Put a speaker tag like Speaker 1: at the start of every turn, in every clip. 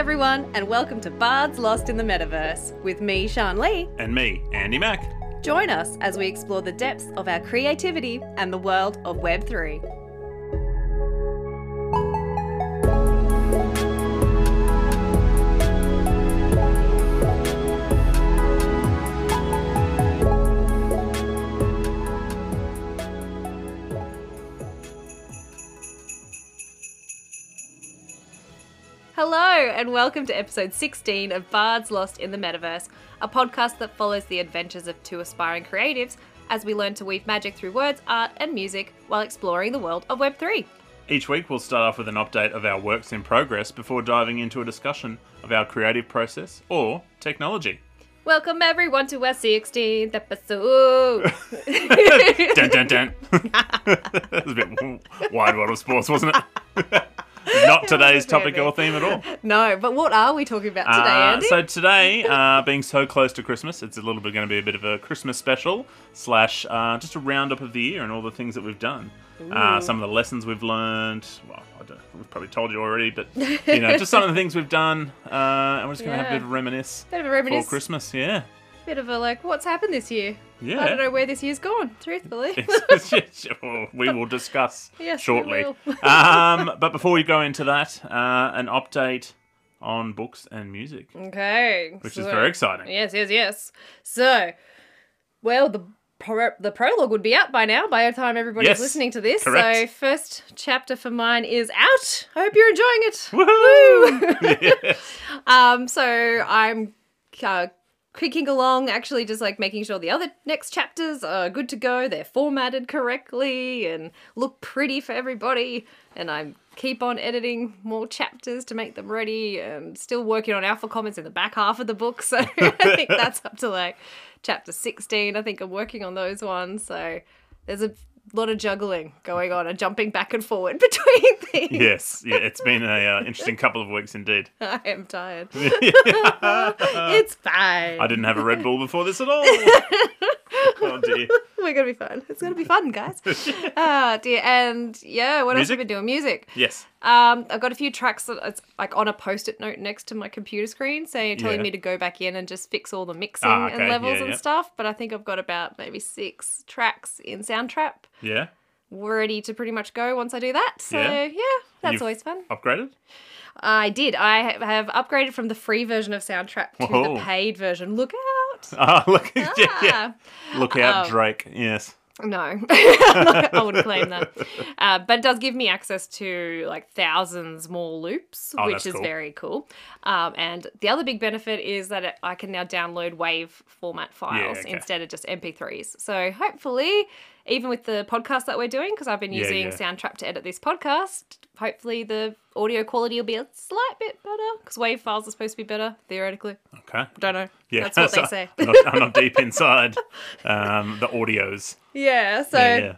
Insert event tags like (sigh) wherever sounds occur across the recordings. Speaker 1: everyone, and welcome to Bards Lost in the Metaverse with me, Sean Lee.
Speaker 2: And me, Andy Mack.
Speaker 1: Join us as we explore the depths of our creativity and the world of Web3. Hello, and welcome to episode 16 of Bards Lost in the Metaverse, a podcast that follows the adventures of two aspiring creatives as we learn to weave magic through words, art, and music while exploring the world of Web3.
Speaker 2: Each week, we'll start off with an update of our works in progress before diving into a discussion of our creative process or technology.
Speaker 1: Welcome, everyone, to our 16th episode.
Speaker 2: (laughs) Dun dun dun. (laughs) that was a bit wide world of sports, wasn't it? (laughs) Not today's topic or theme at all.
Speaker 1: (laughs) no, but what are we talking about today,
Speaker 2: Uh,
Speaker 1: Andy?
Speaker 2: so today, uh, being so close to Christmas, it's a little bit going to be a bit of a Christmas special slash uh, just a roundup of the year and all the things that we've done. Uh, some of the lessons we've learned. Well, I don't, we've probably told you already, but you know, just some of the things we've done. Uh, and we're just going to have
Speaker 1: Yeah.
Speaker 2: a bit of a reminisce
Speaker 1: bit of a
Speaker 2: for
Speaker 1: reminisce,
Speaker 2: Christmas.
Speaker 1: (laughs)
Speaker 2: Yeah, (laughs)
Speaker 1: bit of a like, what's happened this year?
Speaker 2: yeah.
Speaker 1: I don't know where this year's gone,
Speaker 2: (laughs)
Speaker 1: truthfully.
Speaker 2: Sure, we will discuss
Speaker 1: (laughs) Yes, we
Speaker 2: shortly.
Speaker 1: will.
Speaker 2: (laughs) um, but before we go into that, uh, an update on books and music,
Speaker 1: okay.
Speaker 2: which is
Speaker 1: so-
Speaker 2: very exciting.
Speaker 1: Yes, yes, yes. So, well, the pro- the prologue would be out by now by the time everybody's
Speaker 2: Yes,
Speaker 1: listening to this. So,
Speaker 2: correct.
Speaker 1: first chapter for mine is out. I hope you're enjoying it.
Speaker 2: Woohoo! yes.
Speaker 1: Um, so I'm uh, creaking along, actually, just like making sure the other next chapters are good to go. They're formatted correctly and look pretty for everybody. And I keep on editing more chapters to make them ready. And still working on alpha comments in the back half of the book. (laughs) So I think that's up to like chapter 16. I think I'm working on those ones. So there's a lot of juggling going on and jumping back and forward (laughs) between things.
Speaker 2: Yes. Yeah, it's been a uh, interesting couple of weeks indeed.
Speaker 1: I am
Speaker 2: (laughs)
Speaker 1: tired. (laughs)
Speaker 2: I
Speaker 1: it's fine.
Speaker 2: didn't have a Red Bull before this
Speaker 1: (laughs)
Speaker 2: at all. oh dear.
Speaker 1: We're gonna be fun. It's gonna be fun,
Speaker 2: (laughs)
Speaker 1: guys. Ah, dear. And yeah, what else have
Speaker 2: Music?
Speaker 1: we been doing? Music.
Speaker 2: Yes.
Speaker 1: Um, I've got a few tracks that it's like on a post-it note next to my computer screen, saying telling
Speaker 2: Yeah.
Speaker 1: me to go back in and just fix all the mixing
Speaker 2: Ah, okay.
Speaker 1: and levels
Speaker 2: Yeah,
Speaker 1: and
Speaker 2: yeah.
Speaker 1: stuff. But I think I've got about maybe six tracks in Soundtrap
Speaker 2: Yeah.
Speaker 1: ready to pretty much go once I do that. So yeah,
Speaker 2: Yeah.
Speaker 1: that's
Speaker 2: You've-
Speaker 1: always fun.
Speaker 2: Upgraded. (laughs)
Speaker 1: I did. I ha- have upgraded from the free version of Soundtrap to
Speaker 2: Whoa.
Speaker 1: the paid version. Look out!
Speaker 2: Ah, look. Yeah, (laughs) yeah.
Speaker 1: Ah.
Speaker 2: Look out,
Speaker 1: Um,
Speaker 2: Drake. Yes.
Speaker 1: No, (laughs) I wouldn't claim
Speaker 2: (laughs)
Speaker 1: that. Uh, but it does give me access to like thousands more loops,
Speaker 2: Oh,
Speaker 1: which
Speaker 2: that's
Speaker 1: is
Speaker 2: cool.
Speaker 1: very cool. Um, and the other big benefit is that it, I can now download WAV format files
Speaker 2: okay.
Speaker 1: instead of just MP3s. So hopefully, even with the podcast that we're doing, because I've been
Speaker 2: Yeah,
Speaker 1: using
Speaker 2: yeah.
Speaker 1: Soundtrap to edit this podcast, hopefully the audio quality will be a slight bit better because WAV files are supposed to be better theoretically.
Speaker 2: Okay.
Speaker 1: Don't know.
Speaker 2: Yeah.
Speaker 1: That's what they
Speaker 2: (laughs) so
Speaker 1: say.
Speaker 2: I'm not, I'm not deep inside um, the audios.
Speaker 1: Yeah. So.
Speaker 2: Yeah, yeah.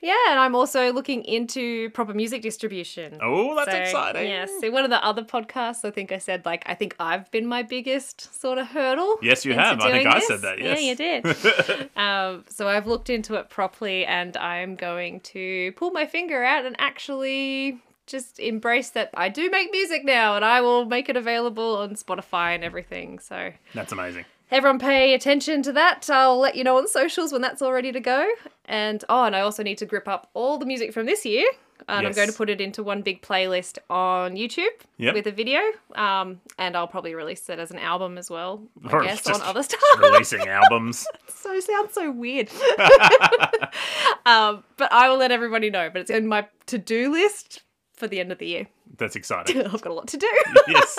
Speaker 1: Yeah, and I'm also looking into proper music distribution.
Speaker 2: Oh, that's
Speaker 1: So,
Speaker 2: exciting.
Speaker 1: Yeah, so one of the other podcasts, I think I said, like, I think I've been my biggest sort of hurdle.
Speaker 2: Yes, you
Speaker 1: into
Speaker 2: have. I think
Speaker 1: doing
Speaker 2: I
Speaker 1: this.
Speaker 2: said that,
Speaker 1: Yeah, you
Speaker 2: yes. (laughs)
Speaker 1: did. um, so I've looked into it properly and I'm going to pull my finger out and actually just embrace that I do make music now and I will make it available on Spotify and everything. So
Speaker 2: That's amazing.
Speaker 1: Everyone pay attention to that. I'll let you know on socials when that's all ready to go. And oh, and I also need to grip up all the music from this year. And I'm
Speaker 2: Yes.
Speaker 1: going to put it into one big playlist on YouTube
Speaker 2: Yep.
Speaker 1: with a video. Um, and I'll probably release it as an album as well, I
Speaker 2: Or
Speaker 1: guess, on
Speaker 2: just (laughs)
Speaker 1: other stuff. (laughs)
Speaker 2: Releasing albums.
Speaker 1: so sounds so weird. (laughs) um, but I will let everybody know. But it's in my to-do list for the end of the year. (laughs)
Speaker 2: That's exciting.
Speaker 1: I've got a lot to
Speaker 2: (laughs)
Speaker 1: do. (laughs)
Speaker 2: Yes.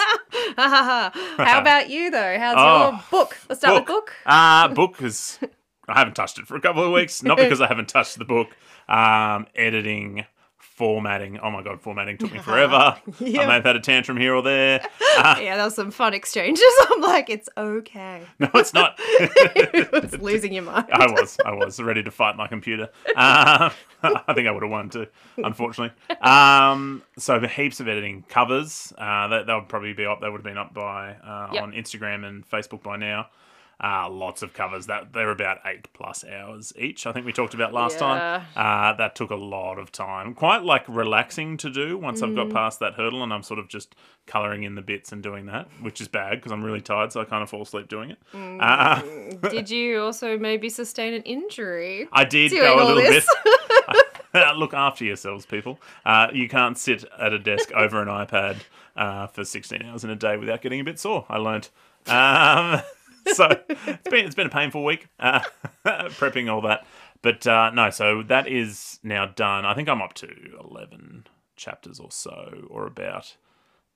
Speaker 1: How about you though? How's
Speaker 2: Oh,
Speaker 1: your book? Let's start with book.
Speaker 2: Uh, book is. I haven't touched it for a couple of weeks. Not because I haven't touched the book. Um, editing, formatting. Oh my god, formatting took me forever. I
Speaker 1: (laughs) Yeah.
Speaker 2: may have had a tantrum here or there.
Speaker 1: yeah, that was some fun exchanges. (laughs) I'm like, it's okay. (laughs)
Speaker 2: No, it's not.
Speaker 1: it's
Speaker 2: (laughs)
Speaker 1: losing your mind.
Speaker 2: I was. I was ready to fight my computer. Um, (laughs) I think I would have won too, unfortunately. Um, so the heaps of editing covers. Uh, that, that would probably be up. They would have been up by uh,
Speaker 1: Yep.
Speaker 2: on Instagram and Facebook by now. Uh, lots of covers that they're about eight plus hours each. I think we talked about
Speaker 1: Yeah.
Speaker 2: last time. Uh, that took a lot of time. Quite like relaxing to do once I've
Speaker 1: Mm.
Speaker 2: got past that hurdle and I'm sort of just colouring in the bits and doing that, which is bad because I'm really tired, so I kind of fall asleep doing it.
Speaker 1: Mm.
Speaker 2: Uh,
Speaker 1: Did you also maybe sustain an injury?
Speaker 2: I did
Speaker 1: Doing
Speaker 2: go a
Speaker 1: all
Speaker 2: little
Speaker 1: this. (laughs)
Speaker 2: bit. (laughs) Uh, Look after yourselves, people. Uh, you can't sit at
Speaker 1: (laughs)
Speaker 2: a desk over an iPad uh, for 16 hours in a day without getting a bit sore. I learned. Um, (laughs) so it's been it's been a painful week uh, (laughs) prepping all that, but uh, no. So that is now done. I think I'm up to 11 chapters or so, or about.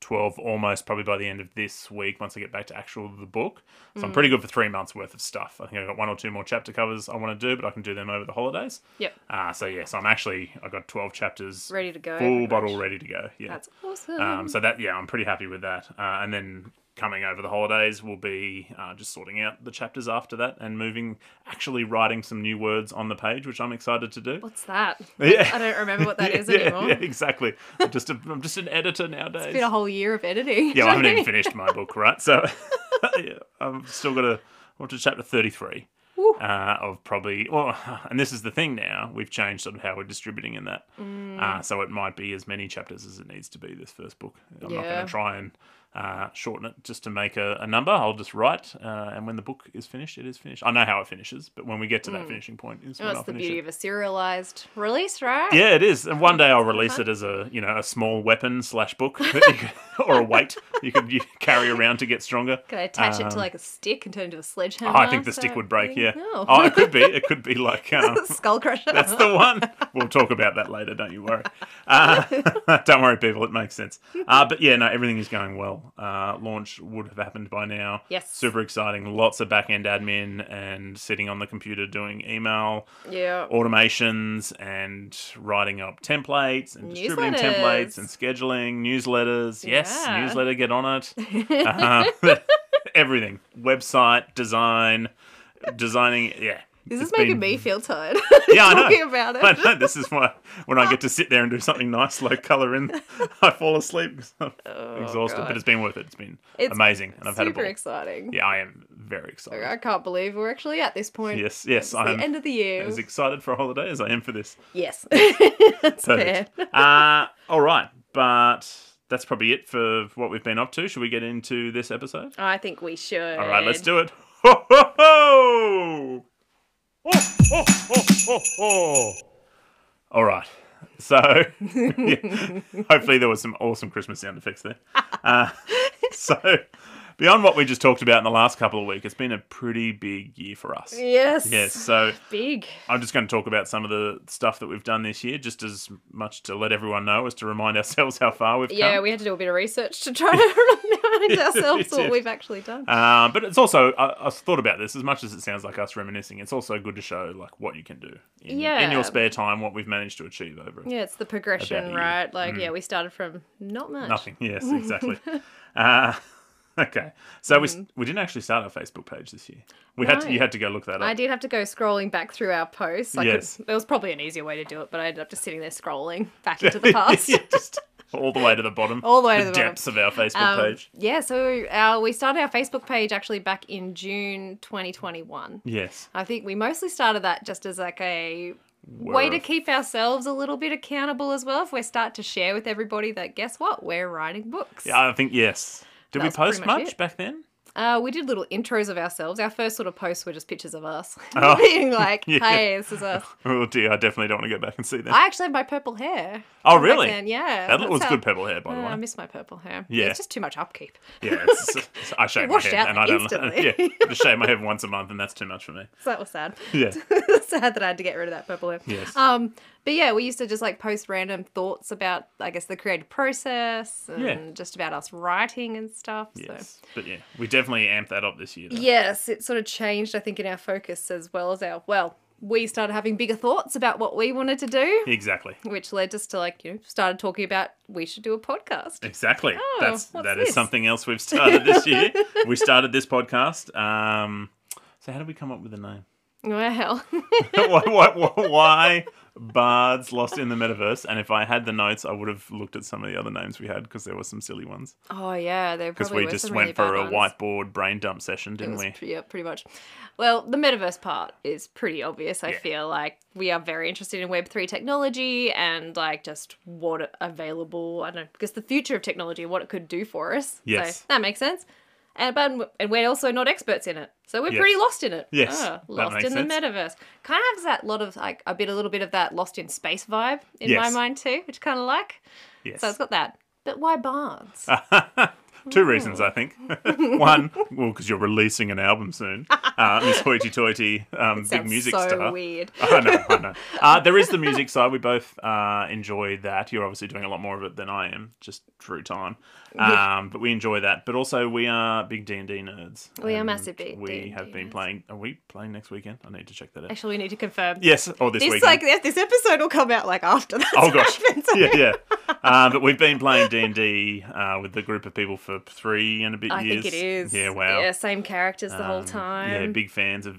Speaker 2: 12 almost probably by the end of this week once I get back to actual the book. So I'm pretty
Speaker 1: Mm.
Speaker 2: good for three months worth of stuff. I think I've got one or two more chapter covers I want to do, but I can do them over the holidays.
Speaker 1: Yep.
Speaker 2: Uh, so yes, I'm actually I've got 12 chapters
Speaker 1: Ready to go, pretty
Speaker 2: full
Speaker 1: much.
Speaker 2: bottle ready to go. Yeah.
Speaker 1: That's awesome.
Speaker 2: Um, so that yeah, I'm pretty happy with that. Uh, and then coming over the holidays will be uh, just sorting out the chapters after that and moving actually writing some new words on the page, which I'm excited to do.
Speaker 1: What's
Speaker 2: (laughs)
Speaker 1: that?
Speaker 2: Yeah.
Speaker 1: I don't remember what that is
Speaker 2: yeah,
Speaker 1: anymore.
Speaker 2: yeah, exactly. I'm just a, I'm just an editor nowadays.
Speaker 1: It's been a whole year of (laughs) editing.
Speaker 2: Yeah, well, I haven't even finished my book, right? So (laughs) yeah, I've still got to I'm up to chapter 33
Speaker 1: Woo.
Speaker 2: uh, of probably. Well, (laughs) and this is the thing now. We've changed sort of how we're distributing in that.
Speaker 1: Mm.
Speaker 2: Uh, so it might be as many chapters as it needs to be this first book. I'm not going
Speaker 1: Yeah.
Speaker 2: to try and uh, shorten it just to make a, a number. I'll just write, uh, and when the book is finished, it is finished. I know how it finishes, but when we get to that finishing point, is when
Speaker 1: Mm. Oh, That's
Speaker 2: I'll
Speaker 1: the
Speaker 2: finish
Speaker 1: beauty
Speaker 2: it.
Speaker 1: of a serialized release, right?
Speaker 2: Yeah, it is. And one day I'll release it as a you know a small weapon slash book that you could, (laughs) or a weight you could you carry around to get stronger.
Speaker 1: Could I attach it to
Speaker 2: Um,
Speaker 1: like a stick and turn it into a sledgehammer?
Speaker 2: Oh, I think the
Speaker 1: So
Speaker 2: stick would break.
Speaker 1: there
Speaker 2: Yeah.
Speaker 1: you go.
Speaker 2: Oh,
Speaker 1: (laughs)
Speaker 2: it could be. It could be like um,
Speaker 1: Skull crusher.
Speaker 2: that's the one. We'll talk about that later. Don't you worry. Uh, (laughs) don't worry, people. It makes sense. Uh, but yeah, no, everything is going well. Uh, launch would have happened by now.
Speaker 1: Yes.
Speaker 2: Super exciting. Lots of back end admin and sitting on the computer doing email
Speaker 1: (laughs) yeah.
Speaker 2: Oh, automations and writing up templates and distributing
Speaker 1: Newsletters.
Speaker 2: templates and scheduling newsletters. Yes,
Speaker 1: Yeah.
Speaker 2: newsletter, get on
Speaker 1: (laughs)
Speaker 2: it. Uh, (laughs) everything. Website, design, designing. Yeah.
Speaker 1: This is
Speaker 2: It's
Speaker 1: making
Speaker 2: been-
Speaker 1: me feel tired.
Speaker 2: (laughs) Yeah, I
Speaker 1: (laughs)
Speaker 2: know.
Speaker 1: talking about it.
Speaker 2: (laughs) I know. This is why when I get to sit there and do something nice, like colour in, (laughs) I fall asleep because I'm
Speaker 1: Oh,
Speaker 2: exhausted.
Speaker 1: God.
Speaker 2: But it's been worth it. It's been
Speaker 1: It's
Speaker 2: amazing. And I've had a
Speaker 1: Super
Speaker 2: ball.
Speaker 1: exciting.
Speaker 2: Yeah, I am very excited.
Speaker 1: I can't believe we're actually at this point.
Speaker 2: Yes, yes,
Speaker 1: It's
Speaker 2: I
Speaker 1: the
Speaker 2: am
Speaker 1: end of the year.
Speaker 2: as excited for a holiday as I am for this.
Speaker 1: (laughs) Yes. That's fair.
Speaker 2: Perfect. (laughs) uh, all right, but that's probably it for what we've been up to. Should we get into this episode?
Speaker 1: I think we should.
Speaker 2: All right, let's do it. (laughs) Ho, ho, ho! Ho, ho, ho, ho, ho! All right. So, (laughs) yeah, hopefully, there was some awesome Christmas sound effects there. Uh, (laughs) so, beyond what we just talked about in the last couple of weeks, it's been a pretty big year for us.
Speaker 1: Yes.
Speaker 2: Yes. So,
Speaker 1: Big.
Speaker 2: I'm just going to talk about some of the stuff that we've done this year, just as much to let everyone know as to remind (laughs) ourselves how far we've
Speaker 1: Yeah,
Speaker 2: come.
Speaker 1: we had to do a bit of research to try (laughs) to remind
Speaker 2: (laughs) Yeah, we
Speaker 1: ourselves
Speaker 2: did.
Speaker 1: what we've actually done.
Speaker 2: Uh, but it's also I, I've thought about this as much as it sounds like us reminiscing. It's also good to show like what you can do in, in
Speaker 1: Yeah.
Speaker 2: your spare time, what we've managed to achieve over
Speaker 1: yeah, it's the progression,
Speaker 2: you. Mm.
Speaker 1: right? Like, yeah, we started from not much.
Speaker 2: nothing. (laughs) Yes,
Speaker 1: (laughs)
Speaker 2: exactly. uh, (laughs) okay, so we we we didn't actually start our Facebook page this year. We had to,
Speaker 1: Mm. No.
Speaker 2: you had to go look that up.
Speaker 1: I did have to go scrolling back through our posts. I
Speaker 2: Yes.
Speaker 1: could, there was probably an easier way to do it, but I ended up just sitting there scrolling (laughs) back into the past.
Speaker 2: (laughs) Yeah, just all the way to the bottom.
Speaker 1: (laughs) All the way to the bottom.
Speaker 2: depths of our Facebook
Speaker 1: Um,
Speaker 2: page.
Speaker 1: Yeah, so our, we started our Facebook page actually back in June 2021.
Speaker 2: Yes.
Speaker 1: I think we mostly started that just as like a way
Speaker 2: Word
Speaker 1: to
Speaker 2: of-
Speaker 1: keep ourselves a little bit accountable as well. If we start to share with everybody that, guess what, we're writing books.
Speaker 2: Yeah, I think yes. Did we
Speaker 1: That's pretty
Speaker 2: post
Speaker 1: much
Speaker 2: much
Speaker 1: it.
Speaker 2: back then?
Speaker 1: Uh, we did little intros of ourselves. Our first sort of posts were just pictures of us, (laughs)
Speaker 2: Oh. (laughs)
Speaker 1: being like,
Speaker 2: Yeah.
Speaker 1: "Hey, this is us."
Speaker 2: Oh dear, I definitely don't want to go back and see that.
Speaker 1: I actually had my purple hair.
Speaker 2: oh
Speaker 1: back
Speaker 2: really?
Speaker 1: then, Yeah,
Speaker 2: that
Speaker 1: that's
Speaker 2: was
Speaker 1: how-
Speaker 2: good purple hair, by
Speaker 1: Uh,
Speaker 2: the
Speaker 1: I
Speaker 2: way.
Speaker 1: miss my purple hair.
Speaker 2: Yeah.
Speaker 1: it's just too much upkeep.
Speaker 2: Yeah, it's, it's-
Speaker 1: (laughs)
Speaker 2: I shave my
Speaker 1: washed
Speaker 2: head,
Speaker 1: out
Speaker 2: and I don't.
Speaker 1: instantly.
Speaker 2: (laughs) Yeah, I shave my head once a month, and that's too much for
Speaker 1: (laughs)
Speaker 2: me.
Speaker 1: So that was sad. (laughs)
Speaker 2: Yeah,
Speaker 1: sad that I had to get rid of that purple hair.
Speaker 2: Yes.
Speaker 1: Um, but yeah, we used to just like post random thoughts about, I guess, the creative process and
Speaker 2: Yeah.
Speaker 1: just about us writing and stuff. So.
Speaker 2: yes, but yeah, we definitely amped that up this year. Though.
Speaker 1: Yes, it sort of changed, I think, in our focus as well as our, well, we started having bigger thoughts about what we wanted to do,
Speaker 2: Exactly,
Speaker 1: which led us to like, you know, started talking about we should do a podcast.
Speaker 2: exactly.
Speaker 1: Oh,
Speaker 2: That's
Speaker 1: what's
Speaker 2: that is
Speaker 1: this?
Speaker 2: something else we've started
Speaker 1: (laughs)
Speaker 2: this year. we started this podcast. (laughs) Um, so how did we come up with the name?
Speaker 1: Well,
Speaker 2: why, why, why Bards Lost in the Metaverse. And if I had the notes, I would have looked at some of the other names we had because there were some silly ones.
Speaker 1: (laughs) Oh yeah, there
Speaker 2: Because
Speaker 1: probably
Speaker 2: we
Speaker 1: were
Speaker 2: just
Speaker 1: some
Speaker 2: went
Speaker 1: really
Speaker 2: for
Speaker 1: bad
Speaker 2: a
Speaker 1: ones.
Speaker 2: whiteboard brain dump session,
Speaker 1: It
Speaker 2: didn't
Speaker 1: was
Speaker 2: we?
Speaker 1: pre- yeah, pretty much. Well, the metaverse part is pretty obvious. I
Speaker 2: Yeah.
Speaker 1: feel like we are very interested in Web three technology and like just what available. I don't know, because the future of technology, what it could do for us.
Speaker 2: Yes.
Speaker 1: so that makes sense. And but and we're also not experts in it, so we're
Speaker 2: Yes.
Speaker 1: pretty lost in it.
Speaker 2: Yes,
Speaker 1: Ah,
Speaker 2: that
Speaker 1: lost
Speaker 2: makes
Speaker 1: in
Speaker 2: sense.
Speaker 1: the metaverse. Kind of has that lot of like a bit, a little bit of that lost in space vibe in my
Speaker 2: Yes.
Speaker 1: mind too, which kind of like.
Speaker 2: Yes.
Speaker 1: So
Speaker 2: Ah,
Speaker 1: it's got that. But why bards?
Speaker 2: Two reasons,
Speaker 1: (laughs)
Speaker 2: I think. (laughs) One, well, because you're releasing an album soon. Uh, Miss Hoity Toity, um, big
Speaker 1: Sounds
Speaker 2: music
Speaker 1: so
Speaker 2: star.
Speaker 1: weird.
Speaker 2: (laughs) I know, I know. Uh, there is the music side. We both uh, enjoy that. You're obviously doing a lot more of it than I am, just through time. Um, but we enjoy that. But also, we are big D and D nerds.
Speaker 1: We are
Speaker 2: and
Speaker 1: massive D-
Speaker 2: We
Speaker 1: D&D
Speaker 2: have been
Speaker 1: nerds.
Speaker 2: playing. Are we playing next weekend? I need to check that out.
Speaker 1: Actually, we need to confirm.
Speaker 2: Yes, or this,
Speaker 1: This
Speaker 2: weekend.
Speaker 1: like this episode will come out like after that. (laughs)
Speaker 2: Oh gosh, yeah, yeah. Uh, but we've been playing D and D uh, with the group of people for three and a bit
Speaker 1: I
Speaker 2: years.
Speaker 1: think it is.
Speaker 2: Yeah, wow.
Speaker 1: Yeah, same characters the whole
Speaker 2: Um,
Speaker 1: time.
Speaker 2: Yeah, big fans of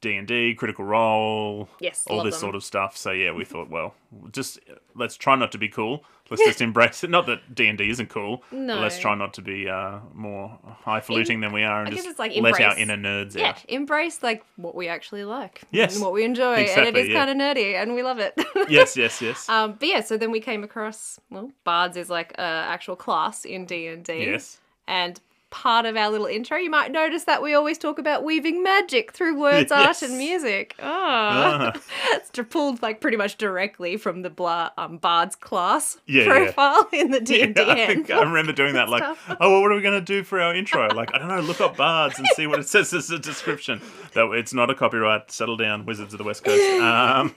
Speaker 2: D and D, Critical Role,
Speaker 1: Yes,
Speaker 2: all
Speaker 1: love
Speaker 2: this
Speaker 1: them.
Speaker 2: sort of stuff. So yeah, we thought, well, just let's try not to be cool. Let's
Speaker 1: (laughs)
Speaker 2: just embrace it. Not that D and D isn't cool. but
Speaker 1: No.
Speaker 2: let's try not to be uh, more highfalutin than we are, and
Speaker 1: I guess
Speaker 2: just
Speaker 1: it's like
Speaker 2: let our
Speaker 1: embrace-
Speaker 2: inner nerds
Speaker 1: Yeah,
Speaker 2: out.
Speaker 1: embrace like what we actually like.
Speaker 2: Yes,
Speaker 1: And what we enjoy, and
Speaker 2: exactly,
Speaker 1: it is
Speaker 2: yeah.
Speaker 1: kind of nerdy, and we love it. (laughs)
Speaker 2: Yes, yes, yes.
Speaker 1: Um, but yeah, so then we came across well, bards is like a actual class in D and D.
Speaker 2: Yes.
Speaker 1: And part of our little intro, you might notice that we always talk about weaving magic through
Speaker 2: (laughs)
Speaker 1: words,
Speaker 2: Yes.
Speaker 1: art, and music. Oh,
Speaker 2: Ah.
Speaker 1: (laughs) it's d- pulled like pretty much directly from the bla- um, bards class
Speaker 2: Yeah, yeah.
Speaker 1: profile in the D
Speaker 2: (laughs) Yeah,
Speaker 1: and
Speaker 2: I think
Speaker 1: D.
Speaker 2: I remember doing that. Like,
Speaker 1: stuff.
Speaker 2: oh, well, what are we going to do for our intro? Like, I don't know. Look up bards and see what it (laughs) says as a description. That it's not a copyright. Settle down, Wizards of the West Coast.
Speaker 1: (laughs)
Speaker 2: Um,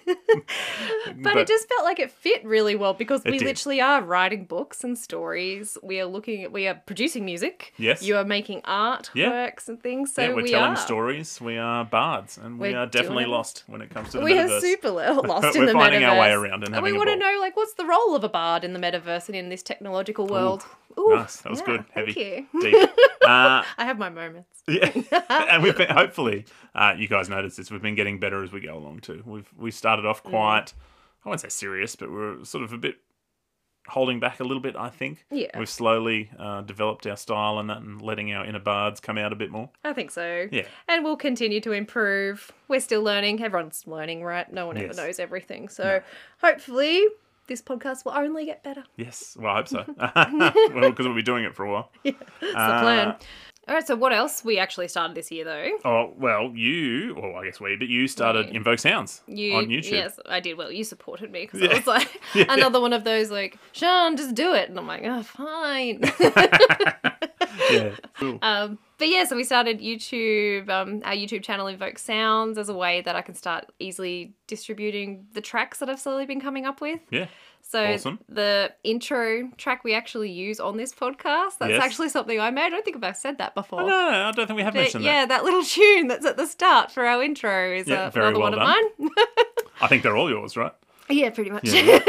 Speaker 1: But, it just felt like it fit really well because
Speaker 2: It
Speaker 1: we
Speaker 2: did.
Speaker 1: literally are writing books and stories. We are looking at, we are producing music.
Speaker 2: Yes.
Speaker 1: You are making art
Speaker 2: Yeah.
Speaker 1: works and things. So
Speaker 2: yeah, we're
Speaker 1: we
Speaker 2: telling
Speaker 1: are.
Speaker 2: stories. We are bards, and we
Speaker 1: We're
Speaker 2: are definitely
Speaker 1: doing it.
Speaker 2: lost when it comes to the
Speaker 1: We
Speaker 2: metaverse.
Speaker 1: are super
Speaker 2: (laughs)
Speaker 1: lo- lost in
Speaker 2: We're
Speaker 1: the
Speaker 2: finding
Speaker 1: metaverse.
Speaker 2: our way around and
Speaker 1: we
Speaker 2: having a
Speaker 1: want to
Speaker 2: ball.
Speaker 1: know like what's the role of a bard in the metaverse and in this technological world. Ooh,
Speaker 2: nice. That was
Speaker 1: yeah,
Speaker 2: good. Heavy.
Speaker 1: Thank you. (laughs)
Speaker 2: Deep. Uh,
Speaker 1: I have my moments. (laughs)
Speaker 2: yeah. and we've been, hopefully, uh, you guys noticed this. We've been getting better as we go along too. We've we started
Speaker 1: Mm.
Speaker 2: off quite, I won't say serious, but we're sort of a bit holding back a little bit. I think.
Speaker 1: Yeah.
Speaker 2: We've slowly uh, developed our style and that, and letting our inner bards come out a bit more.
Speaker 1: I think so.
Speaker 2: Yeah.
Speaker 1: And we'll continue to improve. We're still learning. Everyone's learning, right? No one
Speaker 2: Yes.
Speaker 1: ever knows everything. So hopefully this podcast will only get better.
Speaker 2: Yes. Well, I
Speaker 1: (laughs)
Speaker 2: hope so. (laughs) well, because we'll be doing it for a while.
Speaker 1: That's
Speaker 2: Uh,
Speaker 1: the plan. All right, so what else we actually started this year though?
Speaker 2: Oh well, you. Well, I guess we, but you started
Speaker 1: We.
Speaker 2: Invoke Sounds
Speaker 1: You,
Speaker 2: on YouTube.
Speaker 1: Yes, I did. Well, you supported me because
Speaker 2: Yeah.
Speaker 1: I was like
Speaker 2: (laughs) Yeah.
Speaker 1: another one of those like, Sean, just do it, and I'm like, oh, fine.
Speaker 2: (laughs) Yeah. Cool.
Speaker 1: Um, but yeah, so we started YouTube, um, our YouTube channel Invoke Sounds as a way that I can start easily distributing the tracks that I've slowly been coming up with.
Speaker 2: yeah.
Speaker 1: So
Speaker 2: Awesome.
Speaker 1: the intro track we actually use on this podcast, that's
Speaker 2: Yes.
Speaker 1: actually something I made. I don't think I've said that before.
Speaker 2: No, no, no, I don't think we have
Speaker 1: But
Speaker 2: mentioned
Speaker 1: yeah, that. little tune that's at the start for our intro is
Speaker 2: Yeah,
Speaker 1: uh,
Speaker 2: very
Speaker 1: another one
Speaker 2: well
Speaker 1: of mine.
Speaker 2: that. I think they're all yours, right?
Speaker 1: yeah, pretty much.
Speaker 2: Yeah.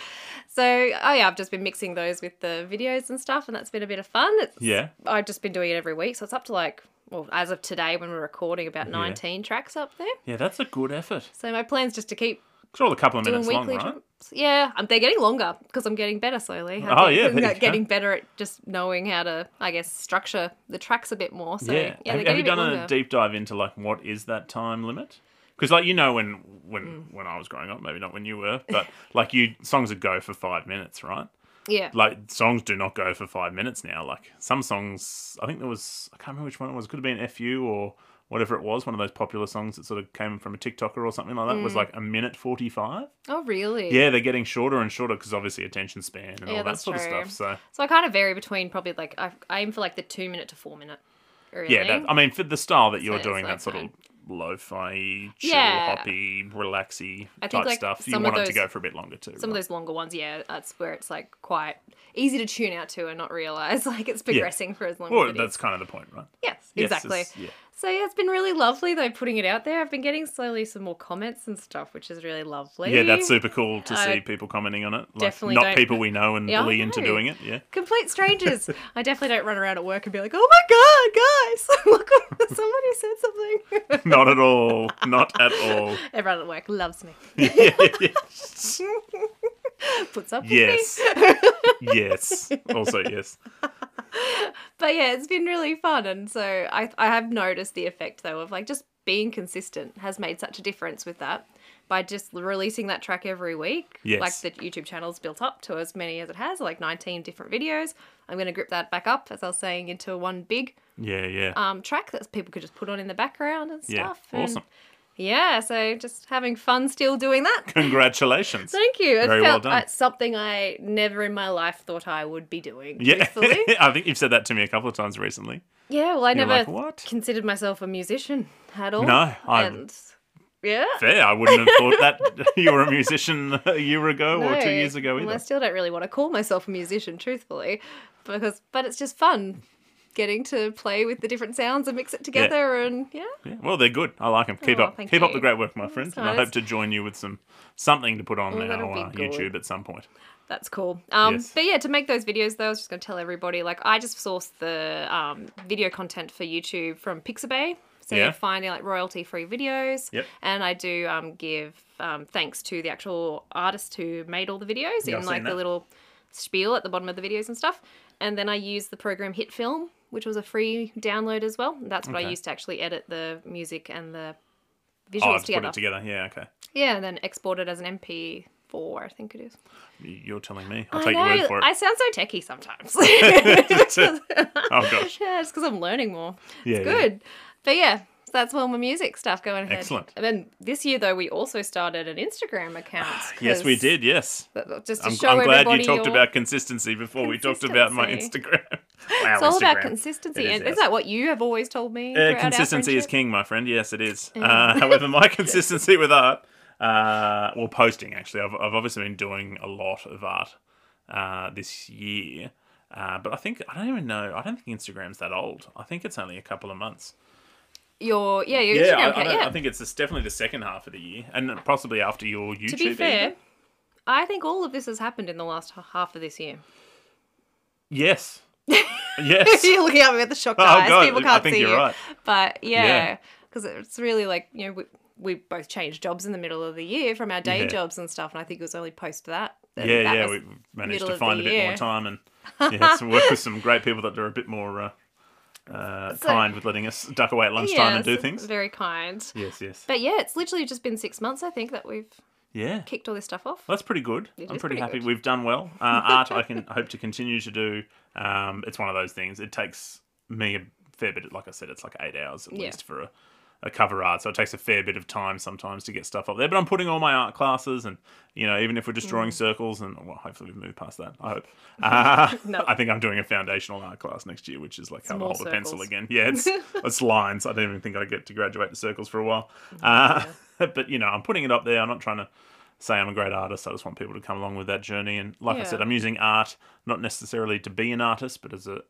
Speaker 1: (laughs) so, oh yeah, I've just been mixing those with the videos and stuff, and that's been a bit of fun. It's,
Speaker 2: Yeah.
Speaker 1: I've just been doing it every week, so it's up to like, well, as of today when we're recording, about 19 tracks up there.
Speaker 2: Yeah, that's a good effort.
Speaker 1: So my plan's just to keep
Speaker 2: It's all a couple of
Speaker 1: doing
Speaker 2: minutes long,
Speaker 1: weekly
Speaker 2: right?
Speaker 1: drops. Yeah, um, they're getting longer because I'm getting better slowly. I
Speaker 2: Oh,
Speaker 1: think.
Speaker 2: yeah, there you
Speaker 1: Like,
Speaker 2: go.
Speaker 1: getting better at just knowing how to, I guess, structure the tracks a bit more. So
Speaker 2: yeah.
Speaker 1: yeah,
Speaker 2: have,
Speaker 1: they're
Speaker 2: have
Speaker 1: getting
Speaker 2: you
Speaker 1: a bit
Speaker 2: done
Speaker 1: longer.
Speaker 2: a deep dive into like what is that time limit? Because like you know when when
Speaker 1: Mm.
Speaker 2: when I was growing up, maybe not when you were, but (laughs) like you songs would go for five minutes, right?
Speaker 1: yeah,
Speaker 2: Like songs do not go for five minutes now. Like some songs, I think there was I can't remember which one it was. Could have been "Fu" or whatever it was. One of those popular songs that sort of came from a TikToker or something like that
Speaker 1: Mm.
Speaker 2: was like a minute forty-five.
Speaker 1: oh really?
Speaker 2: Yeah, they're getting shorter and shorter because obviously attention span and
Speaker 1: Yeah,
Speaker 2: all that
Speaker 1: that's
Speaker 2: sort
Speaker 1: trry.
Speaker 2: of stuff. So
Speaker 1: So I kind of vary between probably like I, I aim for like the two minute to four minute. Really.
Speaker 2: yeah, that, I mean for the style that you're
Speaker 1: So
Speaker 2: doing, that
Speaker 1: that's
Speaker 2: sort of
Speaker 1: fine.
Speaker 2: lo-fi, chill,
Speaker 1: Yeah.
Speaker 2: hoppy, relaxy
Speaker 1: I think,
Speaker 2: type
Speaker 1: like,
Speaker 2: stuff, you
Speaker 1: some of
Speaker 2: want it to
Speaker 1: those-
Speaker 2: go for a bit longer too.
Speaker 1: Some of
Speaker 2: right?
Speaker 1: those longer ones, yeah, that's where it's like quite easy to tune out to and not realize (laughs) like it's progressing for as long as
Speaker 2: Well,
Speaker 1: it is.
Speaker 2: that's kind of the point, right?
Speaker 1: Yes,
Speaker 2: Yes,
Speaker 1: exactly.
Speaker 2: it's- yeah.
Speaker 1: So yeah, it's been really lovely though putting it out there. I've been getting slowly some more comments and stuff, which is really lovely.
Speaker 2: Yeah, that's super cool to
Speaker 1: I
Speaker 2: see people commenting on it. Like,
Speaker 1: definitely
Speaker 2: not
Speaker 1: don't-
Speaker 2: people we know and
Speaker 1: Yeah, I
Speaker 2: bully into
Speaker 1: know.
Speaker 2: doing it. Yeah.
Speaker 1: Complete strangers. (laughs) I definitely don't run around at work and be like, "Oh my god, guys, look, what- somebody said something." (laughs)
Speaker 2: Not at all. Not at all. (laughs)
Speaker 1: Everyone at work loves me. (laughs) Puts up with me.
Speaker 2: Yes. yes. Also yes.
Speaker 1: But yeah, it's been really fun. And so I, I have noticed the effect, though, of like just being consistent has made such a difference with that by just releasing that track every week.
Speaker 2: Yes.
Speaker 1: Like the YouTube channel's built up to as many as it has, like 19 different videos. I'm going to grip that back up, as I was saying, into one big
Speaker 2: Yeah, yeah.
Speaker 1: um, track that people could just put on in the background and
Speaker 2: Yeah,
Speaker 1: stuff. and
Speaker 2: awesome.
Speaker 1: Yeah, so just having fun still doing
Speaker 2: (laughs)
Speaker 1: that.
Speaker 2: Congratulations.
Speaker 1: Thank you. It
Speaker 2: Very well
Speaker 1: felt
Speaker 2: done.
Speaker 1: like something I never in my life thought I would be doing.
Speaker 2: Yeah.
Speaker 1: truthfully.
Speaker 2: (laughs) I think you've said that to me a couple of times recently.
Speaker 1: Yeah, well, I
Speaker 2: You're
Speaker 1: never
Speaker 2: like, "What?"
Speaker 1: considered myself a musician at all.
Speaker 2: No, I-
Speaker 1: and yeah,
Speaker 2: Fair. I wouldn't have thought that (laughs) you were a musician a year ago or
Speaker 1: no,
Speaker 2: two years ago
Speaker 1: and
Speaker 2: either.
Speaker 1: I still don't really want to call myself a musician, truthfully, because but it's just fun getting to play with the different sounds and mix it together, and yeah,
Speaker 2: Yeah, well, they're good. I like them. Keep
Speaker 1: Aw,
Speaker 2: up,
Speaker 1: Oh, thank
Speaker 2: keep up the
Speaker 1: you.
Speaker 2: great work, my friends. And I
Speaker 1: nice.
Speaker 2: hope to join you with some something to put on now
Speaker 1: that'll
Speaker 2: on
Speaker 1: be
Speaker 2: uh,
Speaker 1: good.
Speaker 2: YouTube at some point.
Speaker 1: that's cool. Um,
Speaker 2: Yes.
Speaker 1: but yeah, to make those videos though, I was just gonna tell everybody like I just source the um, video content for YouTube from Pixabay. So
Speaker 2: Yeah.
Speaker 1: you're finding like royalty free videos,
Speaker 2: Yep.
Speaker 1: and I do um, give um, thanks to the actual artist who made all the videos
Speaker 2: Yeah, I've
Speaker 1: in like
Speaker 2: seen
Speaker 1: the
Speaker 2: that.
Speaker 1: little spiel at the bottom of the videos and stuff. And then I use the program Hit Film, which was a free download as well. That's what
Speaker 2: Okay.
Speaker 1: I used to actually edit the music and the visuals
Speaker 2: Oh, to put
Speaker 1: together.
Speaker 2: it together. Yeah, okay.
Speaker 1: Yeah, and then export it as an MP4, I think it is.
Speaker 2: Y- You're telling me. I'll take your word for it. (laughs)
Speaker 1: I sound so techie sometimes. (laughs) yeah,
Speaker 2: oh gosh.
Speaker 1: just because I'm learning more.
Speaker 2: Yeah. yeah.
Speaker 1: It's good. But yeah, so that's all my music stuff going ahead.
Speaker 2: Excellent.
Speaker 1: And then this year, though, we also started an Instagram account.
Speaker 2: (sighs) Yes, we
Speaker 1: 'cause-
Speaker 2: did. Yes.
Speaker 1: but Just to
Speaker 2: I'm,
Speaker 1: show
Speaker 2: I'm glad
Speaker 1: everybody
Speaker 2: you talked
Speaker 1: your-
Speaker 2: about consistency before we talked about my
Speaker 1: Consistency.
Speaker 2: Instagram. (laughs) Wow,
Speaker 1: It's all about
Speaker 2: Instagram.
Speaker 1: consistency.
Speaker 2: It is,
Speaker 1: and
Speaker 2: yes.
Speaker 1: is that what you have always told me?
Speaker 2: Uh,
Speaker 1: throughout our
Speaker 2: consistency is
Speaker 1: friendship?
Speaker 2: king, my friend. Yes, it is. Uh, (laughs) however,
Speaker 1: (laughs)
Speaker 2: my consistency with art, uh, well, posting actually, I've, I've obviously been doing a lot of art uh, this year, uh, but I think I don't even know. I don't think Instagram's that old. I think it's only a couple of months.
Speaker 1: Your yeah, your
Speaker 2: Yeah,
Speaker 1: Instagram
Speaker 2: I, I,
Speaker 1: account.
Speaker 2: don't-
Speaker 1: yeah.
Speaker 2: I think it's it's definitely the second half of the year, and possibly after your YouTube.
Speaker 1: to be fair,
Speaker 2: even.
Speaker 1: I think all of this has happened in the last h- half of this year. (laughs)
Speaker 2: yes, yes.
Speaker 1: You're looking at me with the shocked
Speaker 2: Oh,
Speaker 1: eyes.
Speaker 2: God,
Speaker 1: People
Speaker 2: I
Speaker 1: can't
Speaker 2: think
Speaker 1: see
Speaker 2: you're
Speaker 1: you.
Speaker 2: right.
Speaker 1: But
Speaker 2: Yeah.
Speaker 1: yeah, because it's really like you know we, we both changed jobs in the middle of the year from our day
Speaker 2: Yeah.
Speaker 1: jobs and stuff, and I think it was only post that. that
Speaker 2: yeah,
Speaker 1: that
Speaker 2: yeah,
Speaker 1: was-
Speaker 2: we managed
Speaker 1: middle
Speaker 2: to
Speaker 1: of the
Speaker 2: find a bit more
Speaker 1: year. (laughs)
Speaker 2: time and yeah, to work with some great people that are a bit more uh, uh,
Speaker 1: So-
Speaker 2: kind with letting us duck away at lunchtime
Speaker 1: yeah,
Speaker 2: and do
Speaker 1: it's
Speaker 2: things.
Speaker 1: Very kind.
Speaker 2: Yes, yes,
Speaker 1: But yeah, it's literally just been six months, I think, that we've
Speaker 2: yeah.
Speaker 1: kicked all this stuff off.
Speaker 2: Well, that's pretty good. I'm
Speaker 1: is
Speaker 2: pretty,
Speaker 1: pretty
Speaker 2: happy.
Speaker 1: good.
Speaker 2: We've done well.
Speaker 1: (laughs)
Speaker 2: Uh, art, I can hope to continue to do. Um, it's one of those things. It takes me a fair bit. Like I said, it's like eight hours at
Speaker 1: Yeah.
Speaker 2: least for a, a cover art. So it takes a fair bit of time sometimes to get stuff up there. But I'm putting all my art classes, and you know, even if we're just drawing
Speaker 1: Mm.
Speaker 2: circles, and well, hopefully we've moved past that. I
Speaker 1: (laughs)
Speaker 2: hope. Uh,
Speaker 1: No.
Speaker 2: I think I'm doing a foundational art class next year, which is like how to
Speaker 1: more
Speaker 2: hold a pencil
Speaker 1: circles.
Speaker 2: again.
Speaker 1: (laughs)
Speaker 2: Yeah, it's it's lines. I don't even think I get to graduate to circles for a while.
Speaker 1: Mm,
Speaker 2: Uh, (laughs) but you know, I'm putting it up there. I'm not trying to say I'm a great artist. I just want people to come along with that journey. And like I said,
Speaker 1: Yeah.
Speaker 2: I'm using art not necessarily to be an artist, but as a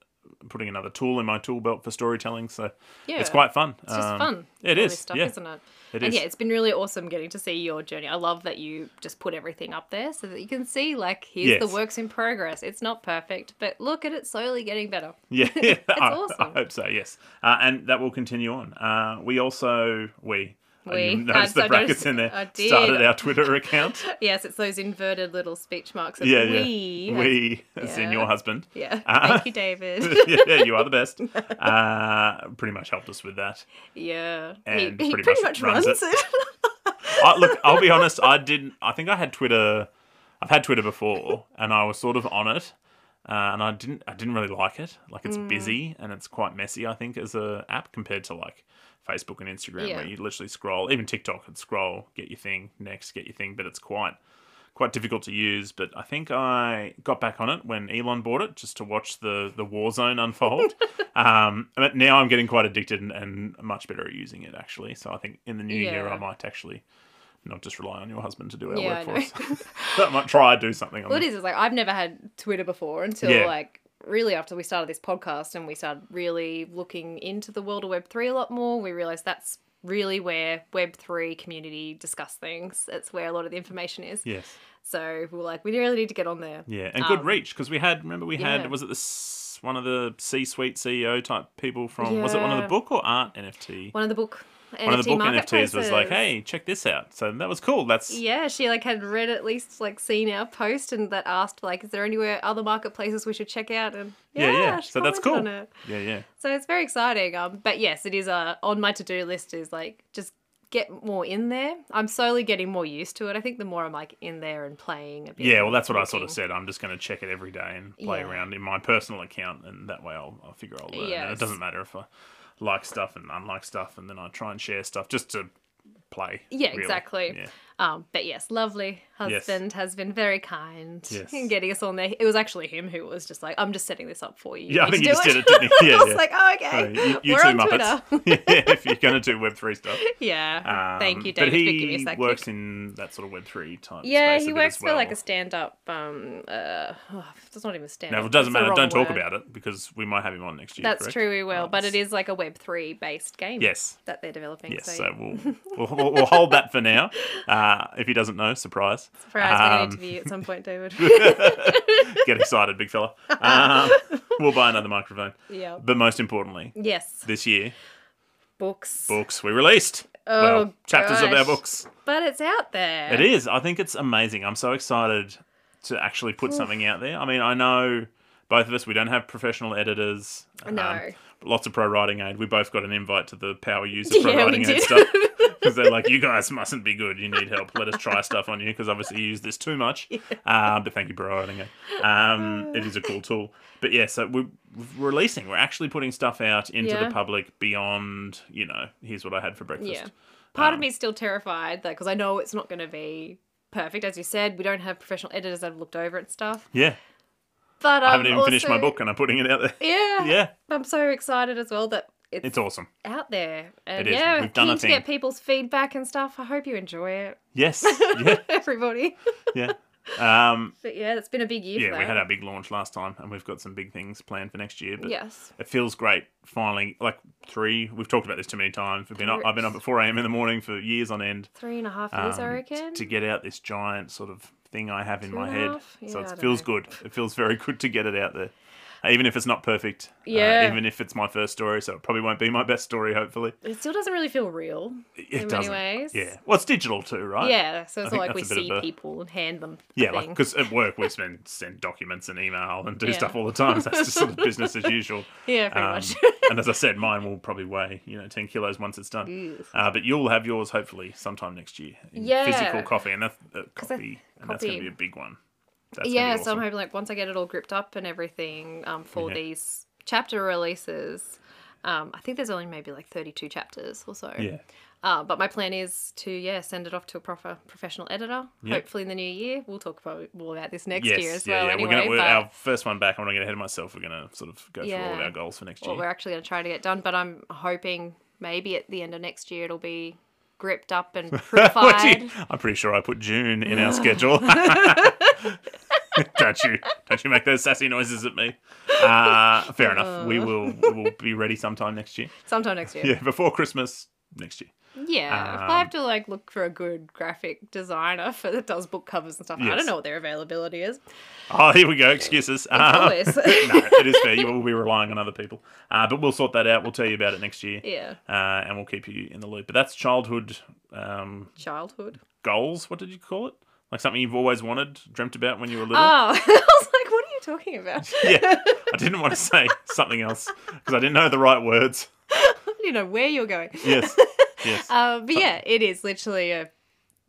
Speaker 2: putting another tool in my tool belt for storytelling. So it's
Speaker 1: Yeah.
Speaker 2: quite fun.
Speaker 1: It's just fun.
Speaker 2: Um, It
Speaker 1: all
Speaker 2: is.
Speaker 1: This stuff,
Speaker 2: yeah.
Speaker 1: isn't it?
Speaker 2: It
Speaker 1: and
Speaker 2: is.
Speaker 1: yeah, it's been really awesome getting to see your journey. I love that you just put everything up there so that you can see like here's the
Speaker 2: Yes.
Speaker 1: works in progress. It's not perfect, but look at it slowly getting better. (laughs)
Speaker 2: Yeah, (laughs) it's I, I
Speaker 1: awesome.
Speaker 2: hope so. Yes, uh, and that will continue on. Uh, we also we. uh,
Speaker 1: We- (laughs)
Speaker 2: you
Speaker 1: I
Speaker 2: noticed
Speaker 1: just-
Speaker 2: the
Speaker 1: I
Speaker 2: brackets
Speaker 1: noticed-
Speaker 2: in there.
Speaker 1: I did.
Speaker 2: Started our
Speaker 1: (laughs)
Speaker 2: Twitter account.
Speaker 1: Yes, it's those inverted little speech marks. It's
Speaker 2: Yeah,
Speaker 1: we.
Speaker 2: yeah. We, as in
Speaker 1: Yeah.
Speaker 2: your husband.
Speaker 1: Yeah.
Speaker 2: Uh,
Speaker 1: Thank you, David.
Speaker 2: (laughs)
Speaker 1: (laughs)
Speaker 2: yeah, you are the best. Uh, pretty much helped us with that.
Speaker 1: yeah.
Speaker 2: And
Speaker 1: he, he
Speaker 2: pretty
Speaker 1: pretty, much,
Speaker 2: much runs
Speaker 1: runs,
Speaker 2: it.
Speaker 1: it. (laughs)
Speaker 2: I, look, I'll be honest. I didn't. I think I had Twitter. I've had Twitter before, and I was sort of on it, uh, and I didn't. I didn't really like it. Like
Speaker 1: Mm.
Speaker 2: it's busy and it's quite messy. I think as a app compared to like Facebook and Instagram,
Speaker 1: Yeah.
Speaker 2: where you literally scroll. Even TikTok, and scroll, get your thing, next, get your thing. But it's quite quite difficult to use. But I think I got back on it when Elon bought it, just to watch the the war
Speaker 1: (laughs)
Speaker 2: zone unfold. um, but now I'm getting quite addicted and, and much better at using it actually. So I think in the new year
Speaker 1: Yeah.
Speaker 2: I might actually not just rely on your husband to do our
Speaker 1: Yeah,
Speaker 2: work
Speaker 1: I
Speaker 2: for (laughs) us. I might try to do something. On
Speaker 1: Well, it
Speaker 2: it.
Speaker 1: is. It's like I've never had Twitter before until
Speaker 2: Yeah.
Speaker 1: like really after we started this podcast and we started really looking into the world of Web three a lot more. We realized that's really where Web three community discuss things. It's where a lot of the information is.
Speaker 2: Yes.
Speaker 1: So we were like, we really need to get on there.
Speaker 2: Yeah, and good
Speaker 1: Um,
Speaker 2: reach because we had. Remember, we had
Speaker 1: yeah.
Speaker 2: was it the s- one of the C-suite CEO type E people from? Was it one of the
Speaker 1: Yeah.
Speaker 2: book or art NFT?
Speaker 1: One of the book.
Speaker 2: One of the
Speaker 1: NFT
Speaker 2: book NFTs was
Speaker 1: marketplaces.
Speaker 2: like, "Hey, check this out." So that was cool. That's
Speaker 1: Yeah, she like had read at least like seen our post and that asked like, is there anywhere other marketplaces we should check out? And
Speaker 2: yeah, yeah.
Speaker 1: she
Speaker 2: So that's cool.
Speaker 1: commented on it.
Speaker 2: Yeah, yeah.
Speaker 1: So it's very exciting. Um, but yes, it is uh, on my to do list is like just get more in there. I'm slowly getting more used to it. I think the more I'm like in there and playing a bit.
Speaker 2: Yeah, well,
Speaker 1: and
Speaker 2: that's what I sort of
Speaker 1: looking.
Speaker 2: said. I'm just going to check it every day and play
Speaker 1: Yeah.
Speaker 2: around in my personal account, and that way I'll, I'll figure I'll learn. And
Speaker 1: Yes.
Speaker 2: it doesn't matter if I like stuff and unlike stuff, and then I try and share stuff just to play.
Speaker 1: Yeah,
Speaker 2: really.
Speaker 1: exactly.
Speaker 2: Yeah.
Speaker 1: Um, but yes, lovely
Speaker 2: Yes.
Speaker 1: husband has been very kind
Speaker 2: Yes.
Speaker 1: in getting us on there. It was actually him who was just like, "I'm just setting this up for you."
Speaker 2: Yeah, I
Speaker 1: need
Speaker 2: think
Speaker 1: to
Speaker 2: you just
Speaker 1: do
Speaker 2: did
Speaker 1: (laughs)
Speaker 2: it, didn't you? Yeah,
Speaker 1: I was
Speaker 2: yeah.
Speaker 1: like, "Oh,
Speaker 2: So
Speaker 1: okay,
Speaker 2: you, you
Speaker 1: we're
Speaker 2: two
Speaker 1: on
Speaker 2: Muppets. (laughs)
Speaker 1: Twitter." (laughs)
Speaker 2: yeah, if you're going to do Web3 stuff.
Speaker 1: yeah, (laughs) thank
Speaker 2: Um,
Speaker 1: you, David,
Speaker 2: But he
Speaker 1: for giving us that.
Speaker 2: works
Speaker 1: kick.
Speaker 2: in that sort of Web3 type
Speaker 1: yeah,
Speaker 2: space
Speaker 1: he
Speaker 2: a bit
Speaker 1: works
Speaker 2: as
Speaker 1: for like a
Speaker 2: well.
Speaker 1: stand-up. Um, uh, oh, it's not even stand-up.
Speaker 2: No, it doesn't
Speaker 1: That's the
Speaker 2: matter. Don't
Speaker 1: wrong
Speaker 2: talk
Speaker 1: word.
Speaker 2: about it because we might have him on next year.
Speaker 1: That's
Speaker 2: correct?
Speaker 1: true, we will. But it
Speaker 2: Yes.
Speaker 1: is like a Web three based game.
Speaker 2: Yes.
Speaker 1: that they're developing.
Speaker 2: Yes,
Speaker 1: so (laughs)
Speaker 2: so we'll, we'll, we'll, we'll hold that for now. Uh, if he doesn't know, surprise.
Speaker 1: surprise
Speaker 2: Um,
Speaker 1: we need to be at some point,
Speaker 2: (laughs)
Speaker 1: David.
Speaker 2: Get excited, big fella. Um, we'll buy another microphone.
Speaker 1: (laughs) yeah.
Speaker 2: But most importantly,
Speaker 1: Yes,
Speaker 2: this year,
Speaker 1: books.
Speaker 2: books we released.
Speaker 1: Oh,
Speaker 2: well, chapters of our
Speaker 1: gosh.
Speaker 2: books.
Speaker 1: But it's out there.
Speaker 2: It is. I think it's amazing. I'm so excited to actually put something out there. I mean, I know both of us, we don't have professional editors. Um,
Speaker 1: No.
Speaker 2: Lots of pro writing aid. We both got an invite to the power
Speaker 1: (laughs)
Speaker 2: user
Speaker 1: Yeah,
Speaker 2: pro
Speaker 1: we
Speaker 2: writing aid
Speaker 1: did.
Speaker 2: stuff because they're like, you guys mustn't be good. You need help. Let us try stuff on you because obviously you use this too much. Uh, but thank you, pro writing aid.
Speaker 1: (sighs)
Speaker 2: Um, it is a cool tool. But yeah, so we're we're releasing. We're actually putting stuff out into
Speaker 1: Yeah.
Speaker 2: the public beyond, you know, here's what I had for breakfast.
Speaker 1: Yeah. Part of me is still terrified that because I know it's not going to be perfect, as you said. We don't have professional editors that have looked over it and stuff.
Speaker 2: Yeah.
Speaker 1: But um,
Speaker 2: I haven't even finished my
Speaker 1: also-
Speaker 2: book and I'm putting it out there.
Speaker 1: Yeah,
Speaker 2: Yeah,
Speaker 1: I'm so excited as well that it's,
Speaker 2: it's awesome.
Speaker 1: out there. And
Speaker 2: It is.
Speaker 1: yeah,
Speaker 2: We've done
Speaker 1: keen
Speaker 2: a
Speaker 1: to get
Speaker 2: thing.
Speaker 1: people's feedback and stuff. I hope you enjoy it,
Speaker 2: Yes, yeah, (laughs)
Speaker 1: (laughs) everybody. (laughs)
Speaker 2: yeah. Um,
Speaker 1: But yeah, it's been a big year.
Speaker 2: yeah,
Speaker 1: for
Speaker 2: we
Speaker 1: that.
Speaker 2: had our big launch last time, and we've got some big things planned for next year. But
Speaker 1: yes.
Speaker 2: it feels great finally. Like three, we've talked about this too many times. We've been up, I've been up at four a.m. in the morning for years on end.
Speaker 1: Three and a half years, I
Speaker 2: um,
Speaker 1: reckon.
Speaker 2: to get out this giant sort of thing I have in
Speaker 1: Two
Speaker 2: my
Speaker 1: and a
Speaker 2: head.
Speaker 1: half? Yeah,
Speaker 2: so
Speaker 1: I
Speaker 2: it
Speaker 1: don't
Speaker 2: feels
Speaker 1: know.
Speaker 2: good. It feels very good to get it out there, Uh, even if it's not perfect. uh,
Speaker 1: Yeah.
Speaker 2: even if it's my first story, so it probably won't be my best story. Hopefully,
Speaker 1: It still doesn't really feel real.
Speaker 2: it
Speaker 1: In many
Speaker 2: doesn't.
Speaker 1: ways.
Speaker 2: Yeah. Well, it's digital too, right?
Speaker 1: yeah, so
Speaker 2: I
Speaker 1: it's
Speaker 2: think
Speaker 1: not like we
Speaker 2: that's a bit
Speaker 1: see
Speaker 2: of a-
Speaker 1: people and hand them. a
Speaker 2: Yeah,
Speaker 1: thing.
Speaker 2: because at work we spend send documents and email and do
Speaker 1: Yeah.
Speaker 2: stuff all the time. So that's just
Speaker 1: (laughs)
Speaker 2: sort of business as usual.
Speaker 1: (laughs) yeah, pretty
Speaker 2: (laughs) Um,
Speaker 1: much.
Speaker 2: and as I said, mine will probably weigh you know ten kilos once it's done.
Speaker 1: Oof.
Speaker 2: Uh, but you'll have yours hopefully sometime next year. in
Speaker 1: Yeah.
Speaker 2: physical coffee and that's uh,
Speaker 1: I-
Speaker 2: coffee, and that's going
Speaker 1: copy.
Speaker 2: to be a big one. That's gonna be
Speaker 1: yeah, so
Speaker 2: awesome.
Speaker 1: I'm hoping like once I get it all gripped up and everything um, for
Speaker 2: Yeah.
Speaker 1: these chapter releases, um, I think there's only maybe like 32 chapters or so.
Speaker 2: yeah,
Speaker 1: Uh, but my plan is to yeah send it off to a proper professional editor.
Speaker 2: Yeah.
Speaker 1: Hopefully in the new year we'll talk about more about this next
Speaker 2: yes,
Speaker 1: year as
Speaker 2: yeah,
Speaker 1: well.
Speaker 2: yeah.
Speaker 1: Anyway,
Speaker 2: we're gonna we're,
Speaker 1: but
Speaker 2: our first one back. I'm gonna get ahead of myself. We're gonna sort of go through all of
Speaker 1: Yeah.
Speaker 2: our goals for next
Speaker 1: what we're
Speaker 2: year.
Speaker 1: actually going to try to get done. But I'm hoping maybe at the end of next year it'll be gripped up and
Speaker 2: (laughs) What do you-
Speaker 1: proofied.
Speaker 2: I'm pretty sure I put June
Speaker 1: (sighs)
Speaker 2: in our schedule. don't you don't you make those sassy noises at me. Uh, fair enough. We will we'll be ready sometime
Speaker 1: (laughs)
Speaker 2: next year.
Speaker 1: Sometime next year.
Speaker 2: Yeah, Um, before Christmas next year.
Speaker 1: Yeah, if I have to like look for a good graphic designer for that does book covers and stuff. I
Speaker 2: Yes.
Speaker 1: don't know what their availability is.
Speaker 2: Oh, here we go. Excuses. Uh,
Speaker 1: always.
Speaker 2: (laughs) no, it is fair. You will be relying on other people. Uh, but we'll sort that out. We'll tell you about it next year.
Speaker 1: Yeah,
Speaker 2: Uh, and we'll keep you in the loop. But that's childhood um,
Speaker 1: childhood.
Speaker 2: goals. What did you call it? Like something you've always wanted, dreamt about when you were little.
Speaker 1: Oh, (laughs) I was like, what are you talking about?
Speaker 2: yeah. I didn't want to say something else because I didn't know the right words.
Speaker 1: you know where you're going.
Speaker 2: Yes. Yes.
Speaker 1: Uh, but yeah, it is literally a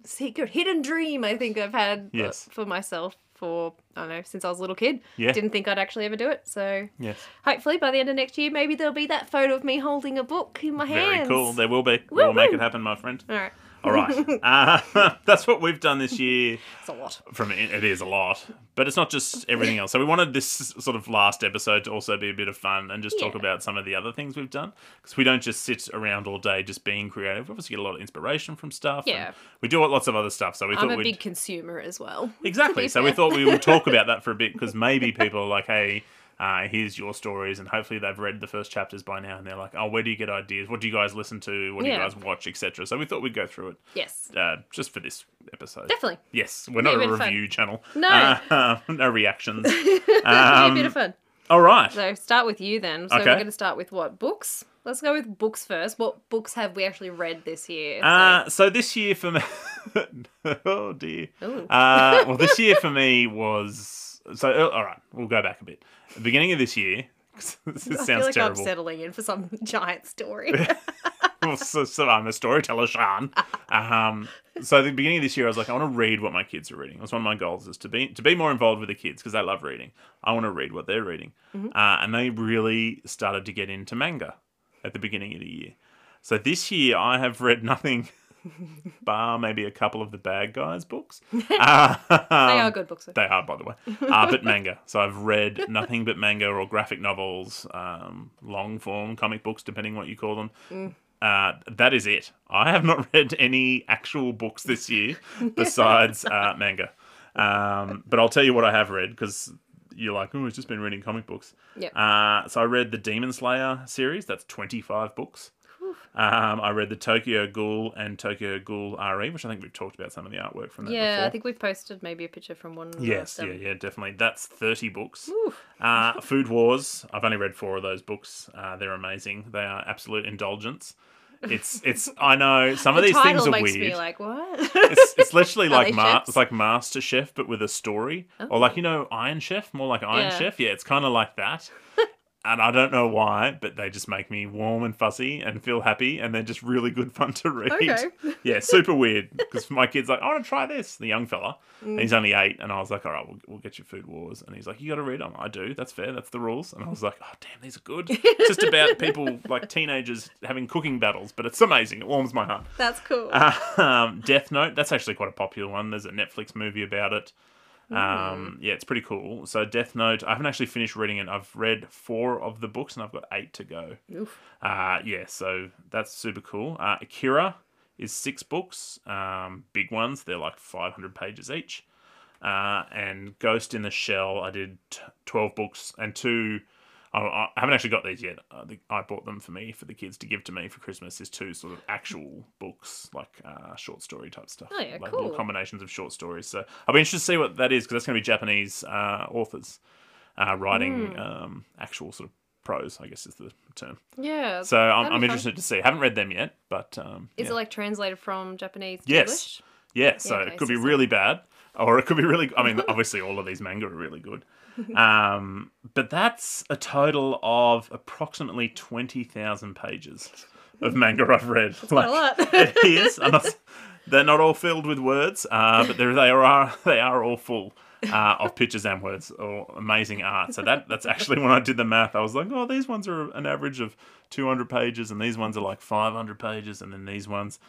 Speaker 1: secret, hidden dream. I think I've had uh,
Speaker 2: Yes.
Speaker 1: for myself for I don't know since I was a little kid.
Speaker 2: Yeah.
Speaker 1: didn't think I'd actually ever do it. So
Speaker 2: yes.
Speaker 1: hopefully by the end of next year, maybe there'll be that photo of me holding a book in my (laughs) hands.
Speaker 2: Very cool. There will be. We'll make
Speaker 1: Woo-hoo.
Speaker 2: it happen, my friend.
Speaker 1: All right,
Speaker 2: All right. Uh, (laughs) that's what we've done this year.
Speaker 1: it's a lot.
Speaker 2: from it it is a lot but it's not just everything else so we wanted this sort of last episode to also be a bit of fun and just talk
Speaker 1: Yeah.
Speaker 2: about some of the other things we've done because we don't just sit around all day just being creative we obviously get a lot of inspiration from stuff and
Speaker 1: Yeah.
Speaker 2: we do lots of other stuff so we
Speaker 1: I'm
Speaker 2: thought
Speaker 1: a
Speaker 2: we'd
Speaker 1: big consumer as well.
Speaker 2: (laughs) exactly
Speaker 1: be
Speaker 2: so we
Speaker 1: fair.
Speaker 2: thought we
Speaker 1: (laughs)
Speaker 2: would talk about that for a bit because maybe people are like hey uh, here's your stories and hopefully they've read the first chapters by now and they're like oh where do you get ideas what do you guys listen to what do you
Speaker 1: Yeah.
Speaker 2: guys watch etc so we thought we'd go through it
Speaker 1: Yes,
Speaker 2: uh, just for this episode
Speaker 1: definitely. (laughs)
Speaker 2: Yes, we're
Speaker 1: Be
Speaker 2: not
Speaker 1: a
Speaker 2: a
Speaker 1: bit of fun.
Speaker 2: review channel.
Speaker 1: No.
Speaker 2: Uh, (laughs) no reactions.
Speaker 1: It'll be a bit
Speaker 2: Um,
Speaker 1: of fun.
Speaker 2: all right.
Speaker 1: So start with you then. So
Speaker 2: Okay.
Speaker 1: we're going to start with what books. Let's go with books first. What books have we actually read this year? So-
Speaker 2: Uh, so this year for me, (laughs) oh dear.
Speaker 1: Ooh.
Speaker 2: Uh, well, this year for me was so. uh, All right, we'll go back a bit. The beginning of this year. (laughs) 'cause this
Speaker 1: I
Speaker 2: sounds
Speaker 1: feel like
Speaker 2: terrible.
Speaker 1: I'm settling in for some (laughs) giant story.
Speaker 2: (laughs) Well, (laughs) so, so I'm a storyteller, Sean. Um, so at the beginning of this year, I was like, I want to read what my kids are reading. That's one of my goals is to be to be more involved with the kids because they love reading. I want to read what they're reading,
Speaker 1: Mm-hmm.
Speaker 2: uh, and they really started to get into manga at the beginning of the year. So this year, I have read
Speaker 1: (laughs)
Speaker 2: nothing, bar maybe a couple of the bad
Speaker 1: (laughs)
Speaker 2: guys books. Uh,
Speaker 1: they are good books. though.
Speaker 2: they are, by the way. Uh, but manga. So I've read nothing but manga or graphic novels, um, long form comic books, depending what you call them.
Speaker 1: Mm.
Speaker 2: Uh, that is it. I have not (laughs) read any actual books
Speaker 1: (laughs)
Speaker 2: this year besides uh, manga. Um, but I'll tell you what I have read because you're like, oh, I've just been reading comic books.
Speaker 1: Yep.
Speaker 2: Uh, so I read the Demon Slayer series. That's 25 books. Um, I read the Tokyo Ghoul and Tokyo Ghoul RE, which I think we've talked about some of the artwork from that
Speaker 1: yeah,
Speaker 2: before.
Speaker 1: I think we've posted maybe a picture from one. of
Speaker 2: Yes,
Speaker 1: them.
Speaker 2: yeah, yeah, definitely. That's 30 books.
Speaker 1: Ooh.
Speaker 2: Uh, Food Wars. I've only read four of those books. Uh, they're amazing. They are absolute indulgence. It's, it's. I know some of
Speaker 1: the
Speaker 2: these
Speaker 1: title
Speaker 2: things are
Speaker 1: makes
Speaker 2: weird.
Speaker 1: me like, what?
Speaker 2: it's, it's literally like
Speaker 1: they
Speaker 2: ma-
Speaker 1: chefs?
Speaker 2: it's like Master Chef, but with a story, or like you know Iron Chef, more like Iron
Speaker 1: Yeah.
Speaker 2: Chef. Yeah, it's kind of
Speaker 1: (laughs)
Speaker 2: like that. and I don't know why, but they just make me warm and fuzzy and feel happy, and they're just really good fun to read.
Speaker 1: Okay.
Speaker 2: (laughs) yeah, super weird because my kid's like, I want to try this. The young fella, and
Speaker 1: Mm.
Speaker 2: he's only eight, and I was like, all right, we'll, we'll get you Food Wars, and he's like, you got to read them. I do. That's fair. That's the rules. And I was like, oh damn, these
Speaker 1: (laughs)
Speaker 2: are good. It's just about people like teenagers having cooking battles, but it's amazing. It warms my heart.
Speaker 1: (laughs) That's cool.
Speaker 2: Um, Death Note. That's actually quite a popular one. There's a Netflix movie about it. Um, yeah, it's pretty cool. So Death Note. I haven't actually finished reading it. I've read four of the books and I've got eight to go.
Speaker 1: Oof.
Speaker 2: Uh, yeah, so that's super cool. Uh, Akira is six books, um, big ones. They're like 500 pages each. Uh, and Ghost in the Shell, I did t- 12 books and two. I, I haven't actually got these yet. I, think I bought them for me, for the kids to give to me for Christmas, is two sort of actual books, like uh, short story type stuff.
Speaker 1: Oh, yeah,
Speaker 2: like
Speaker 1: cool.
Speaker 2: little combinations of short stories. So I'll be interested to see what that is because that's going to be Japanese uh, authors uh, writing
Speaker 1: Hmm.
Speaker 2: um, actual sort of prose, I guess is the term.
Speaker 1: Yeah.
Speaker 2: So I'm,
Speaker 1: that'd be
Speaker 2: I'm
Speaker 1: fun.
Speaker 2: interested to see. Haven't read them yet, but um,
Speaker 1: Is
Speaker 2: yeah.
Speaker 1: it like translated from Japanese to
Speaker 2: Yes.
Speaker 1: English?
Speaker 2: yeah, so
Speaker 1: Yeah,
Speaker 2: it
Speaker 1: okay,
Speaker 2: could
Speaker 1: so
Speaker 2: be
Speaker 1: it's
Speaker 2: really bad, or it could be really. I mean,
Speaker 1: (laughs)
Speaker 2: obviously, all of these manga are really good, um, but that's a total of approximately twenty thousand pages of manga I've read.
Speaker 1: Quite
Speaker 2: (laughs)
Speaker 1: a lot.
Speaker 2: it is. I'm not- they're not all filled with words, uh, but they're, they are they are all full uh, of pictures and words or amazing art. So that that's actually when I did the math, I was like, oh, these ones are an average of 200 pages, and these ones are like 500 pages, and then these ones.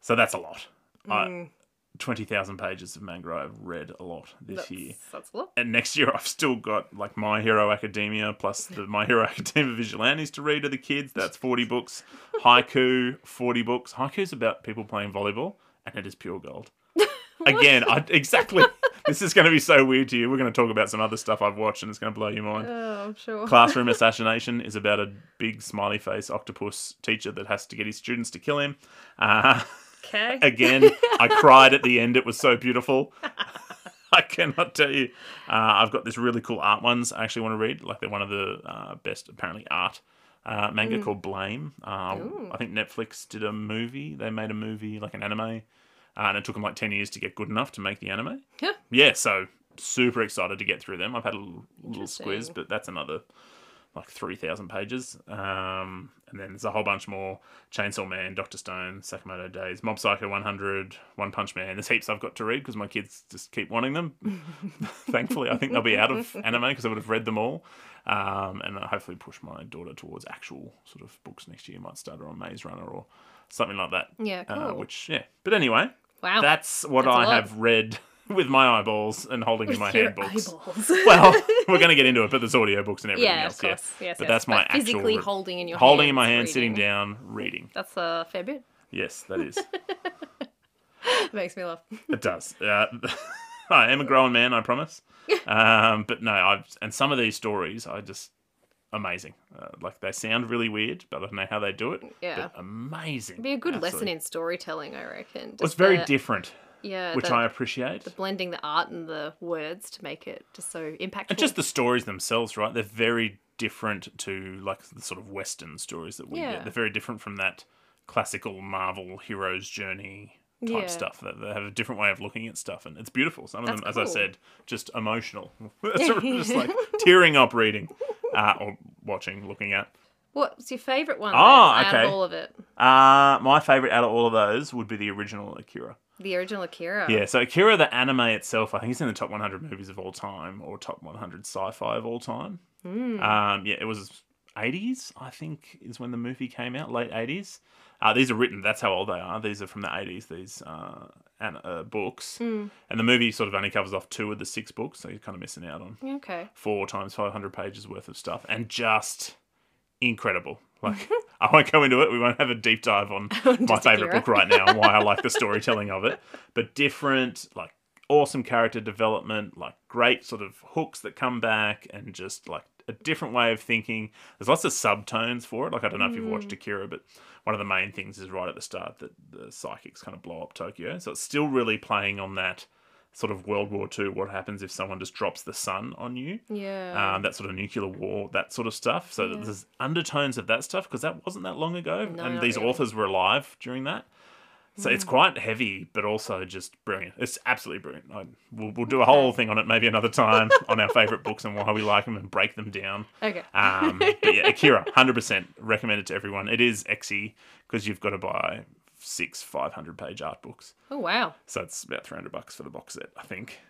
Speaker 2: So that's a lot. I, 20,000 pages of manga I've read a lot this
Speaker 1: that's,
Speaker 2: year
Speaker 1: (laughs) that's a lot. (laughs)
Speaker 2: and next year I've still got like My Hero Academia plus the My Hero (laughs) Academia Vigilantes to read to the kids. That's 40 books. Haiku, 40 books. Haiku's about people playing volleyball and it is pure gold. Again, I, exactly. (laughs) This is going to be so weird to you. We're going to talk about some other stuff I've watched and it's going to blow your mind.
Speaker 1: Oh, I'm sure.
Speaker 2: Classroom Assassination is about a big smiley face octopus teacher that has to get his students to kill him. Uh,
Speaker 1: okay.
Speaker 2: again. I cried at the end. It was so beautiful. (laughs) I cannot tell you. Uh, I've got this really cool art ones I actually want to read. Like they're one of the uh, best apparently art uh, manga called Blame. Um, I think Netflix did a movie. They made a movie like an anime, uh, and it took them like ten years to get good enough to make the anime.
Speaker 1: Yeah.
Speaker 2: Yeah. So super excited to get through them. I've had a little, little squiz,
Speaker 1: Interesting.
Speaker 2: but that's another like 3,000 pages. Um, and then there's a whole bunch more Chainsaw Man, Dr. Stone, Sakamoto Days, Mob Psycho 100, One Punch Man. There's heaps I've got to read because my kids just keep
Speaker 1: (laughs)
Speaker 2: wanting them. Thankfully, I think they'll be out of anime because I would have read them all. Um, and I'll hopefully push my daughter towards actual sort of books next year. Might start her on Maze Runner or something like that.
Speaker 1: Yeah,
Speaker 2: Uh,
Speaker 1: cool.
Speaker 2: which, yeah. But anyway,
Speaker 1: (laughs) wow.
Speaker 2: that's what
Speaker 1: That's a
Speaker 2: I
Speaker 1: lot.
Speaker 2: have read (laughs) with my eyeballs and holding
Speaker 1: (laughs)
Speaker 2: in my
Speaker 1: Your
Speaker 2: hand books.
Speaker 1: eyeballs. (laughs)
Speaker 2: Well, we're going to get into it, but there's audiobooks and everything
Speaker 1: yeah,
Speaker 2: else.
Speaker 1: of course.
Speaker 2: Yeah.
Speaker 1: Yes,
Speaker 2: but
Speaker 1: yes.
Speaker 2: that's my actual
Speaker 1: physically
Speaker 2: re-
Speaker 1: holding in your
Speaker 2: holding
Speaker 1: hands,
Speaker 2: in my hand, sitting
Speaker 1: reading.
Speaker 2: down, reading.
Speaker 1: That's a fair bit. (laughs)
Speaker 2: Yes, that is.
Speaker 1: Makes me laugh.
Speaker 2: it does. Uh, (laughs) I am a grown man,
Speaker 1: (laughs)
Speaker 2: I promise. Um, but no, I've and some of these stories I just amazing. Uh, like they sound really weird, but I don't know how they do it.
Speaker 1: Yeah.
Speaker 2: but amazing.
Speaker 1: It'd be a good lesson
Speaker 2: Absolutely.
Speaker 1: in storytelling, I reckon.
Speaker 2: Well, it's
Speaker 1: Just
Speaker 2: very
Speaker 1: the-
Speaker 2: different,
Speaker 1: Yeah,
Speaker 2: which
Speaker 1: the,
Speaker 2: I appreciate.
Speaker 1: blending the art and the words to make it just so impactful.
Speaker 2: And just the stories themselves, right? They're very different to like the sort of Western stories that we
Speaker 1: Yeah.
Speaker 2: get. They're very different from that classical Marvel hero's journey type
Speaker 1: Yeah.
Speaker 2: stuff. They they have a different way of looking at stuff, and it's beautiful. Some of
Speaker 1: That's
Speaker 2: them, as I
Speaker 1: cool.
Speaker 2: said, just
Speaker 1: (laughs)
Speaker 2: emotional, (laughs) Sort of just like tearing up reading uh, or watching, looking at.
Speaker 1: What's your favorite one?
Speaker 2: Ah,
Speaker 1: then, Out
Speaker 2: okay.
Speaker 1: of all of it,
Speaker 2: Uh, my favorite out of all of those would be the original Akira.
Speaker 1: the original Akira.
Speaker 2: Yeah, so Akira, the anime itself, I think it's in the top 100 movies of all time or top 100 sci fi of all time. Um, yeah, it was 80s, I think, is when the movie came out, late 80s. Uh, these are written, that's how old they are. These are from the 80s, these uh, an, uh, books. And the movie sort of only covers off two of the six books, so you're kind of missing out on
Speaker 1: Okay. (laughs)
Speaker 2: four times 500 pages worth of stuff and just incredible. Like, I won't go into it. We won't have a deep dive on (laughs) my
Speaker 1: Just
Speaker 2: favorite
Speaker 1: Akira.
Speaker 2: book right now and why I like the storytelling of it. But different, like, awesome character development, like, great sort of hooks that come back and just like a different way of thinking. There's lots of subtones for it. Like, I don't know if you've watched Akira, but one of the main things is right at the start that the psychics kind of blow up Tokyo. So it's still really playing on that sort of World War II what happens if someone just drops the sun on you
Speaker 1: Yeah.
Speaker 2: um, that sort of nuclear war, that sort of stuff. So
Speaker 1: Oh. Yeah.
Speaker 2: there's undertones of that stuff because that wasn't that long ago,
Speaker 1: No,
Speaker 2: and
Speaker 1: not
Speaker 2: these
Speaker 1: really. Mm.
Speaker 2: authors were alive during that. So it's quite heavy, but also just brilliant. It's absolutely brilliant. I, we'll, we'll do a whole thing on it maybe
Speaker 1: (laughs)
Speaker 2: another time on our favorite books and why we like them and break them down.
Speaker 1: okay. (laughs)
Speaker 2: Um, but yeah, Akira, hundred percent recommended to everyone. It is exy because you've got to buy six five hundred page art books,
Speaker 1: oh wow.
Speaker 2: so it's about three hundred bucks for the box set, I think,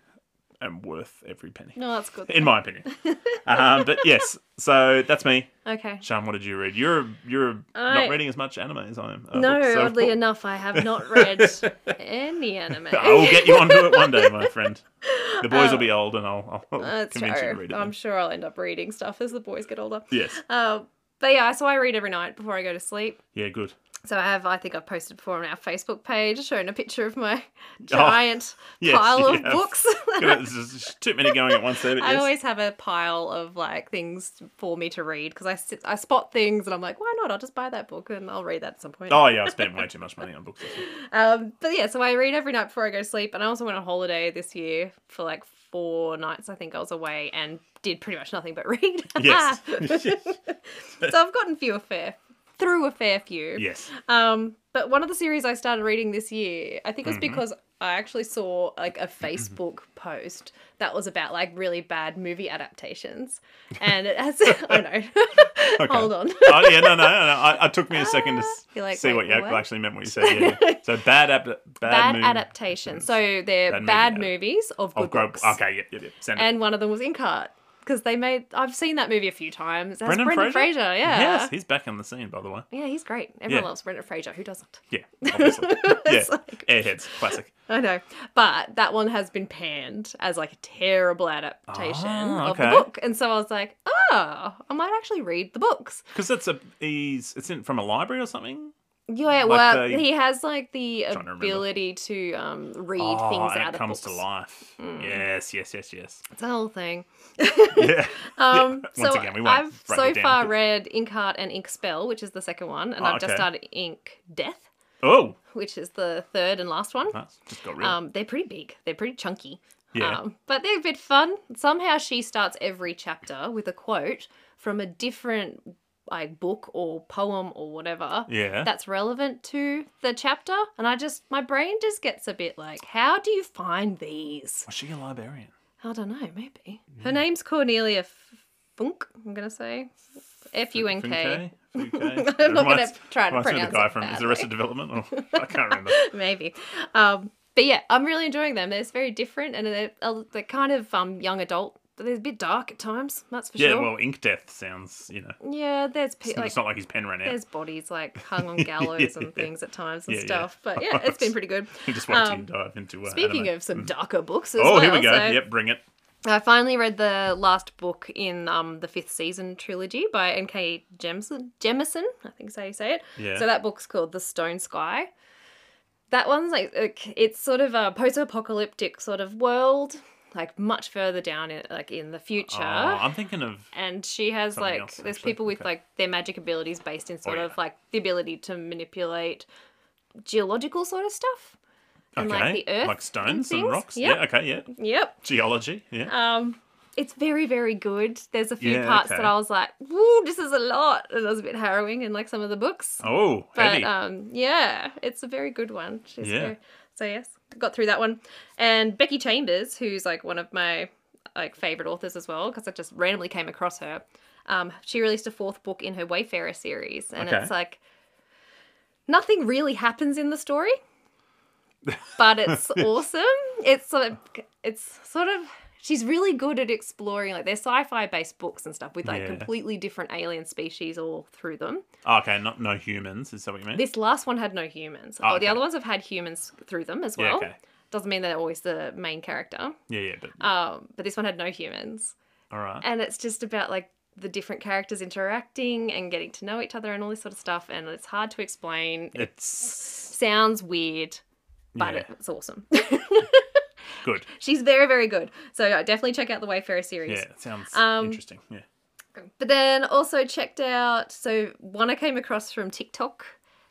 Speaker 2: and worth every penny
Speaker 1: No, that's good.
Speaker 2: in
Speaker 1: (laughs)
Speaker 2: my opinion. um, but yes, so that's me. (laughs)
Speaker 1: Okay.
Speaker 2: Sean, what did you read? You're you're
Speaker 1: I-
Speaker 2: not reading as much anime as I am. Uh,
Speaker 1: No,
Speaker 2: books, so-
Speaker 1: oddly enough, I have not read any anime.
Speaker 2: (laughs) I will get you onto it one day, my friend. The boys
Speaker 1: Um,
Speaker 2: will be old, and I'll,
Speaker 1: (laughs)
Speaker 2: I'll
Speaker 1: That's
Speaker 2: convince you
Speaker 1: true.
Speaker 2: to read it.
Speaker 1: I'm
Speaker 2: then.
Speaker 1: sure I'll end up reading stuff as the boys get older.
Speaker 2: Yes.
Speaker 1: Uh, but yeah, so I read every night before I go to sleep. (laughs)
Speaker 2: Yeah. Good.
Speaker 1: So I have, I think I've posted before on our Facebook page, shown a picture of
Speaker 2: (laughs)
Speaker 1: my giant
Speaker 2: Oh, yes,
Speaker 1: pile
Speaker 2: you
Speaker 1: of
Speaker 2: have. (laughs)
Speaker 1: books.
Speaker 2: Good. There's just too many going at once there.
Speaker 1: (laughs)
Speaker 2: But
Speaker 1: I
Speaker 2: yes.
Speaker 1: always have a pile of like things for me to read because I, sit- I spot things and I'm like, why not? I'll just buy that book and I'll read that at some point.
Speaker 2: Oh yeah, I spent way too much money
Speaker 1: (laughs)
Speaker 2: on books. this year.
Speaker 1: Um, but yeah, so I read every night before I go to sleep. And I also went on holiday this year for like four nights. I think I was away and did pretty much nothing but (laughs) read.
Speaker 2: Yes.
Speaker 1: Ah. so I've gotten few a fair through a fair few. (laughs)
Speaker 2: (laughs) yes.
Speaker 1: Um, but one of the series I started reading this year, I think it was
Speaker 2: Mm-hmm.
Speaker 1: because I actually saw like a Facebook post that was about like really bad movie
Speaker 2: (laughs)
Speaker 1: adaptations, and it has. (laughs) oh no, hold on.
Speaker 2: Oh yeah. No. No. No. no. I, I took me a second to s-
Speaker 1: Ah. You're like,
Speaker 2: see
Speaker 1: wait,
Speaker 2: what you
Speaker 1: what?
Speaker 2: actually meant. What you said. Yeah.
Speaker 1: (laughs)
Speaker 2: yeah. So bad. Ab- bad.
Speaker 1: Bad
Speaker 2: movie-
Speaker 1: adaptations. So they're
Speaker 2: Bad movie
Speaker 1: bad,
Speaker 2: adap-
Speaker 1: movies of good
Speaker 2: Of Gro-
Speaker 1: books.
Speaker 2: Oh, Okay. Yeah. Yeah. yeah. Send it.
Speaker 1: And one of them was Inkart because they made. I've seen that movie a few times. That's
Speaker 2: Brendan
Speaker 1: Brendan,
Speaker 2: Fraser?
Speaker 1: Fraser. yeah.
Speaker 2: Yes, he's back on the scene, by the way.
Speaker 1: yeah, he's great. Everyone
Speaker 2: Yeah.
Speaker 1: loves Brendan Fraser. Who doesn't? (laughs)
Speaker 2: Yeah, obviously. yeah,
Speaker 1: It's like-
Speaker 2: Airheads, classic.
Speaker 1: I know, but that one has been panned as like a terrible adaptation
Speaker 2: Ah,
Speaker 1: of
Speaker 2: okay.
Speaker 1: the book, and so I was like, oh, I might actually read the books.
Speaker 2: Because it's a he's it's in from a library or something.
Speaker 1: Yeah,
Speaker 2: Like
Speaker 1: well,
Speaker 2: the-
Speaker 1: he has like the
Speaker 2: to remember.
Speaker 1: ability to um, read
Speaker 2: oh,
Speaker 1: things
Speaker 2: and
Speaker 1: out
Speaker 2: it
Speaker 1: of
Speaker 2: comes
Speaker 1: books. Hmm.
Speaker 2: to life. Yes, yes, yes, yes.
Speaker 1: (laughs) It's a whole thing.
Speaker 2: (laughs) Yeah.
Speaker 1: Um,
Speaker 2: Once
Speaker 1: so
Speaker 2: again, we won't
Speaker 1: I've
Speaker 2: break
Speaker 1: so
Speaker 2: it down,
Speaker 1: far
Speaker 2: but-
Speaker 1: read Inkheart and Ink Spell, which is the second one, and
Speaker 2: Oh,
Speaker 1: I've just
Speaker 2: okay.
Speaker 1: started Ink Death,
Speaker 2: Oh,
Speaker 1: which is the third and last one.
Speaker 2: that's just got real.
Speaker 1: Um, they're pretty big. They're pretty chunky.
Speaker 2: Yeah.
Speaker 1: Um, but they're a bit fun. Somehow she starts every chapter with a quote from a different like book or poem or whatever
Speaker 2: yeah.
Speaker 1: that's relevant to the chapter. And I just my brain just gets a bit like, how do you find these?
Speaker 2: Was she a librarian?
Speaker 1: I don't know, maybe. Her name's Cornelia F- Funk, I'm gonna say. F U N K.
Speaker 2: Funke?
Speaker 1: (laughs)
Speaker 2: Funke?
Speaker 1: I'm not gonna
Speaker 2: Reminds-
Speaker 1: try to pronounce
Speaker 2: reminds me of the guy
Speaker 1: it
Speaker 2: from Is
Speaker 1: badly.
Speaker 2: the Rest of Development? Oh, I can't
Speaker 1: (laughs)
Speaker 2: remember.
Speaker 1: maybe. Um, but yeah, I'm really enjoying them. They're just very different and they're, uh, they're kind of um, young adult. But they're a bit dark at times, that's for
Speaker 2: Yeah,
Speaker 1: sure.
Speaker 2: well, Ink Death sounds, you know,
Speaker 1: yeah, there's pe-
Speaker 2: it's,
Speaker 1: like
Speaker 2: it's not like his pen ran out.
Speaker 1: there's bodies like hung on gallows
Speaker 2: (laughs) Yeah.
Speaker 1: and things at times and
Speaker 2: Yeah, yeah.
Speaker 1: stuff. But
Speaker 2: (laughs)
Speaker 1: yeah, it's been pretty good.
Speaker 2: He just wanted
Speaker 1: um,
Speaker 2: to dive into. Uh,
Speaker 1: Speaking
Speaker 2: anime.
Speaker 1: of some darker books as
Speaker 2: oh,
Speaker 1: well,
Speaker 2: here we go.
Speaker 1: so
Speaker 2: Yep, bring it.
Speaker 1: I finally read the last book in um, the fifth season trilogy by N.K. Jemison. Jemison, I think is how you say it.
Speaker 2: Yeah.
Speaker 1: So that book's called The Stone Sky. That one's like like, it's sort of a post-apocalyptic sort of world, like much further down in, like in the future.
Speaker 2: Oh, I'm thinking of
Speaker 1: And she has
Speaker 2: Something
Speaker 1: like
Speaker 2: else,
Speaker 1: there's
Speaker 2: actually.
Speaker 1: people with
Speaker 2: Okay. Oh,
Speaker 1: like their magic abilities based in sort
Speaker 2: yeah.
Speaker 1: of like the ability to manipulate geological sort of stuff. And
Speaker 2: okay,
Speaker 1: like the earth
Speaker 2: like
Speaker 1: and
Speaker 2: stones and
Speaker 1: things.
Speaker 2: rocks.
Speaker 1: Yep.
Speaker 2: Yeah, okay, yeah.
Speaker 1: Yep.
Speaker 2: Geology, yeah.
Speaker 1: Um, it's very very good. There's a few
Speaker 2: Yeah,
Speaker 1: parts
Speaker 2: okay.
Speaker 1: that I was like, "Woo, this is a lot," and it was a bit harrowing in like some of the books.
Speaker 2: Oh,
Speaker 1: But
Speaker 2: heavy.
Speaker 1: um, yeah, it's a very good one. She's
Speaker 2: Yeah.
Speaker 1: very- so yes, got through that one. And Becky Chambers, who's like one of my like favorite authors as well, because I just randomly came across her. Um, she released a fourth book in her Wayfarer series, and
Speaker 2: Okay.
Speaker 1: it's like nothing really happens in the story, but
Speaker 2: (laughs)
Speaker 1: it's awesome. It's sort of, it's sort of. She's really good at exploring like their sci-fi based books and stuff with like
Speaker 2: Yeah.
Speaker 1: completely different alien species all through them.
Speaker 2: Ah, okay, not no humans. Is that what you mean?
Speaker 1: This last one had no humans.
Speaker 2: Oh,
Speaker 1: Oh,
Speaker 2: okay.
Speaker 1: the other ones have had humans through them as
Speaker 2: Yeah,
Speaker 1: well.
Speaker 2: okay.
Speaker 1: Doesn't mean they're always the main character.
Speaker 2: yeah, yeah. But
Speaker 1: Um, but this one had no humans,
Speaker 2: all right.
Speaker 1: and it's just about like the different characters interacting and getting to know each other and all this sort of stuff. And it's hard to explain. It
Speaker 2: It's
Speaker 1: sounds weird, but
Speaker 2: Yeah.
Speaker 1: it's awesome. (laughs)
Speaker 2: good.
Speaker 1: She's very, very good. So yeah, definitely check out the Wayfarer
Speaker 2: Yeah,
Speaker 1: series.
Speaker 2: it sounds
Speaker 1: Um,
Speaker 2: interesting. Yeah.
Speaker 1: But then also checked out. So one I came across from TikTok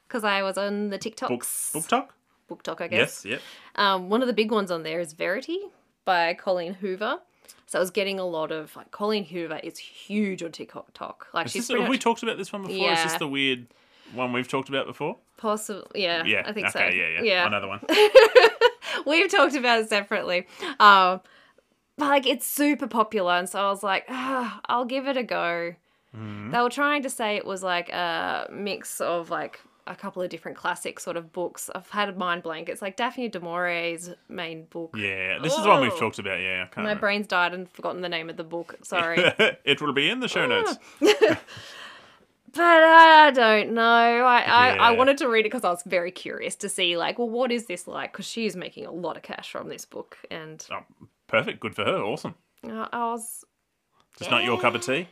Speaker 1: because I was on the TikToks.
Speaker 2: Book, book talk.
Speaker 1: BookTok, I guess.
Speaker 2: Yes. Yep.
Speaker 1: Um, one of the big ones on there is Verity by Colleen Hoover. So I was getting a lot of like Colleen Hoover is huge on TikTok. Like
Speaker 2: Is
Speaker 1: she's
Speaker 2: this- have
Speaker 1: pretty
Speaker 2: we
Speaker 1: much
Speaker 2: talked about this one before? Is this
Speaker 1: Yeah.
Speaker 2: the weird one we've talked about before?
Speaker 1: possible. Yeah,
Speaker 2: Yeah.
Speaker 1: I think
Speaker 2: okay,
Speaker 1: so.
Speaker 2: Yeah, yeah.
Speaker 1: (laughs)
Speaker 2: Another one.
Speaker 1: We've talked about it separately. Um, but like it's super popular, and so I was like, "Ah, I'll give it a go.
Speaker 2: Mm-hmm.
Speaker 1: They were trying to say it was like a mix of like a couple of different classic sort of books. I've had a mind blank. It's like Daphne du Maurier's main book.
Speaker 2: Yeah. This is the one we've
Speaker 1: Oh.
Speaker 2: talked about. Yeah. I can't
Speaker 1: My
Speaker 2: remember.
Speaker 1: brain's died and forgotten the name of the
Speaker 2: (laughs)
Speaker 1: book. Sorry.
Speaker 2: it will be in the
Speaker 1: Ah.
Speaker 2: show notes.
Speaker 1: but uh, I don't know. I, I, I
Speaker 2: Yeah.
Speaker 1: wanted to read it because I was very curious to see, like, well, what is this like? Because she is making a lot of cash from this book. And
Speaker 2: Oh, perfect. Good for her. Awesome.
Speaker 1: I I was,
Speaker 2: It's not your cup of tea.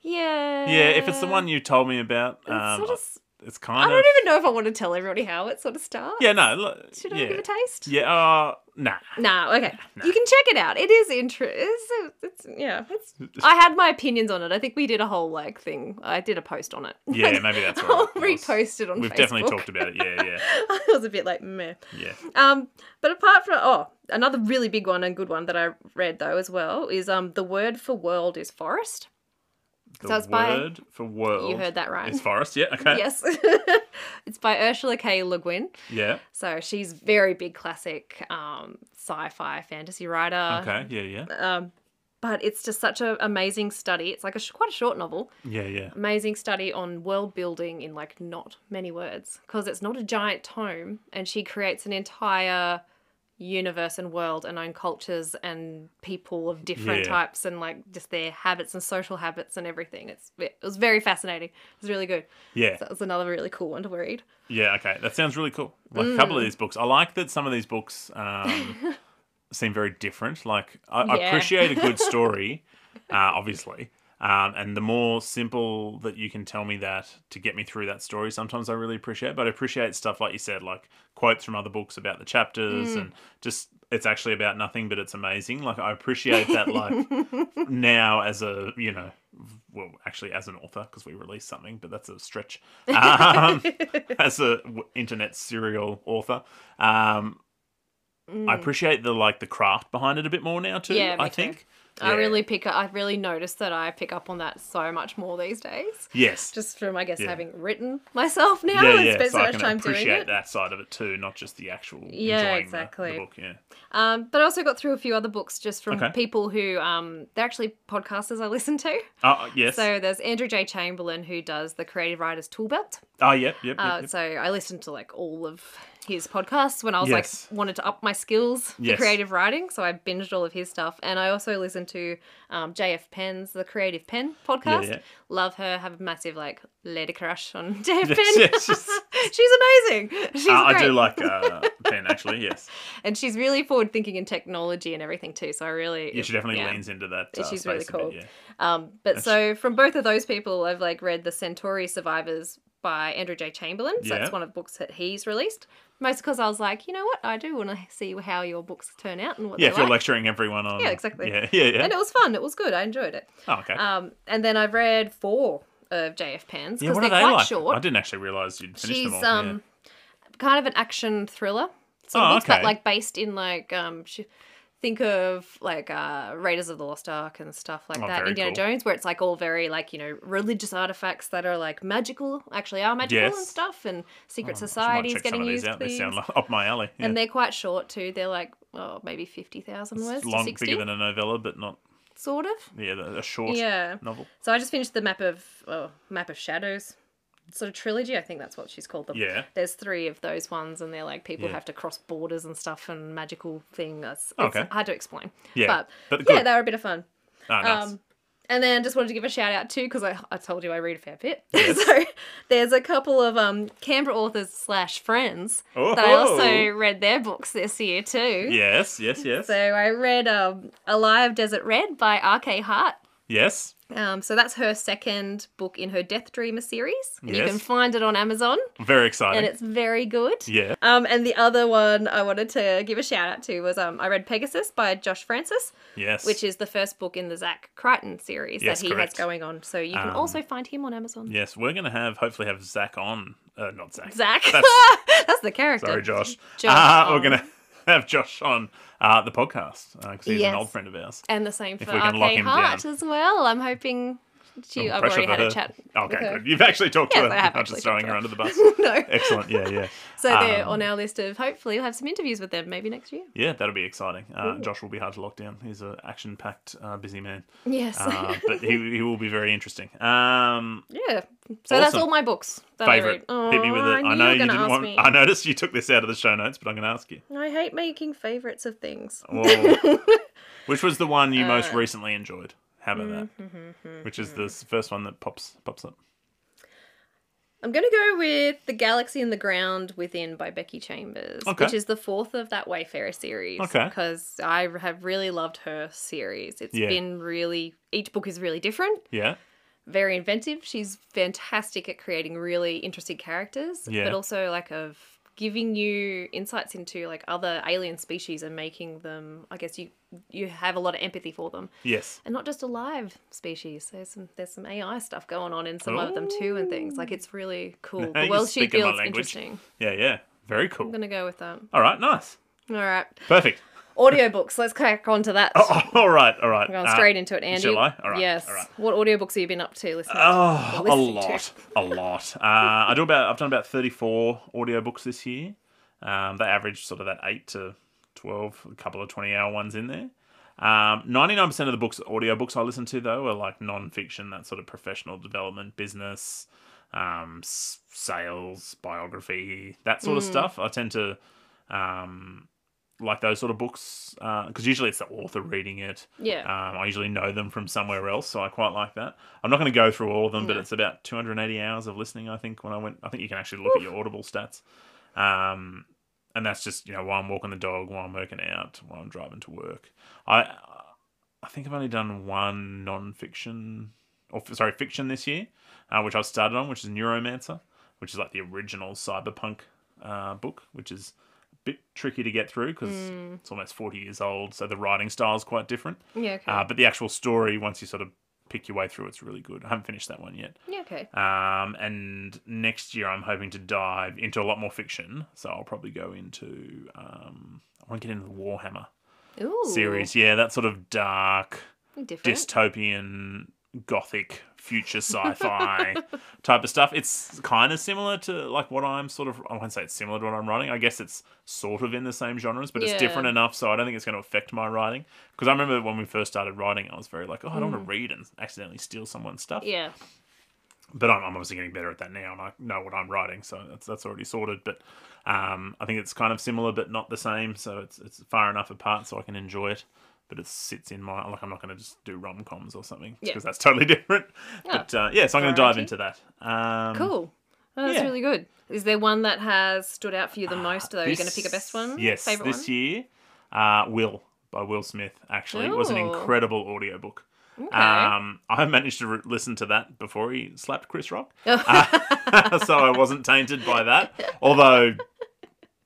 Speaker 1: yeah.
Speaker 2: Yeah. If it's the one you told me about, um,
Speaker 1: sort of s-
Speaker 2: it's
Speaker 1: I
Speaker 2: kind
Speaker 1: don't
Speaker 2: of.
Speaker 1: even know if I want to tell everybody how it sort of starts.
Speaker 2: Yeah. No. look,
Speaker 1: Should I
Speaker 2: yeah.
Speaker 1: give a taste?
Speaker 2: Yeah. Uh, nah.
Speaker 1: Nah, okay. You can check it out. It is interesting. It's, it's, yeah. It's, I had my opinions on it. I think we did a whole like thing. I did a post on it.
Speaker 2: Yeah. Maybe
Speaker 1: (laughs)
Speaker 2: that's what
Speaker 1: I'll
Speaker 2: it was.
Speaker 1: repost it on
Speaker 2: We've
Speaker 1: Facebook.
Speaker 2: definitely talked about it. Yeah. Yeah.
Speaker 1: (laughs) I was a bit like meh.
Speaker 2: Yeah.
Speaker 1: (laughs) Um, but apart from oh, another really big one and good one that I read though as well is um the word for world is forest.
Speaker 2: The
Speaker 1: So it's by-
Speaker 2: word for world.
Speaker 1: You heard that right.
Speaker 2: It's forest. Yeah.
Speaker 1: (laughs)
Speaker 2: Okay.
Speaker 1: Yes, it's by Ursula K. Le Guin.
Speaker 2: Yeah.
Speaker 1: So she's very big classic um, sci-fi fantasy writer.
Speaker 2: Okay. Yeah. Yeah.
Speaker 1: Um, but it's just such an amazing study. It's like a sh- quite a short novel.
Speaker 2: Yeah. Yeah.
Speaker 1: Amazing study on world building in like not many words because it's not a giant tome, and she creates an entire universe and world and own cultures and people of different
Speaker 2: Yeah.
Speaker 1: types and like just their habits and social habits and everything. It's it was very fascinating. It was really good.
Speaker 2: Yeah.
Speaker 1: That was another really cool one to read.
Speaker 2: Yeah, okay. That sounds really cool. Like a couple of these books. I like that some of these books um, seem very different. Like, I, I
Speaker 1: Yeah.
Speaker 2: appreciate a good story, uh, obviously. Um, and the more simple that you can tell me that to get me through that story, sometimes I really appreciate. But I appreciate stuff like you said, like quotes from other books about the chapters and just it's actually about nothing, but it's amazing. Like, I appreciate that, like, now as a you know well actually as an author because we released something but that's a stretch
Speaker 1: (laughs)
Speaker 2: um, as a w- internet serial author um, i appreciate the like the craft behind it a bit more now too
Speaker 1: Mm. Yeah, me
Speaker 2: i
Speaker 1: too.
Speaker 2: think
Speaker 1: I
Speaker 2: Yeah.
Speaker 1: really pick I really noticed that I pick up on that so much more these days.
Speaker 2: yes
Speaker 1: Just from I guess
Speaker 2: Yeah.
Speaker 1: having written myself now
Speaker 2: yeah,
Speaker 1: and
Speaker 2: yeah.
Speaker 1: spent
Speaker 2: So
Speaker 1: so,
Speaker 2: I
Speaker 1: much
Speaker 2: can
Speaker 1: time doing
Speaker 2: appreciate
Speaker 1: it.
Speaker 2: that side of it too, not just the actual
Speaker 1: Yeah,
Speaker 2: enjoying the- the
Speaker 1: exactly.
Speaker 2: book. Yeah,
Speaker 1: Um, but I also got through a few other books just from
Speaker 2: Okay.
Speaker 1: people who um, they're actually podcasters I listen to.
Speaker 2: oh yes.
Speaker 1: So there's Andrew J. Chamberlain who does the Creative Writers Toolbelt.
Speaker 2: oh yep, yep, yep.
Speaker 1: Uh,
Speaker 2: yep.
Speaker 1: So I listened to like all of his podcasts when I was
Speaker 2: Yes.
Speaker 1: like wanted to up my skills
Speaker 2: Yes.
Speaker 1: for creative writing. So I binged all of his stuff, and I also listened to um, JF Penn's the Creative Pen podcast.
Speaker 2: yeah.
Speaker 1: Love her. Have a massive like lady crush on (laughs) JF
Speaker 2: Yes,
Speaker 1: Penn.
Speaker 2: yes, yes.
Speaker 1: (laughs) She's amazing. She's
Speaker 2: Uh, I
Speaker 1: great.
Speaker 2: do
Speaker 1: (laughs)
Speaker 2: like uh, Pen actually. Yes,
Speaker 1: and she's really forward thinking in technology and everything too. So I really
Speaker 2: yeah, she definitely
Speaker 1: yeah.
Speaker 2: leans into that.
Speaker 1: Yeah,
Speaker 2: Uh,
Speaker 1: she's really
Speaker 2: space a bit,
Speaker 1: cool.
Speaker 2: yeah.
Speaker 1: Um, but so from both of those people, I've like read the Centauri Survivors by Andrew J. Chamberlain. So
Speaker 2: Yeah.
Speaker 1: that's one of the books that he's released. Most because I was like, you know what, I do want to see how your books turn out and what
Speaker 2: Yeah,
Speaker 1: they
Speaker 2: if you're
Speaker 1: like.
Speaker 2: lecturing everyone on.
Speaker 1: Yeah, exactly.
Speaker 2: Yeah, yeah, yeah.
Speaker 1: And it was fun. It was good. I enjoyed it.
Speaker 2: oh, okay.
Speaker 1: Um, and then I've read four of JF Penn's
Speaker 2: yeah,
Speaker 1: because
Speaker 2: what
Speaker 1: they're
Speaker 2: are they
Speaker 1: quite
Speaker 2: like?
Speaker 1: short.
Speaker 2: I didn't actually realize you'd finished
Speaker 1: She's
Speaker 2: them all.
Speaker 1: um, kind of an action thriller. Sort
Speaker 2: Oh,
Speaker 1: of books,
Speaker 2: okay.
Speaker 1: but like based in like um, sh think of like uh, Raiders of the Lost Ark and stuff like
Speaker 2: Oh,
Speaker 1: that,
Speaker 2: very
Speaker 1: Indiana
Speaker 2: cool.
Speaker 1: Jones, where it's like all very like you know religious artifacts that are like magical, actually are magical and
Speaker 2: Yes. Oh,
Speaker 1: stuff, and secret
Speaker 2: Might
Speaker 1: societies
Speaker 2: check some
Speaker 1: getting
Speaker 2: of these
Speaker 1: used.
Speaker 2: out. They sound
Speaker 1: things.
Speaker 2: like (laughs) up my alley. Yeah.
Speaker 1: And they're quite short too. They're like oh maybe fifty thousand words,
Speaker 2: It's
Speaker 1: to
Speaker 2: long,
Speaker 1: 60,
Speaker 2: bigger than a novella, but not
Speaker 1: sort of.
Speaker 2: yeah the- a short
Speaker 1: Yeah.
Speaker 2: novel.
Speaker 1: So I just finished the map of oh, map of shadows sort of trilogy. I think that's what she's called them.
Speaker 2: Yeah.
Speaker 1: There's three of those ones, and they're like people
Speaker 2: Yeah.
Speaker 1: have to cross borders and stuff and magical thing. That's
Speaker 2: Okay.
Speaker 1: it's hard to explain.
Speaker 2: Yeah,
Speaker 1: But,
Speaker 2: but
Speaker 1: yeah,
Speaker 2: good.
Speaker 1: they were a bit of fun.
Speaker 2: Ah, nice.
Speaker 1: Um, and then just wanted to give a shout out too because I, I told you I read a fair bit. (laughs) so there's a couple of um, Canberra authors slash friends that I also
Speaker 2: Oh.
Speaker 1: read their books this year too. (laughs)
Speaker 2: yes, yes, yes,
Speaker 1: So I read um, Alive Desert Red by R.K. Hart.
Speaker 2: yes.
Speaker 1: Um, so that's her second book in her Death Dreamer series. And You
Speaker 2: Yes.
Speaker 1: can find it on Amazon,
Speaker 2: Very
Speaker 1: and
Speaker 2: exciting.
Speaker 1: it's very good.
Speaker 2: yeah.
Speaker 1: Um, and the other one I wanted to give a shout out to was um, I read Pegasus by Josh Francis,
Speaker 2: Yes.
Speaker 1: which is the first book in the Zach Crichton series
Speaker 2: Yes,
Speaker 1: that he
Speaker 2: correct.
Speaker 1: has going on. So you can
Speaker 2: Um,
Speaker 1: also find him on Amazon.
Speaker 2: yes. We're gonna have hopefully have Zach on. Uh, not Zach.
Speaker 1: Zach, (laughs) that's,
Speaker 2: That's-
Speaker 1: the character.
Speaker 2: Sorry, Josh.
Speaker 1: (laughs) Josh
Speaker 2: uh, we're
Speaker 1: on.
Speaker 2: gonna (laughs) have Josh on uh, the podcast because he's
Speaker 1: Yes.
Speaker 2: an old friend of ours.
Speaker 1: And the same
Speaker 2: If
Speaker 1: for
Speaker 2: we can lock
Speaker 1: RK
Speaker 2: him
Speaker 1: Hart
Speaker 2: down.
Speaker 1: as well. I'm hoping she, I've
Speaker 2: Some Oh, pressure
Speaker 1: already had
Speaker 2: for
Speaker 1: a
Speaker 2: her.
Speaker 1: chat. (laughs)
Speaker 2: Okay,
Speaker 1: with her.
Speaker 2: good. You've actually talked
Speaker 1: Yes,
Speaker 2: to her.
Speaker 1: I have
Speaker 2: You're not
Speaker 1: actually
Speaker 2: just throwing
Speaker 1: talked
Speaker 2: her
Speaker 1: to
Speaker 2: under the bus.
Speaker 1: no.
Speaker 2: Excellent. Yeah, yeah.
Speaker 1: (laughs) So they're
Speaker 2: Um,
Speaker 1: on our list of hopefully we'll have some interviews with them maybe next year.
Speaker 2: Yeah, that'll be exciting. Uh, Josh will be hard to lock down. He's an action-packed, uh, busy
Speaker 1: (laughs)
Speaker 2: man,
Speaker 1: Yes.
Speaker 2: uh, but he, he will be very interesting. Um,
Speaker 1: Yeah. So that's
Speaker 2: Awesome.
Speaker 1: all my books. That
Speaker 2: favorite,
Speaker 1: I read.
Speaker 2: hit me with it.
Speaker 1: Oh, Aw,
Speaker 2: I know
Speaker 1: were gonna
Speaker 2: you didn't
Speaker 1: ask
Speaker 2: want.
Speaker 1: me.
Speaker 2: (laughs) I noticed you took this out of the show notes, but I'm going to
Speaker 1: (laughs)
Speaker 2: ask you.
Speaker 1: I hate making favorites of things.
Speaker 2: Well, which was the one you most
Speaker 1: Uh,
Speaker 2: recently enjoyed? How about that? Which is the s- first one that pops pops up?
Speaker 1: I'm going to go with The Galaxy and the Ground Within by Becky Chambers,
Speaker 2: Okay.
Speaker 1: which is the fourth of that Wayfarer series.
Speaker 2: Okay.
Speaker 1: Because I have really loved her series. It's
Speaker 2: Yeah.
Speaker 1: been really, each book is really different,
Speaker 2: Yeah.
Speaker 1: very inventive. She's fantastic at creating really interesting characters,
Speaker 2: Yeah.
Speaker 1: but also like of giving you insights into like other alien species and making them, I guess you you have a lot of empathy for them.
Speaker 2: Yes.
Speaker 1: and not just a live species. There's some there's some AI stuff going on in some of them too, and things like it's really
Speaker 2: (laughs)
Speaker 1: cool.
Speaker 2: You're
Speaker 1: The world she
Speaker 2: speaking my
Speaker 1: builds
Speaker 2: language.
Speaker 1: interesting.
Speaker 2: Yeah. Yeah. Very
Speaker 1: I'm
Speaker 2: cool.
Speaker 1: gonna go with that.
Speaker 2: All right. Nice.
Speaker 1: All right,
Speaker 2: Perfect. (laughs)
Speaker 1: audiobooks. Let's crack on to that.
Speaker 2: Oh, all right. All right.
Speaker 1: We're going
Speaker 2: Uh,
Speaker 1: straight into it, Andy.
Speaker 2: shall I? All right,
Speaker 1: Yes.
Speaker 2: all right.
Speaker 1: What audiobooks have you been up to listening? to?
Speaker 2: Oh,
Speaker 1: or
Speaker 2: a
Speaker 1: listening to.
Speaker 2: lot, a lot. Uh, I do about. I've done about thirty-four audiobooks this year. Um, they average sort of that eight to twelve, a couple of twenty-hour ones in there. Um, Ninety-nine percent of the books, audiobooks I listen to though, are like non-fiction, that sort of professional development, business, um, s- sales, biography, that
Speaker 1: Hmm.
Speaker 2: sort of stuff. I tend to um, like those sort of books because usually it's the author reading it.
Speaker 1: yeah.
Speaker 2: Um, I usually know them from somewhere else, so I quite like that. I'm not going to go through all of them, but it's about 280 hours of listening. I think when I went, I think you can actually look at your Audible stats, um, and that's just you know while I'm walking the dog, while I'm working out, while I'm driving to work. I I think I've only done one non-fiction, or f- sorry, fiction this year, uh, which I've started on, which is Neuromancer, which is like the original cyberpunk uh, book, which is a bit tricky to get through because it's almost 40 years old, so the writing style is quite different.
Speaker 1: yeah. Okay.
Speaker 2: Uh, but the actual story, once you sort of pick your way through, it's really good. I haven't finished that one yet.
Speaker 1: yeah. Okay.
Speaker 2: Um, and next year, I'm hoping to dive into a lot more fiction. So I'll probably go into. Um, I want to get into the Warhammer
Speaker 1: Ooh.
Speaker 2: series. Yeah, that sort of dark,
Speaker 1: Different.
Speaker 2: dystopian, gothic, future sci
Speaker 1: (laughs)
Speaker 2: fi type of stuff. It's kind of similar to like what I'm sort of. I won't say it's similar to what I'm writing. I guess it's sort of in the same genres, but it's
Speaker 1: Yeah.
Speaker 2: different enough, so I don't think it's going to affect my writing. Because I remember when we first started writing, I was very like, oh, I don't
Speaker 1: Mm.
Speaker 2: want to read and accidentally steal someone's stuff
Speaker 1: yeah.
Speaker 2: but I'm, I'm obviously getting better at that now, and I know what I'm writing, so that's that's already sorted. But um, I think it's kind of similar, but not the same. So it's it's far enough apart, so I can enjoy it. But it sits in my like I'm not going to just do rom coms or something
Speaker 1: Yeah.
Speaker 2: because that's totally (laughs) different.
Speaker 1: Yeah.
Speaker 2: But uh, yeah, so I'm going to dive
Speaker 1: Variety.
Speaker 2: into that. Um,
Speaker 1: Cool. Oh, that's
Speaker 2: yeah. Uh,
Speaker 1: really good. Is there one that has stood out for you the most? Though you're going to
Speaker 2: this-
Speaker 1: pick a best one.
Speaker 2: Yes,
Speaker 1: Favorite
Speaker 2: this
Speaker 1: one?
Speaker 2: year, uh, Will by Will Smith actually was an
Speaker 1: Ooh.
Speaker 2: incredible audiobook.
Speaker 1: Okay.
Speaker 2: Um, I managed to re- listen to that before he slapped
Speaker 1: (laughs)
Speaker 2: Chris Rock,
Speaker 1: Oh.
Speaker 2: Uh, (laughs) so I wasn't tainted by that. Although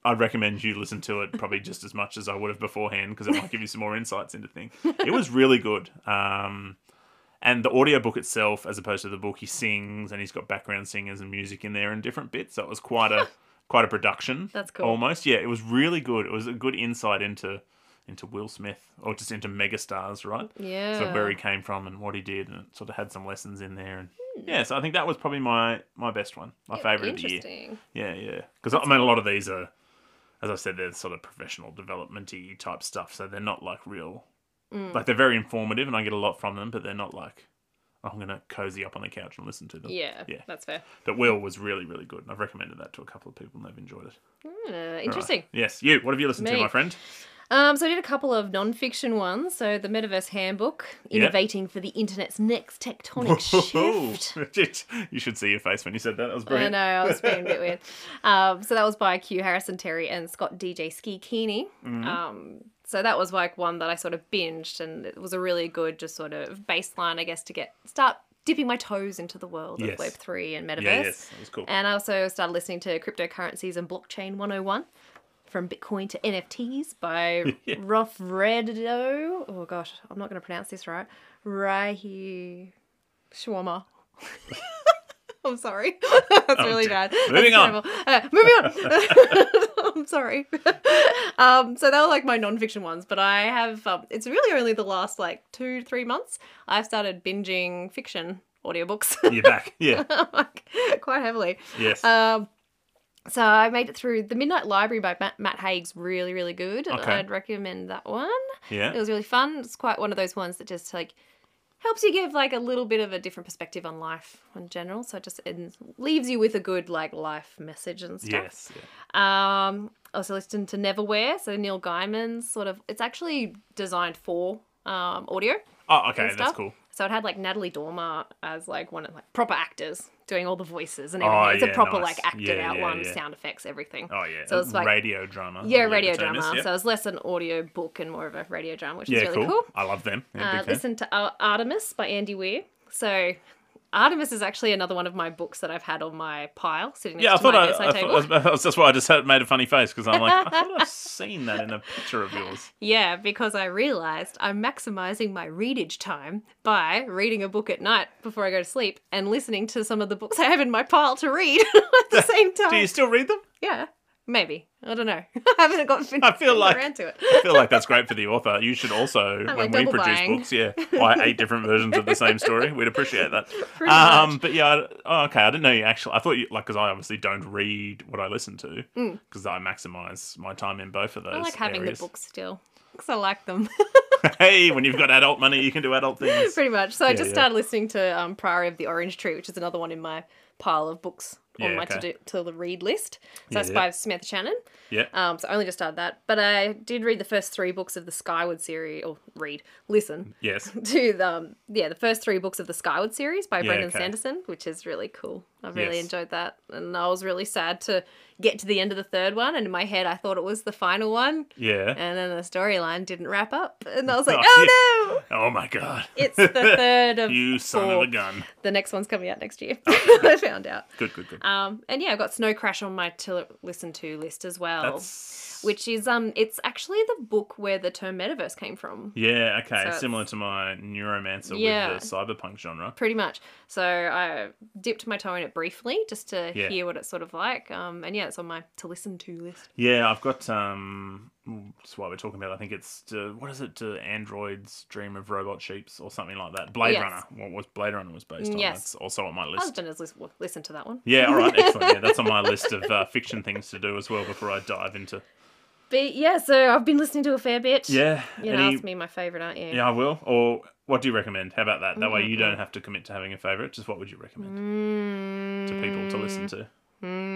Speaker 2: I'd recommend you listen to it probably just as much as I would have beforehand because it might give you some more insights into things. It was really good. Um, and the audiobook itself, as opposed to the book, he sings and he's got background singers and music in there and different bits. So it
Speaker 1: (laughs)
Speaker 2: was quite a quite a production.
Speaker 1: That's cool.
Speaker 2: Almost, yeah. It was really good. It was a good insight into into Will Smith or just into megastars, right?
Speaker 1: Yeah.
Speaker 2: Sort of where he came from and what he did, and it sort of had some lessons in there. And
Speaker 1: Hmm.
Speaker 2: yeah, so I think that was probably my my best one, my favorite of the year.
Speaker 1: Interesting.
Speaker 2: Yeah, yeah. Because I mean, a lot of these are, as I said, they're sort of professional developmenty type stuff. So they're not like real.
Speaker 1: Hmm.
Speaker 2: Like they're very informative, and I get a lot from them, but they're not like "Oh, I'm gonna cozy up on the couch and listen to them.
Speaker 1: Yeah,
Speaker 2: yeah.
Speaker 1: that's fair.
Speaker 2: But Will was really, really good, and I've recommended that to a couple of people, and they've enjoyed it.
Speaker 1: Hmm,
Speaker 2: All right.
Speaker 1: interesting.
Speaker 2: Yes, you. What have you listened to,
Speaker 1: Me.
Speaker 2: my friend?
Speaker 1: Um, so I did a couple of non-fiction ones. So the Metaverse Handbook,
Speaker 2: Yeah.
Speaker 1: innovating for the internet's next tectonic shift.
Speaker 2: (laughs) you should see your face when you said that. That was
Speaker 1: I
Speaker 2: brilliant.
Speaker 1: know, I was being a bit
Speaker 2: (laughs)
Speaker 1: weird. Um, so that was by Q Harrison Terry and Scott DJ Ski Keeney.
Speaker 2: Mm-hmm.
Speaker 1: Um, so that was like one that I sort of binged, and it was a really good just sort of baseline, I guess, to get start dipping my toes into the world
Speaker 2: Yes.
Speaker 1: of Web three and Metaverse.
Speaker 2: Yeah, yes, that was cool.
Speaker 1: And I also started listening to Cryptocurrencies and Blockchain 101 from Bitcoin to NFTs
Speaker 2: (laughs)
Speaker 1: by Rolf Redo. Oh gosh, I'm not going to pronounce this right. Rahi Schwammer. (laughs) I'm sorry. (laughs) That's really
Speaker 2: Oh, dear.
Speaker 1: bad.
Speaker 2: Moving
Speaker 1: That's
Speaker 2: on.
Speaker 1: terrible. Uh, moving on. (laughs) I'm sorry. um, so they were like my non-fiction ones, but I have. Um, it's really only the last like two, three months I've started binging fiction audiobooks (laughs)
Speaker 2: You're back. Yeah.
Speaker 1: like, quite heavily.
Speaker 2: Yes.
Speaker 1: Um, so I made it through The Midnight Library by Matt, Matt Haig's really, really good.
Speaker 2: Okay.
Speaker 1: I'd recommend that one.
Speaker 2: yeah.
Speaker 1: It was really fun. It's quite one of those ones that just like helps you give like a little bit of a different perspective on life in general. So it just it leaves you with a good like life message and stuff.
Speaker 2: yes. Yeah.
Speaker 1: Um, I also listened to Neverwhere. So Neil Gaiman's sort of it's actually designed for um, audio
Speaker 2: Oh, okay.
Speaker 1: and
Speaker 2: That's
Speaker 1: stuff.
Speaker 2: cool.
Speaker 1: So it had like Natalie Dormer as like one of like proper actors doing all the voices and
Speaker 2: Oh,
Speaker 1: everything. it's
Speaker 2: yeah,
Speaker 1: a proper
Speaker 2: nice.
Speaker 1: like acted
Speaker 2: Yeah,
Speaker 1: out
Speaker 2: yeah,
Speaker 1: one,
Speaker 2: yeah.
Speaker 1: sound effects, everything.
Speaker 2: Oh, yeah.
Speaker 1: So it's like-
Speaker 2: radio drama.
Speaker 1: yeah,
Speaker 2: I believe
Speaker 1: radio
Speaker 2: the term
Speaker 1: drama.
Speaker 2: is, yeah.
Speaker 1: So it's less an audio book and more of a radio drama, which
Speaker 2: yeah,
Speaker 1: is really cool.
Speaker 2: I love them. Yeah,
Speaker 1: Uh,
Speaker 2: big fan.
Speaker 1: listen to Ar- Artemis by Andy Weir. So Artemis is actually another one of my books that I've had on my pile sitting next
Speaker 2: Yeah, I
Speaker 1: to
Speaker 2: thought
Speaker 1: my
Speaker 2: I,
Speaker 1: bedside
Speaker 2: (laughs) I
Speaker 1: table.
Speaker 2: thought, that's- that's why I just had, made a funny face because I'm like, I thought I've seen that in a picture
Speaker 1: (laughs)
Speaker 2: of yours.
Speaker 1: Yeah, because I realized I'm maximizing my readage time by reading a book at night before I go to sleep and listening to some of the books (laughs) I have in my pile to read (laughs) at the same time.
Speaker 2: (laughs) Do you still read them?
Speaker 1: Yeah, maybe. I don't know. (laughs) I haven't got fin-
Speaker 2: I feel like-
Speaker 1: around to it.
Speaker 2: I feel like that's great for the author. You should also,
Speaker 1: like
Speaker 2: when we
Speaker 1: double
Speaker 2: produce
Speaker 1: buying.
Speaker 2: books, yeah, buy eight different versions of the same story. We'd appreciate that.
Speaker 1: (laughs) Pretty
Speaker 2: Um,
Speaker 1: much.
Speaker 2: but yeah, I, oh, okay. I didn't know you actually. I thought you like because I obviously don't read what I listen to because I maximize my time in both of those.
Speaker 1: Mm. I like having
Speaker 2: areas.
Speaker 1: the books still because I like them
Speaker 2: (laughs)
Speaker 1: (laughs)
Speaker 2: hey, when you've got adult money, you can do adult things.
Speaker 1: pretty much. So I
Speaker 2: Yeah,
Speaker 1: just
Speaker 2: yeah.
Speaker 1: started listening to um, Priory of the Orange Tree, which is another one in my pile of books on
Speaker 2: Yeah,
Speaker 1: my
Speaker 2: okay.
Speaker 1: to do to the read list. So
Speaker 2: Yeah,
Speaker 1: that's
Speaker 2: yeah.
Speaker 1: by Smith Shannon.
Speaker 2: Yeah.
Speaker 1: Um, so I only just started that, but I did read the first three books of the Skyward series, or read, listen
Speaker 2: yes.
Speaker 1: (laughs) to the um, yeah the first three books of the Skyward series by
Speaker 2: Mm. Yeah,
Speaker 1: Brendan
Speaker 2: okay.
Speaker 1: Sanderson, which is really cool. I really
Speaker 2: Yes.
Speaker 1: enjoyed that, and I was really sad to get to the end of the third one, and in my head I thought it was the final one, (laughs)
Speaker 2: Yeah.
Speaker 1: and then the storyline didn't wrap up, and I was
Speaker 2: (laughs)
Speaker 1: like,
Speaker 2: Oh,
Speaker 1: oh no.
Speaker 2: Oh my god.
Speaker 1: It's the third of
Speaker 2: you son of
Speaker 1: four.
Speaker 2: a gun. Oh.
Speaker 1: The next one's coming out next year. (laughs) I found out.
Speaker 2: Good, good, good.
Speaker 1: Um, and yeah, I've got Snow Crash on my to listen to list as well
Speaker 2: That's
Speaker 1: which is um it's actually the book where the term metaverse came from
Speaker 2: Yeah, okay.
Speaker 1: it's-
Speaker 2: Similar to my Neuromancer
Speaker 1: Yeah.
Speaker 2: with the cyberpunk genre.
Speaker 1: pretty much so i dipped my toe in it briefly just to
Speaker 2: Yeah.
Speaker 1: hear what it's sort of like um and yeah it's on my to listen to list
Speaker 2: Yeah, I've got um that's why we're talking about I think it's uh, what is it to Android's Dream of Robot Sheeps or something like that. Blade
Speaker 1: Yes.
Speaker 2: Runner. What was Blade Runner was based on.
Speaker 1: Yes.
Speaker 2: That's also on my
Speaker 1: my
Speaker 2: list.
Speaker 1: husband has lis- w- listened to that one
Speaker 2: Yeah,
Speaker 1: (laughs)
Speaker 2: all right, excellent. Yeah, that's on my list of uh, fiction things to do as well before I dive into.
Speaker 1: but yeah so i've been listening to a fair bit
Speaker 2: Yeah,
Speaker 1: you know, ask me my favorite aren't you
Speaker 2: Yeah, I will. Or what do you recommend? How about that? That
Speaker 1: Mm-hmm.
Speaker 2: way you don't have to commit to having a favorite. Just what would you recommend
Speaker 1: Mm,
Speaker 2: to people to listen to?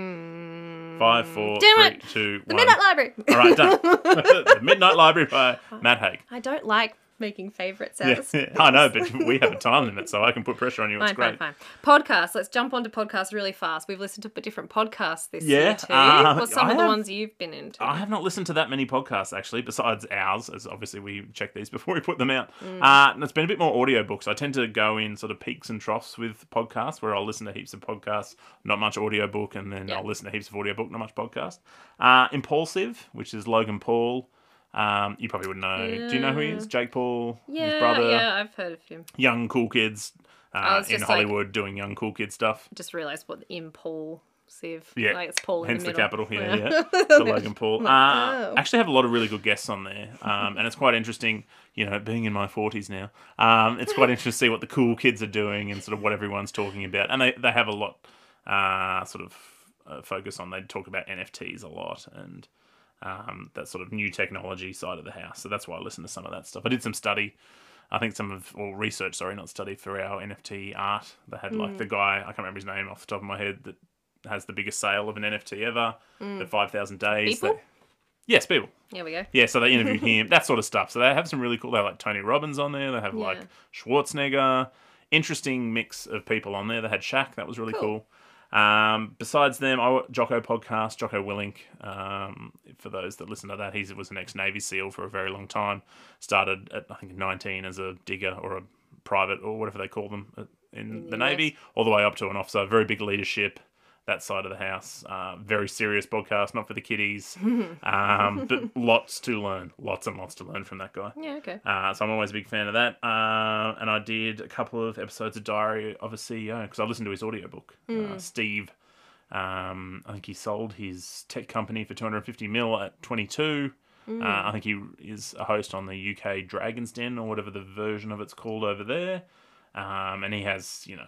Speaker 1: mm.
Speaker 2: Five, four,
Speaker 1: Damn
Speaker 2: three,
Speaker 1: it!
Speaker 2: two,
Speaker 1: the
Speaker 2: one.
Speaker 1: midnight library (laughs)
Speaker 2: All right, done. (laughs) the Midnight Library by Matt Haig.
Speaker 1: i don't like making favorites out (laughs)
Speaker 2: Yeah, (laughs)
Speaker 1: of
Speaker 2: I know, but we have a time limit, so I can put pressure on you. It's
Speaker 1: Fine, fine, fine.
Speaker 2: great.
Speaker 1: Podcasts. Let's jump onto podcasts really fast. We've listened to p- different podcasts this
Speaker 2: Yeah,
Speaker 1: year too.
Speaker 2: uh,
Speaker 1: What's some
Speaker 2: I
Speaker 1: of the
Speaker 2: have-
Speaker 1: ones you've been into?
Speaker 2: I have not listened to that many podcasts actually, besides ours, as obviously we check these (laughs) before we put them out.
Speaker 1: Mm.
Speaker 2: Uh, and it's been a bit more audiobooks. I tend to go in sort of peaks and troughs with podcasts where I'll listen to heaps of podcasts, not much audiobook, and then
Speaker 1: Yeah.
Speaker 2: I'll listen to heaps of audiobook, not much podcast. Uh, Impulsive, which is Logan Paul. Um, you probably would know. Do you know who he is? Jake Paul, his
Speaker 1: yeah,
Speaker 2: brother,
Speaker 1: yeah, I've heard of him.
Speaker 2: young cool kids
Speaker 1: I
Speaker 2: uh,
Speaker 1: was
Speaker 2: in
Speaker 1: just like-
Speaker 2: Hollywood doing young cool kid stuff.
Speaker 1: Just realised what impulsive See if
Speaker 2: Yeah,
Speaker 1: like it's Paul
Speaker 2: Hence
Speaker 1: in the,
Speaker 2: the,
Speaker 1: middle.
Speaker 2: capital here,
Speaker 1: (laughs)
Speaker 2: yeah. The Logan Paul. Uh,
Speaker 1: oh.
Speaker 2: Actually, have a lot of really good guests on there, um, and it's quite interesting. You know, being in my forties now, um, it's quite interesting to see what the cool kids are doing and sort of what everyone's talking about. And they they have a lot uh, sort of uh, focus on. They talk about NFTs a lot and um, that sort of new technology side of the house. So that's why I listen to some of that stuff. I did some study. I think some of or research, sorry, not study for our NFT art. They had like
Speaker 1: Mm.
Speaker 2: the guy I can't remember his name off the top of my head that has the biggest sale of an NFT ever, the five thousand days.
Speaker 1: Mm. People?
Speaker 2: They- yes, people.
Speaker 1: There we go.
Speaker 2: Yeah, so they
Speaker 1: (laughs)
Speaker 2: interviewed him, that sort of stuff. So they have some really cool. They have like Tony Robbins on there. They have like
Speaker 1: Yeah.
Speaker 2: Schwarzenegger. Interesting mix of people on there. They had Shaq. That was really cool.
Speaker 1: Cool.
Speaker 2: Um, besides them, I, Jocko podcast, Jocko Willink. Um, for those that listen to that, he was an ex Navy SEAL for a very long time. Started at I think 19 as a digger or a private or whatever they call them uh, in the
Speaker 1: US.
Speaker 2: Navy, all the way up to an officer. Very big leadership. That side of the house, uh, very serious podcast, not for the kiddies, um, but lots to learn, lots and lots to learn from that guy.
Speaker 1: Yeah, okay.
Speaker 2: Uh, so I'm always a big fan of that. Uh, and I did a couple of episodes of Diary of a CEO because I listened to his audiobook. Uh, Steve, um, I think he sold his tech company for 250 mil at 22. Uh, I think he is a host on the UK Dragon's Den or whatever the version of it's called over there. Um, and he has, you know,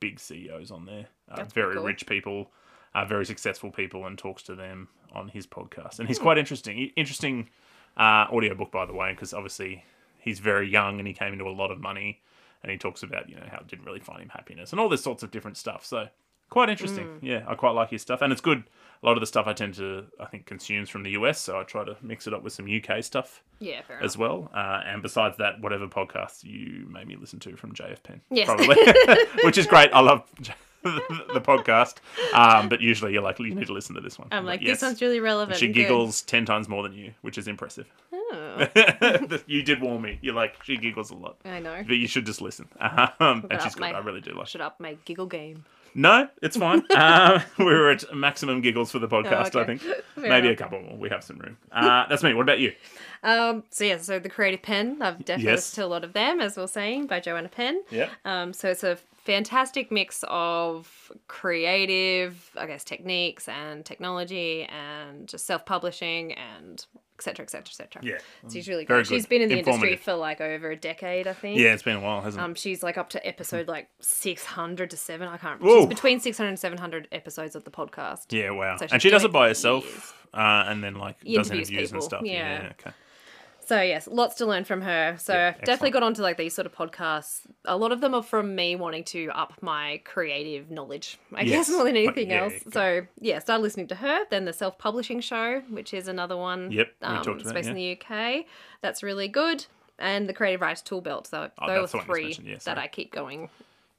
Speaker 2: big CEOs on there, uh,
Speaker 1: That's
Speaker 2: very
Speaker 1: cool.
Speaker 2: rich people, uh, very successful people, and talks to them on his podcast. And he's quite interesting. Interesting uh, audiobook, by the way, because obviously he's very young and he came into a lot of money. And he talks about, you know, how it didn't really find him happiness and all this sorts of different stuff. So quite interesting.
Speaker 1: Mm.
Speaker 2: Yeah, I quite like his stuff. And it's good. A lot of the stuff I tend to, I think, consumes from the US. So I try to mix it up with some UK stuff
Speaker 1: Yeah, fair enough.
Speaker 2: as well. Uh, and besides that, whatever podcasts you made me listen to from JF Penn,
Speaker 1: Yes. (laughs)
Speaker 2: probably, (laughs) which is great. I love (laughs) the podcast, um, but usually you're like, you need to listen to this one.
Speaker 1: I'm like,
Speaker 2: yes.
Speaker 1: this one's really relevant.
Speaker 2: She
Speaker 1: good.
Speaker 2: giggles ten times more than you, which is impressive. (laughs)
Speaker 1: Oh,
Speaker 2: you did warn me. You're like, she giggles a lot,
Speaker 1: I know.
Speaker 2: but you should just listen. (laughs) Um, and
Speaker 1: up,
Speaker 2: she's good.
Speaker 1: mate.
Speaker 2: I really do like.
Speaker 1: Shut up, my giggle game.
Speaker 2: No,
Speaker 1: (laughs)
Speaker 2: it's fine. um, (laughs) we were at maximum giggles for the podcast.
Speaker 1: Oh, okay.
Speaker 2: I
Speaker 1: (laughs)
Speaker 2: think
Speaker 1: Fair
Speaker 2: maybe a
Speaker 1: enough.
Speaker 2: couple more. We have some room. Uh, that's me. What about you?
Speaker 1: Um, so yeah, so the Creative Pen, I've definitely
Speaker 2: Yes.
Speaker 1: listened to a lot of them, as we we're saying, by Joanna Penn.
Speaker 2: Yeah.
Speaker 1: Um, so it's a fantastic mix of creative, I guess, techniques and technology and just self-publishing and et cetera, et cetera, et cetera.
Speaker 2: Yeah.
Speaker 1: So she's really
Speaker 2: Very
Speaker 1: great. She's
Speaker 2: good.
Speaker 1: been in the industry
Speaker 2: Informative.
Speaker 1: for like over a decade, I think.
Speaker 2: Yeah, it's been a while, hasn't it?
Speaker 1: Um, she's like up to episode like 600 to 7. I can't
Speaker 2: Whoa.
Speaker 1: She's between 600 and episodes of the podcast.
Speaker 2: Yeah, wow.
Speaker 1: So
Speaker 2: and
Speaker 1: she's
Speaker 2: she does
Speaker 1: doing
Speaker 2: it by
Speaker 1: it for
Speaker 2: herself, uh, and then like does
Speaker 1: Interviews
Speaker 2: interviews and
Speaker 1: people,
Speaker 2: stuff. Yeah.
Speaker 1: yeah.
Speaker 2: okay.
Speaker 1: So yes, lots to learn from her. So
Speaker 2: Yeah,
Speaker 1: I've definitely
Speaker 2: excellent.
Speaker 1: got onto like these sort of podcasts. A lot of them are from me wanting to up my creative knowledge, I
Speaker 2: Yes,
Speaker 1: guess, more than
Speaker 2: but-
Speaker 1: anything
Speaker 2: yeah,
Speaker 1: else.
Speaker 2: yeah,
Speaker 1: So yeah, started listening to her. Then the self-publishing show, which is another one.
Speaker 2: Yep, we
Speaker 1: um,
Speaker 2: talked
Speaker 1: it's
Speaker 2: about,
Speaker 1: based in the UK. That's really good. And the Creative Writers Tool Belt. So
Speaker 2: Oh,
Speaker 1: those
Speaker 2: that's the
Speaker 1: are
Speaker 2: one you
Speaker 1: three
Speaker 2: mentioned, yeah,
Speaker 1: that
Speaker 2: sorry.
Speaker 1: I keep going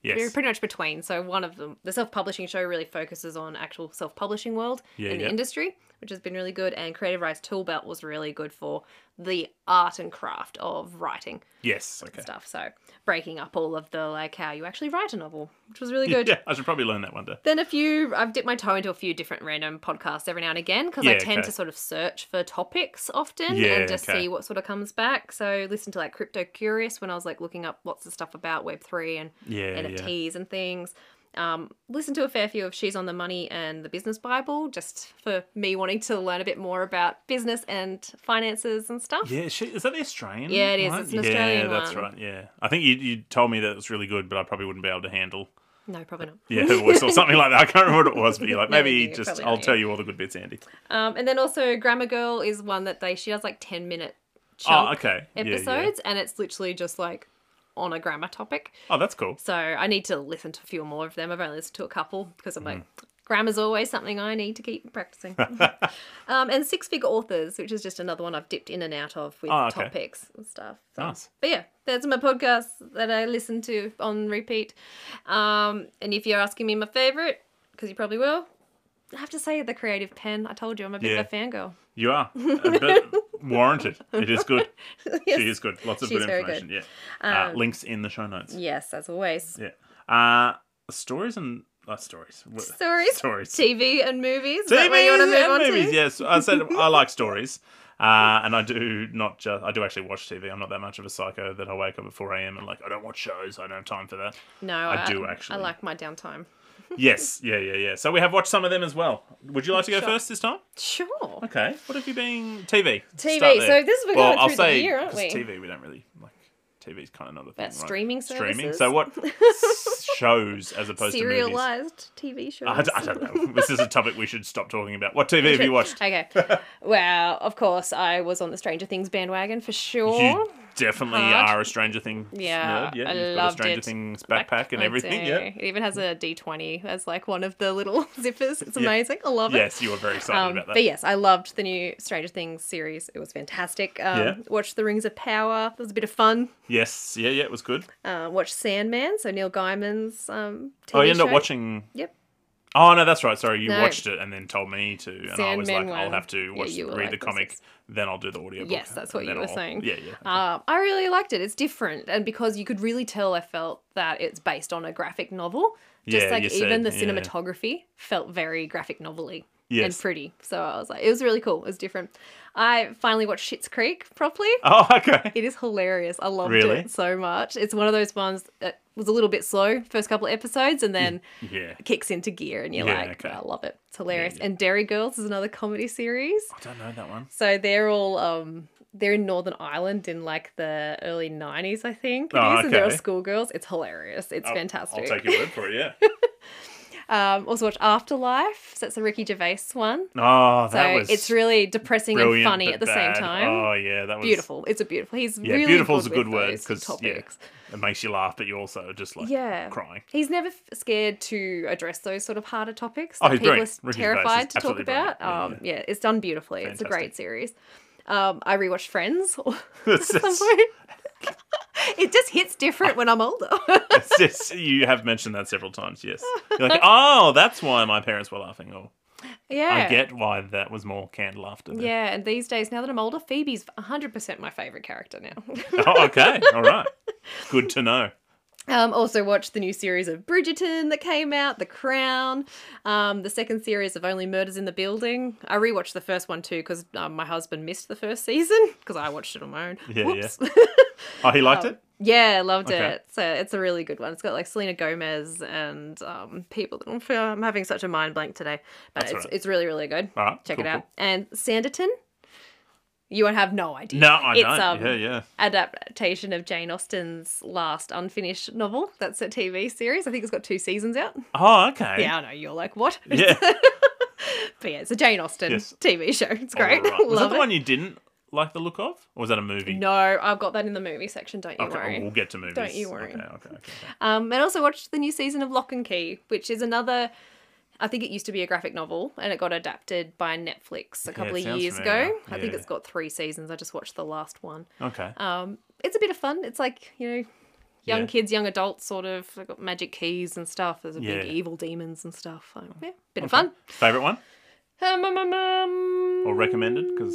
Speaker 1: They're
Speaker 2: Yes.
Speaker 1: pretty much between. So one of them, the self-publishing show, really focuses on actual self-publishing world
Speaker 2: Yeah,
Speaker 1: in the
Speaker 2: yeah.
Speaker 1: industry, which has been really good. And Creative Rise Tool Belt was really good for the art and craft of writing
Speaker 2: yes. Okay.
Speaker 1: stuff. So breaking up all of the like how you actually write a novel, which was really good.
Speaker 2: (laughs) Yeah, I should probably learn that one day.
Speaker 1: Then a few, I've dipped my toe into a few different random podcasts every now and again because I
Speaker 2: Yeah,
Speaker 1: tend
Speaker 2: okay.
Speaker 1: to sort of search for topics often
Speaker 2: Yeah,
Speaker 1: and just
Speaker 2: okay.
Speaker 1: see what sort of comes back. So listen to like Crypto Curious when I was like looking up lots of stuff about Web three (laughs) and
Speaker 2: Yeah, yeah.
Speaker 1: NFTs and things. Um, listen to a fair few of She's on the Money and the Business Bible, just for me wanting to learn a bit more about business and finances and stuff.
Speaker 2: Yeah, she, is that the Australian?
Speaker 1: Yeah, it is.
Speaker 2: one?
Speaker 1: It's an
Speaker 2: yeah,
Speaker 1: Australian
Speaker 2: that's
Speaker 1: one.
Speaker 2: right. Yeah, I think you you told me that it was really good, but I probably wouldn't be able to
Speaker 1: (laughs)
Speaker 2: handle
Speaker 1: No, probably not.
Speaker 2: yeah her voice or something like that. I can't remember what it was, but you're
Speaker 1: (laughs)
Speaker 2: like
Speaker 1: No,
Speaker 2: maybe
Speaker 1: you
Speaker 2: just
Speaker 1: probably
Speaker 2: I'll
Speaker 1: not,
Speaker 2: tell you all the good bits, Andy.
Speaker 1: Um, and then also Grammar Girl is one that they she does like ten minute
Speaker 2: Oh,
Speaker 1: chunk
Speaker 2: okay. Yeah, yeah.
Speaker 1: episodes, and it's literally just like on a grammar topic.
Speaker 2: Oh, that's cool.
Speaker 1: So I need to listen to a few more of them. I've only listened to a couple because I'm like,
Speaker 2: Mm.
Speaker 1: grammar's always something I need to keep
Speaker 2: (laughs)
Speaker 1: practicing. um, and Six Figure Authors, which is just another one I've dipped in and out of with
Speaker 2: Oh, okay.
Speaker 1: topics and stuff. So-
Speaker 2: Nice.
Speaker 1: But yeah, that's my podcast that I listen to on repeat. Um, and if you're asking me my favorite, because you probably will, I have to say the Creative Pen. I told you I'm a bit
Speaker 2: Yeah.
Speaker 1: of a fangirl. (laughs)
Speaker 2: You are, Uh, but warranted. It is good.
Speaker 1: Yes.
Speaker 2: She is good. Lots of
Speaker 1: She's
Speaker 2: good
Speaker 1: very good. Um,
Speaker 2: information. Yeah. Uh, links in the show notes.
Speaker 1: Yes, as always.
Speaker 2: Yeah. Uh, stories and uh, stories. Wha-
Speaker 1: Stories,
Speaker 2: Stories.
Speaker 1: TV, and movies. Is that where you want to
Speaker 2: TVs
Speaker 1: move on
Speaker 2: and
Speaker 1: to?
Speaker 2: movies. Yes, I said
Speaker 1: (laughs)
Speaker 2: I like stories, uh, and I do not just. I do actually watch TV. I'm not that much of a psycho that
Speaker 1: (laughs)
Speaker 2: I wake up at 4 a.m. and like I don't watch shows. I don't have time for that.
Speaker 1: No,
Speaker 2: I
Speaker 1: I,
Speaker 2: do,
Speaker 1: I
Speaker 2: actually.
Speaker 1: like my downtime.
Speaker 2: yes, yeah, yeah, yeah. So we have watched some of them as well. Would you like to go
Speaker 1: Sure.
Speaker 2: first this time?
Speaker 1: Sure.
Speaker 2: Okay. What have you been? TV.
Speaker 1: TV,
Speaker 2: Start there.
Speaker 1: so this is- we're
Speaker 2: well,
Speaker 1: going
Speaker 2: I'll
Speaker 1: through the
Speaker 2: say,
Speaker 1: year, aren't
Speaker 2: 'cause
Speaker 1: we?
Speaker 2: TV, we don't really like. TV's kind of not a thing.
Speaker 1: About
Speaker 2: right?
Speaker 1: streaming
Speaker 2: Streaming.
Speaker 1: services.
Speaker 2: So what
Speaker 1: (laughs)
Speaker 2: s- shows as opposed to movies?
Speaker 1: Serialized TV shows.
Speaker 2: I, d- I don't know. this is a topic we should stop talking about. What TV have you watched? (laughs)
Speaker 1: Okay. well, of course, I was on the Stranger Things bandwagon for sure.
Speaker 2: You definitely
Speaker 1: Hard.
Speaker 2: are a Stranger Things
Speaker 1: Yeah,
Speaker 2: nerd. Yeah,
Speaker 1: I
Speaker 2: you've got a
Speaker 1: loved
Speaker 2: Stranger
Speaker 1: it.
Speaker 2: Things
Speaker 1: Like,
Speaker 2: backpack and
Speaker 1: I
Speaker 2: everything.
Speaker 1: do.
Speaker 2: Yeah.
Speaker 1: It even has a D20 as like one of the little (laughs) zippers. It's amazing. I love it.
Speaker 2: Yes, you were very excited
Speaker 1: Um,
Speaker 2: about that.
Speaker 1: but yes, I loved the new Stranger Things series. It was fantastic. Um,
Speaker 2: Yeah.
Speaker 1: Watched The Rings of Power. That was a bit of fun.
Speaker 2: Yes, yeah, yeah, it was good.
Speaker 1: Uh, watched Sandman, so Neil Gaiman's um, TV
Speaker 2: oh, you ended
Speaker 1: show.
Speaker 2: up watching.
Speaker 1: Yep.
Speaker 2: Oh no, that's right. Sorry, you
Speaker 1: No.
Speaker 2: watched it and then told me to, and I was like,
Speaker 1: Sandman
Speaker 2: I'll
Speaker 1: one.
Speaker 2: have to
Speaker 1: Yeah,
Speaker 2: watch,
Speaker 1: you were
Speaker 2: read
Speaker 1: like,
Speaker 2: the
Speaker 1: this
Speaker 2: comic,
Speaker 1: is-
Speaker 2: then I'll do the audiobook.
Speaker 1: Yes, that's what
Speaker 2: and
Speaker 1: you
Speaker 2: then
Speaker 1: were
Speaker 2: I'll-
Speaker 1: saying.
Speaker 2: Yeah, yeah.
Speaker 1: Um, I really liked it. It's different, and because you could really tell, I felt that it's based on a graphic novel. Just
Speaker 2: Yeah,
Speaker 1: like
Speaker 2: you
Speaker 1: even
Speaker 2: said,
Speaker 1: the
Speaker 2: yeah.
Speaker 1: cinematography felt very graphic novelly and
Speaker 2: Yes.
Speaker 1: pretty. So I was like, it was really cool. It was different. I finally watched Shit's Creek properly.
Speaker 2: Oh, (laughs) okay.
Speaker 1: It is hilarious. I loved
Speaker 2: Really?
Speaker 1: it so much. It's one of those ones that was a little bit slow first couple of episodes, and then
Speaker 2: Yeah.
Speaker 1: kicks into gear, and you're
Speaker 2: Mm. Yeah,
Speaker 1: like,
Speaker 2: okay.
Speaker 1: I love it. It's hilarious.
Speaker 2: yeah.
Speaker 1: And Dairy Girls is another comedy series.
Speaker 2: I don't know that one.
Speaker 1: So they're all um they're in Northern Ireland in like the early nineties, I think. It is,
Speaker 2: Oh,
Speaker 1: and they're all
Speaker 2: okay.
Speaker 1: schoolgirls. It's hilarious. It's (laughs)
Speaker 2: I'll-
Speaker 1: fantastic.
Speaker 2: I'll take your word for it.
Speaker 1: (laughs)
Speaker 2: Yeah.
Speaker 1: Um, also watch Afterlife. So that's the Ricky Gervais one.
Speaker 2: Oh,
Speaker 1: So
Speaker 2: that was.
Speaker 1: it's really depressing and
Speaker 2: brilliant,
Speaker 1: funny
Speaker 2: but
Speaker 1: at the
Speaker 2: bad.
Speaker 1: same time.
Speaker 2: Oh yeah, that was
Speaker 1: beautiful. It's a beautiful. He's
Speaker 2: Yeah,
Speaker 1: really
Speaker 2: beautiful is a
Speaker 1: with
Speaker 2: good word
Speaker 1: those
Speaker 2: because yeah,
Speaker 1: topics.
Speaker 2: it makes you laugh, but you also just like
Speaker 1: Yeah. (laughs)
Speaker 2: crying. (laughs)
Speaker 1: He's never f- scared to address those sort of harder topics
Speaker 2: Oh,
Speaker 1: that
Speaker 2: he's
Speaker 1: people
Speaker 2: brilliant.
Speaker 1: are
Speaker 2: Ricky Gervais is
Speaker 1: terrified to talk
Speaker 2: absolutely
Speaker 1: about.
Speaker 2: brilliant. Yeah,
Speaker 1: um, yeah. it's done beautifully. It's a great
Speaker 2: Fantastic.
Speaker 1: series. Um, I rewatched Friends. (laughs)
Speaker 2: It's just-
Speaker 1: it just hits different when I'm older. (laughs)
Speaker 2: it's just- you have mentioned that several times. Yes, you're like, oh, that's why my parents were laughing. Or
Speaker 1: yeah.
Speaker 2: I get why that was more canned laughter. than-
Speaker 1: Yeah, and these days, now that I'm older, Phoebe's 100% my favourite character now.
Speaker 2: (laughs)
Speaker 1: (laughs)
Speaker 2: Oh, okay. All right. Good to know.
Speaker 1: um, also, watched the new series of Bridgerton that came out, The Crown, um, the second series of Only Murders in the Building. I rewatched the first one too because um, my husband missed the first season (laughs) because I watched it on my own.
Speaker 2: Yeah, yeah.
Speaker 1: Whoops. (laughs)
Speaker 2: Oh, he liked it.
Speaker 1: Yeah, loved
Speaker 2: Okay.
Speaker 1: it. So it's a really good one. It's got like Selena Gomez and um, people. that- I'm f- I'm having such a mind blank today, but
Speaker 2: That's
Speaker 1: it's
Speaker 2: all right.
Speaker 1: it's really really good.
Speaker 2: All right,
Speaker 1: Check
Speaker 2: cool,
Speaker 1: it out. And Sanditon, you won't have no idea.
Speaker 2: No, I
Speaker 1: It's,
Speaker 2: don't.
Speaker 1: um,
Speaker 2: yeah, yeah.
Speaker 1: Adaptation of Jane Austen's last unfinished novel. That's a TV series. I think it's got two seasons out.
Speaker 2: Oh, okay.
Speaker 1: Yeah, (laughs) I know. You're like, what?
Speaker 2: Yeah.
Speaker 1: But yeah, it's a Jane Austen
Speaker 2: Yes.
Speaker 1: TV show. It's great.
Speaker 2: All
Speaker 1: (laughs)
Speaker 2: right. Was that
Speaker 1: Love
Speaker 2: the
Speaker 1: it.
Speaker 2: one you didn't like the look of, or was that a movie?
Speaker 1: No, I've got that in the movie section. Don't you
Speaker 2: Okay, oh,
Speaker 1: worry.
Speaker 2: we'll get to movies.
Speaker 1: Don't you worry.
Speaker 2: Okay, okay,
Speaker 1: (laughs)
Speaker 2: okay.
Speaker 1: Um, and also watched the new season of Lock and Key, which is another. I think it used to be a graphic novel, and it got adapted by Netflix a couple
Speaker 2: it
Speaker 1: of
Speaker 2: sounds
Speaker 1: years
Speaker 2: familiar.
Speaker 1: ago. I think
Speaker 2: Yeah.
Speaker 1: it's got three seasons. I just watched the last one.
Speaker 2: Okay.
Speaker 1: Um, it's a bit of fun. It's like you know, young
Speaker 2: Yeah.
Speaker 1: kids, young adults, sort of. They've got magic keys and stuff. There's a
Speaker 2: Yeah.
Speaker 1: big evil demons and stuff. Um, yeah, bit of fun.
Speaker 2: Favorite one
Speaker 1: Um, um, um, um,
Speaker 2: or recommended? Because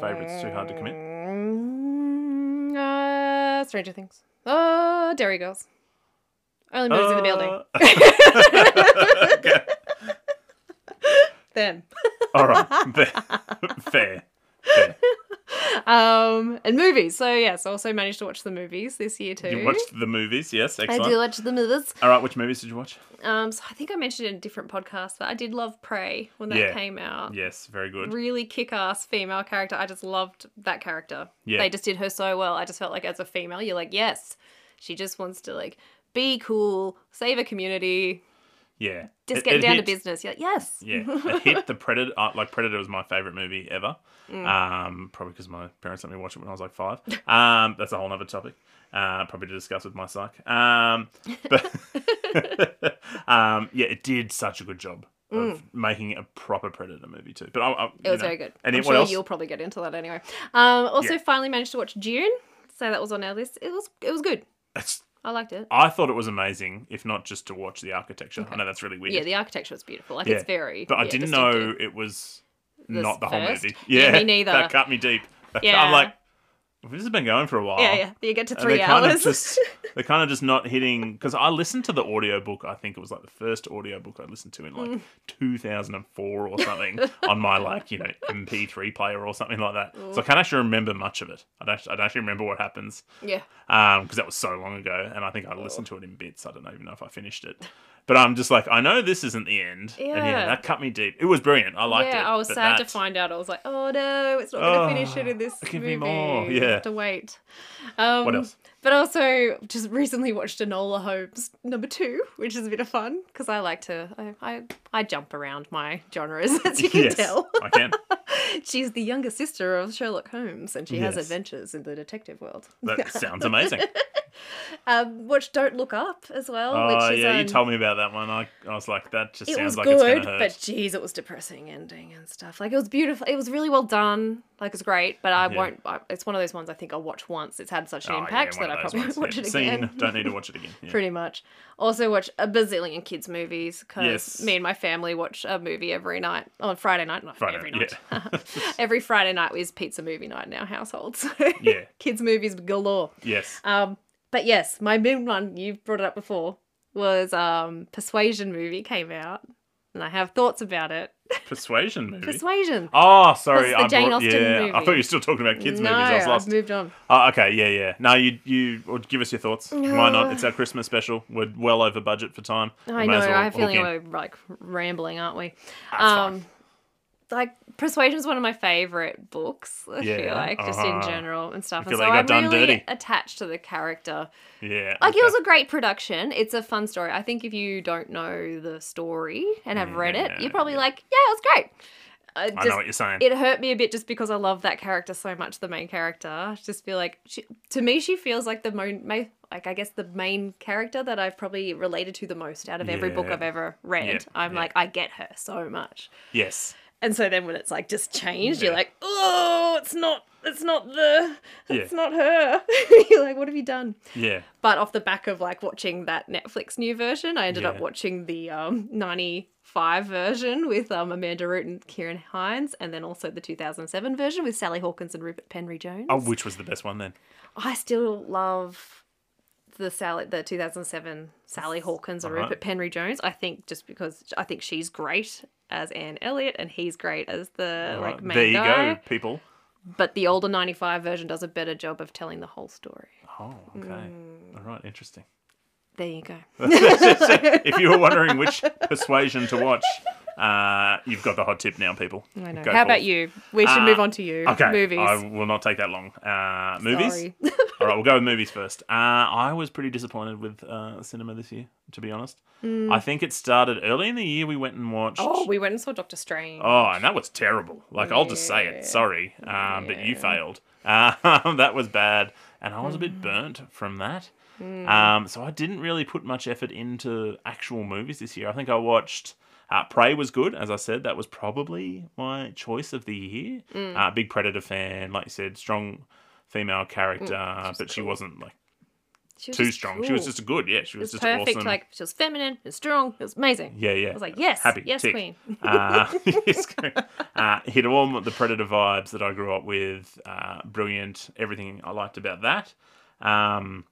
Speaker 2: favorite's too hard to commit.
Speaker 1: Mm,
Speaker 2: Oh.
Speaker 1: uh, Stranger Things. Oh, Dairy Girls. Only moves in the building.
Speaker 2: Uh, okay.
Speaker 1: Them.
Speaker 2: (laughs) All
Speaker 1: (laughs)
Speaker 2: right. Fair. Fair. Fair.
Speaker 1: Um, and movies. So yes, I also managed to watch the movies this year too.
Speaker 2: You watched the movies, yes.
Speaker 1: I
Speaker 2: Excellent.
Speaker 1: do watch the movies.
Speaker 2: All right. Which movies did you watch?
Speaker 1: Um, so I think I mentioned in a different podcast, but I did love Prey when that
Speaker 2: Yeah.
Speaker 1: came out.
Speaker 2: Yes. Very good.
Speaker 1: Really kick-ass female character. I just loved that character.
Speaker 2: Yeah.
Speaker 1: They just did her so well. I just felt like as a female, you're like, yes, she just wants to like be cool, save her community,
Speaker 2: Yeah.
Speaker 1: just
Speaker 2: It-
Speaker 1: get
Speaker 2: it
Speaker 1: down
Speaker 2: hit-
Speaker 1: to business. You're like, yes. (laughs)
Speaker 2: Yeah, it hit the Predator. Uh, like Predator was my favorite movie ever.
Speaker 1: Mm.
Speaker 2: Um, probably because my parents let me watch it when I was like five. Um, that's a whole other topic. Uh, probably to discuss with my psych. Um, but (laughs) um, yeah, it did such a good job of making a proper Predator movie too. But I, I,
Speaker 1: Mm. It was very good.
Speaker 2: And
Speaker 1: I'm
Speaker 2: what
Speaker 1: sure
Speaker 2: else?
Speaker 1: you'll probably get into that anyway. Um, also
Speaker 2: Yeah.
Speaker 1: finally managed to watch June. So that was on our list. It was it was good.
Speaker 2: It's-
Speaker 1: I liked it.
Speaker 2: I thought it was amazing, if not just to watch the architecture. I know that's really weird.
Speaker 1: Yeah, the architecture was beautiful. Like
Speaker 2: Yeah.
Speaker 1: it's very.
Speaker 2: but I
Speaker 1: yeah,
Speaker 2: didn't
Speaker 1: distinctive.
Speaker 2: know it was
Speaker 1: This
Speaker 2: not the whole
Speaker 1: first?
Speaker 2: movie.
Speaker 1: Yeah,
Speaker 2: Yeah,
Speaker 1: me neither.
Speaker 2: That cut me deep. (laughs)
Speaker 1: Yeah.
Speaker 2: I'm like, this has been going for a while.
Speaker 1: Yeah, yeah. You get to
Speaker 2: oh. And
Speaker 1: three
Speaker 2: they're Kind of
Speaker 1: hours.
Speaker 2: just, they're kind of just not hitting. Because I listened to the audiobook, I think it was like the first audiobook I listened to in
Speaker 1: Mm.
Speaker 2: like 2004
Speaker 1: (laughs)
Speaker 2: or something on my like, you know, MP3 player or something like that. So I can't actually remember much of it. I don't, I don't actually remember what happens
Speaker 1: (laughs) yeah.
Speaker 2: Um, because that was so long ago. And I think I listened to it in bits. I don't even know if I finished it. But I'm just like, I know this isn't the end. And yeah,
Speaker 1: Yeah.
Speaker 2: that cut me deep. It was brilliant. I liked
Speaker 1: yeah,
Speaker 2: it.
Speaker 1: I was
Speaker 2: but
Speaker 1: sad to
Speaker 2: that-
Speaker 1: find out. I was like, oh no, it's not going to finish
Speaker 2: Oh,
Speaker 1: it in this
Speaker 2: give me
Speaker 1: movie.
Speaker 2: more,
Speaker 1: I
Speaker 2: yeah.
Speaker 1: have to wait. Um,
Speaker 2: What else?
Speaker 1: But also, just recently watched Enola Holmes number two, which is a bit of fun because I like to I, I I jump around my genres (laughs) as you can
Speaker 2: (laughs) yes,
Speaker 1: tell.
Speaker 2: I can.
Speaker 1: She's the younger sister of Sherlock Holmes, and she has
Speaker 2: Yes.
Speaker 1: adventures in the detective world. (laughs)
Speaker 2: That sounds amazing.
Speaker 1: Um, watch Don't Look Up as well,
Speaker 2: Oh,
Speaker 1: which is
Speaker 2: yeah, you
Speaker 1: um,
Speaker 2: told me about that one. I, I was like, that just
Speaker 1: it was
Speaker 2: sounds like it's going
Speaker 1: good,
Speaker 2: to hurt.
Speaker 1: but geez, it was depressing ending and stuff. Like it was beautiful. It was really well done. Like it's great, but I
Speaker 2: Yeah.
Speaker 1: won't. I, it's one of those ones I think I'll watch once. It's had such an
Speaker 2: Oh, yeah,
Speaker 1: impact
Speaker 2: one
Speaker 1: that
Speaker 2: of
Speaker 1: I
Speaker 2: those
Speaker 1: probably
Speaker 2: ones,
Speaker 1: won't (laughs) watch
Speaker 2: (laughs) yeah.
Speaker 1: it
Speaker 2: Seen,
Speaker 1: again.
Speaker 2: don't need to watch
Speaker 1: (laughs)
Speaker 2: it again. Yeah.
Speaker 1: Pretty much. Also watch a bazillion kids movies because
Speaker 2: Yes.
Speaker 1: me and my family watch a movie every night on Friday night. Not
Speaker 2: Friday,
Speaker 1: every night.
Speaker 2: (laughs)
Speaker 1: every Friday night is pizza movie night in our household. So
Speaker 2: Yeah.
Speaker 1: (laughs) kids movies galore. (laughs)
Speaker 2: Yes.
Speaker 1: Um, but yes, my main one you brought it up before was um, Persuasion movie came out, and I have thoughts about it. (laughs)
Speaker 2: Persuasion movie.
Speaker 1: Persuasion.
Speaker 2: Oh, sorry.
Speaker 1: That's the
Speaker 2: I
Speaker 1: Jane
Speaker 2: brought-
Speaker 1: Austen
Speaker 2: yeah, I
Speaker 1: movie.
Speaker 2: thought you were still talking about kids'
Speaker 1: no,
Speaker 2: movies. I was
Speaker 1: I've
Speaker 2: lost.
Speaker 1: moved on.
Speaker 2: Oh, okay, yeah, yeah. No, you you well, give us your thoughts. Why not?
Speaker 1: (sighs)
Speaker 2: It's our Christmas special. We're well over budget for time.
Speaker 1: I
Speaker 2: We may
Speaker 1: know.
Speaker 2: as well
Speaker 1: I have a
Speaker 2: hook
Speaker 1: feeling
Speaker 2: in.
Speaker 1: we're like um, rambling, aren't we?
Speaker 2: fine.
Speaker 1: like Persuasion's one of my favorite books. (laughs) I
Speaker 2: Yeah,
Speaker 1: feel like just in
Speaker 2: uh-huh.
Speaker 1: general and stuff.
Speaker 2: You feel
Speaker 1: and so
Speaker 2: like I
Speaker 1: I'm
Speaker 2: got done
Speaker 1: really
Speaker 2: dirty.
Speaker 1: attached to the character.
Speaker 2: Yeah.
Speaker 1: Like
Speaker 2: okay.
Speaker 1: it was a great production. It's a fun story. I think if you don't know the story and have read it,
Speaker 2: Mm, Yeah,
Speaker 1: you're probably
Speaker 2: yeah.
Speaker 1: like, yeah, it was great. Uh,
Speaker 2: I know
Speaker 1: just-
Speaker 2: what you're saying.
Speaker 1: it hurt me a bit just because I love that character so much, the main character. I Just feel like she, to me, she feels like the main, ma like I guess the main character that I've probably related to the most out of every book
Speaker 2: Yeah.
Speaker 1: I've ever read.
Speaker 2: Yeah,
Speaker 1: I'm
Speaker 2: yeah.
Speaker 1: like, I get her so much.
Speaker 2: yes.
Speaker 1: And so then when it's like just changed,
Speaker 2: Yeah.
Speaker 1: you're like, oh, it's not, it's not the, it's
Speaker 2: Yeah.
Speaker 1: not her. (laughs) you're like, what have you done?
Speaker 2: Yeah.
Speaker 1: But off the back of like watching that Netflix new version, I ended up
Speaker 2: Yeah.
Speaker 1: watching the um, 95 version with um, Amanda Root and Kieran Hines, and then also the 2007 version with Sally Hawkins and Rupert Penry Jones.
Speaker 2: Oh, which was the best one then?
Speaker 1: I still love the Sally, the 2007 Sally Hawkins and
Speaker 2: Alright.
Speaker 1: Rupert Penry Jones. I think just because I think she's great as Anne Elliot and he's great as the
Speaker 2: All
Speaker 1: like
Speaker 2: right.
Speaker 1: main
Speaker 2: there you
Speaker 1: guy.
Speaker 2: go, people.
Speaker 1: But the older 95 version does a better job of telling the whole story.
Speaker 2: Oh, okay.
Speaker 1: Hmm.
Speaker 2: All right, interesting.
Speaker 1: There you go.
Speaker 2: if you were wondering which persuasion to watch, uh, you've got the hot tip now, people.
Speaker 1: I know.
Speaker 2: Go
Speaker 1: How
Speaker 2: forth.
Speaker 1: about you? We should
Speaker 2: Uh,
Speaker 1: move on to you.
Speaker 2: Okay,
Speaker 1: Movies.
Speaker 2: I will not take that long. Uh, movies.
Speaker 1: Sorry.
Speaker 2: (laughs) All right, we'll go with movies first. Uh, I was pretty disappointed with uh, cinema this year, to be honest. I think it started early in the year. We went and watched.
Speaker 1: Mm. oh, we went and saw Doctor Strange.
Speaker 2: Oh, and that was terrible. Like, I'll just say it. Sorry, um, but you failed. Um, (laughs) that was bad, and I was a
Speaker 1: Hmm.
Speaker 2: bit burnt from that. Um, so I didn't really put much effort into actual movies this year. I think I watched. Uh, Prey was good, as I said. That was probably my choice of the year.
Speaker 1: Hmm.
Speaker 2: Uh, big Predator fan, like you said, strong fememale character,
Speaker 1: Hmm.
Speaker 2: but she wasn't like
Speaker 1: she was
Speaker 2: too
Speaker 1: just
Speaker 2: strong. She was
Speaker 1: cool.
Speaker 2: just good. Yeah, she
Speaker 1: It
Speaker 2: was,
Speaker 1: was
Speaker 2: just
Speaker 1: perfect.
Speaker 2: awesome.
Speaker 1: Like she was feminine and strong. It was amazing.
Speaker 2: yeah, yeah.
Speaker 1: I was like, yes,
Speaker 2: happy
Speaker 1: yes,
Speaker 2: tick.
Speaker 1: queen.
Speaker 2: uh, (laughs) yes, queen. Uh, hit all the predator vibes that I grew up with. Uh, brilliant. Everything I liked about that. Um,